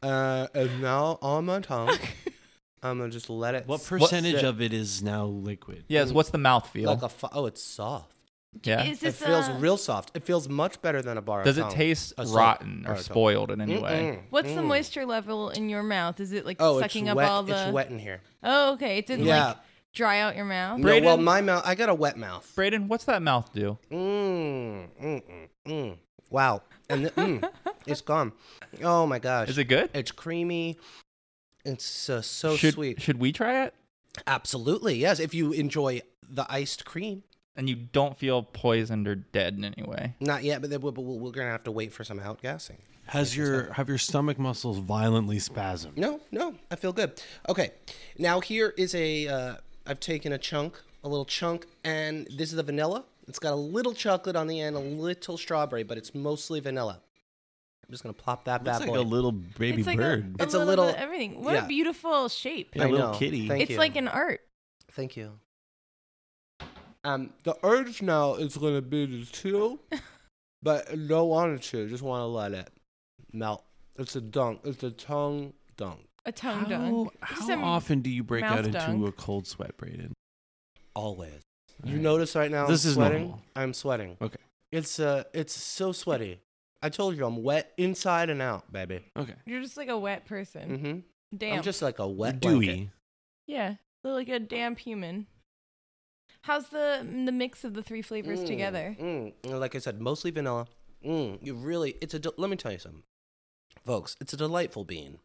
S2: uh, and now on my tongue, I'm gonna just let it.
S4: What
S2: s-
S4: percentage of it is now liquid?
S1: yes. What's the mouth feel?
S2: Like a fu- oh, it's soft.
S1: Yeah.
S3: Is this
S2: it feels
S3: a-
S2: real soft. It feels much better than a bar.
S1: Does it taste rotten or spoiled in any way?
S3: What's the moisture level in your mouth? Is it like
S2: Mm. Oh, it's
S3: sucking up
S2: wet-
S3: all the?
S2: it's wet in here.
S3: Oh, okay. It didn't
S2: Yeah.
S3: like dry out your mouth.
S2: No, well, my mouth. I got a wet mouth.
S1: Braden, what's that mouth do?
S2: Mm, mm, mm, mm. Wow. And the, mm, it's gone. Oh my gosh.
S1: Is it good?
S2: It's creamy. It's uh, so
S1: Should-
S2: sweet.
S1: Should we try it?
S2: Absolutely. Yes. If you enjoy the iced cream.
S1: And you don't feel poisoned or dead in any way.
S2: Not yet, but, then we'll, but we'll- we're going to have to wait for some outgassing.
S4: Has your have your stomach muscles violently spasmed?
S2: No, no, I feel good. Okay, now here is a. Uh, I've taken a chunk, a little chunk, and this is the vanilla. It's got a little chocolate on the end, a little strawberry, but it's mostly vanilla. I'm just gonna plop that
S4: Looks
S2: bad
S4: like
S2: boy.
S4: a little baby
S3: it's like
S4: bird.
S3: A, a
S2: It's a
S3: little,
S2: little-
S3: bit of everything. What
S2: yeah.
S3: a beautiful shape.
S4: Yeah, a I little know. kitty. Thank
S3: it's
S2: you.
S3: like an art.
S2: Thank you. Um, the urge now is gonna be to chill, but no want to chill. Just want to let it melt. It's a dunk. It's a tongue dunk.
S3: A tongue
S4: How-
S3: dunk. Just
S4: How
S3: a
S4: often do you break out
S3: mouth
S4: into
S3: dunk.
S4: a cold sweat, Braden?
S2: Always. You notice right now
S4: This
S2: I'm
S4: is
S2: sweating.
S4: normal.
S2: I'm sweating.
S4: Okay.
S2: It's uh, it's so sweaty. I told you I'm wet inside and out, baby.
S4: Okay.
S3: You're just like a wet person.
S2: Mhm.
S3: Damn.
S2: I'm just like a wet
S4: Dewy.
S2: blanket.
S3: Yeah, look like a damp human. How's the mm, the mix of the three flavors
S2: Mm,
S3: together?
S2: mm. And Like I said, mostly vanilla. Mm, you really, it's a. de- Let me tell you something, folks. It's a delightful bean.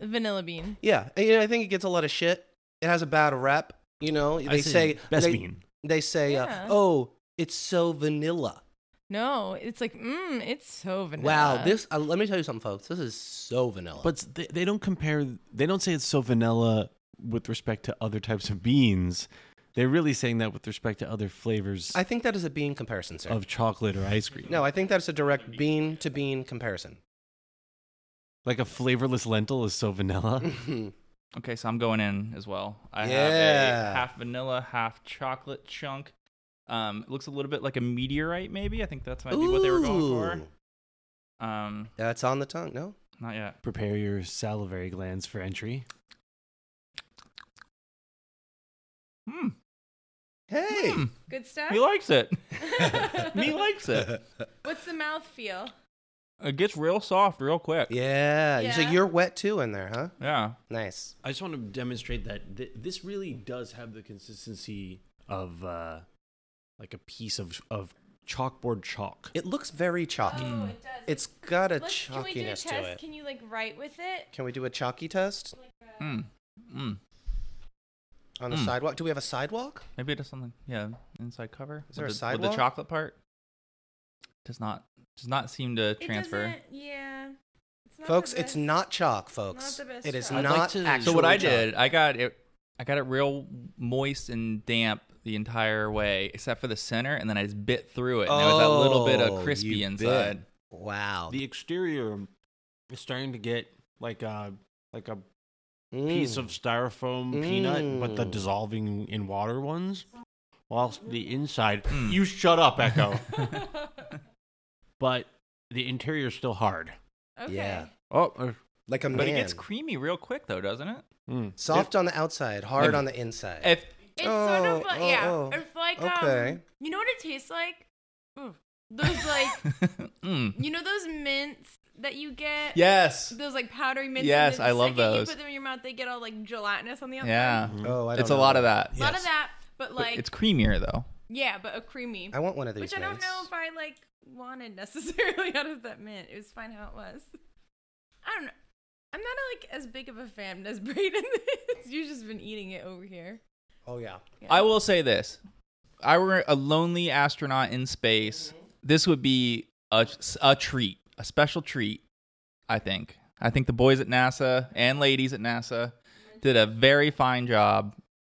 S3: Vanilla bean.
S2: Yeah, and, you know, I think it gets a lot of shit. It has a bad rep. You know, they
S4: see.
S2: say
S4: Best
S2: they,
S4: bean.
S2: They say,
S3: Yeah.
S2: uh, "Oh, it's so vanilla."
S3: No, it's like mmm, it's so vanilla.
S2: Wow, this. Uh, let me tell you something, folks. This is so vanilla.
S4: But they, they don't compare. They don't say it's so vanilla with respect to other types of beans. They're really saying that with respect to other flavors
S2: I think that is a bean comparison, sir.
S4: of chocolate or ice cream,
S2: No, I think that's a direct bean to bean comparison.
S4: like a flavorless lentil is so vanilla.
S1: Okay, so I'm going in as well. I have
S4: Yeah.
S1: a half vanilla, half chocolate chunk. Um, it looks a little bit like a meteorite, maybe. I think that's might be what they were going for. Um,
S2: That's on the tongue. No,
S1: not yet.
S4: Prepare your salivary glands for entry.
S1: Hmm.
S2: Hey,
S3: good stuff.
S1: he likes it. Me likes it.
S3: What's the mouth feel?
S1: It gets real soft real quick.
S2: Yeah. So
S3: Yeah.
S2: you're wet too in there, huh?
S1: Yeah.
S2: Nice.
S4: I just want to demonstrate that th- this really does have the consistency of uh, like a piece of of chalkboard chalk.
S2: It looks very chalky.
S1: Mm.
S3: Oh, it does.
S2: It's got a
S3: Let's- can we do a
S2: chalkiness
S3: test?
S2: to it.
S3: Can you like write with it?
S2: Can we do a chalky test
S1: Mm. Mm.
S2: on the
S1: Mm.
S2: sidewalk? Do we have a sidewalk?
S1: Maybe it does something. Yeah, inside cover.
S2: Is there
S1: with the,
S2: a
S1: with
S2: sidewalk?
S1: the chocolate part does not does not seem to transfer.
S3: It doesn't- yeah. It's not
S2: folks,
S3: the
S2: it's
S3: best.
S2: not chalk, folks.
S3: Not the best
S2: it is
S3: chalk. I'd
S2: not
S3: like
S2: actual
S1: So what I
S2: chalk.
S1: did, I got it, I got it real moist and damp the entire way, except for the center, and then I just bit through it, and there was that little bit
S2: Oh,
S1: of crispy
S2: you
S1: inside.
S2: bit. Wow.
S4: The exterior is starting to get like a like a piece of styrofoam peanut, but the
S2: Mm.
S4: dissolving in water ones. Whilst the inside,
S1: Hmm.
S4: you shut up, Echo. but the interior is still hard.
S3: Okay.
S2: Yeah.
S4: Oh,
S2: Like a
S1: uh, But it
S2: man.
S1: gets creamy real quick, though, doesn't it?
S2: Soft on the outside, hard
S1: Hmm. If-
S2: on the inside.
S1: If
S3: It's sort
S2: Oh,
S3: of like,
S2: oh,
S3: yeah.
S2: oh.
S3: It's like,
S2: Okay.
S3: um, you know what it tastes like? Ooh, those like,
S2: Hmm.
S1: mm.
S3: you know those mints that you get?
S1: Yes.
S3: Those like powdery mints. and
S1: Yes,
S3: then the
S1: I love
S3: second
S1: those.
S3: You put them in your mouth, they get all like gelatinous on the outside.
S1: yeah,
S2: Oh, I don't
S1: it's a
S2: know.
S1: lot of that.
S3: A lot of that, but
S1: But
S3: like,
S1: it's creamier though.
S3: yeah, but a creamy.
S2: I want one of these
S3: Which I don't
S2: mints.
S3: know if I like wanted necessarily out of that mint. It was fine how it was. I don't know. I'm not like as big of a fan as Brayden is. You've just been eating it over here.
S2: Oh yeah.
S1: I will say this: I were a lonely astronaut in space.
S3: Mm-hmm.
S1: This would be a a treat, a special treat. I
S3: Mm-hmm.
S1: think. I think the boys at NASA and ladies at NASA did a very fine job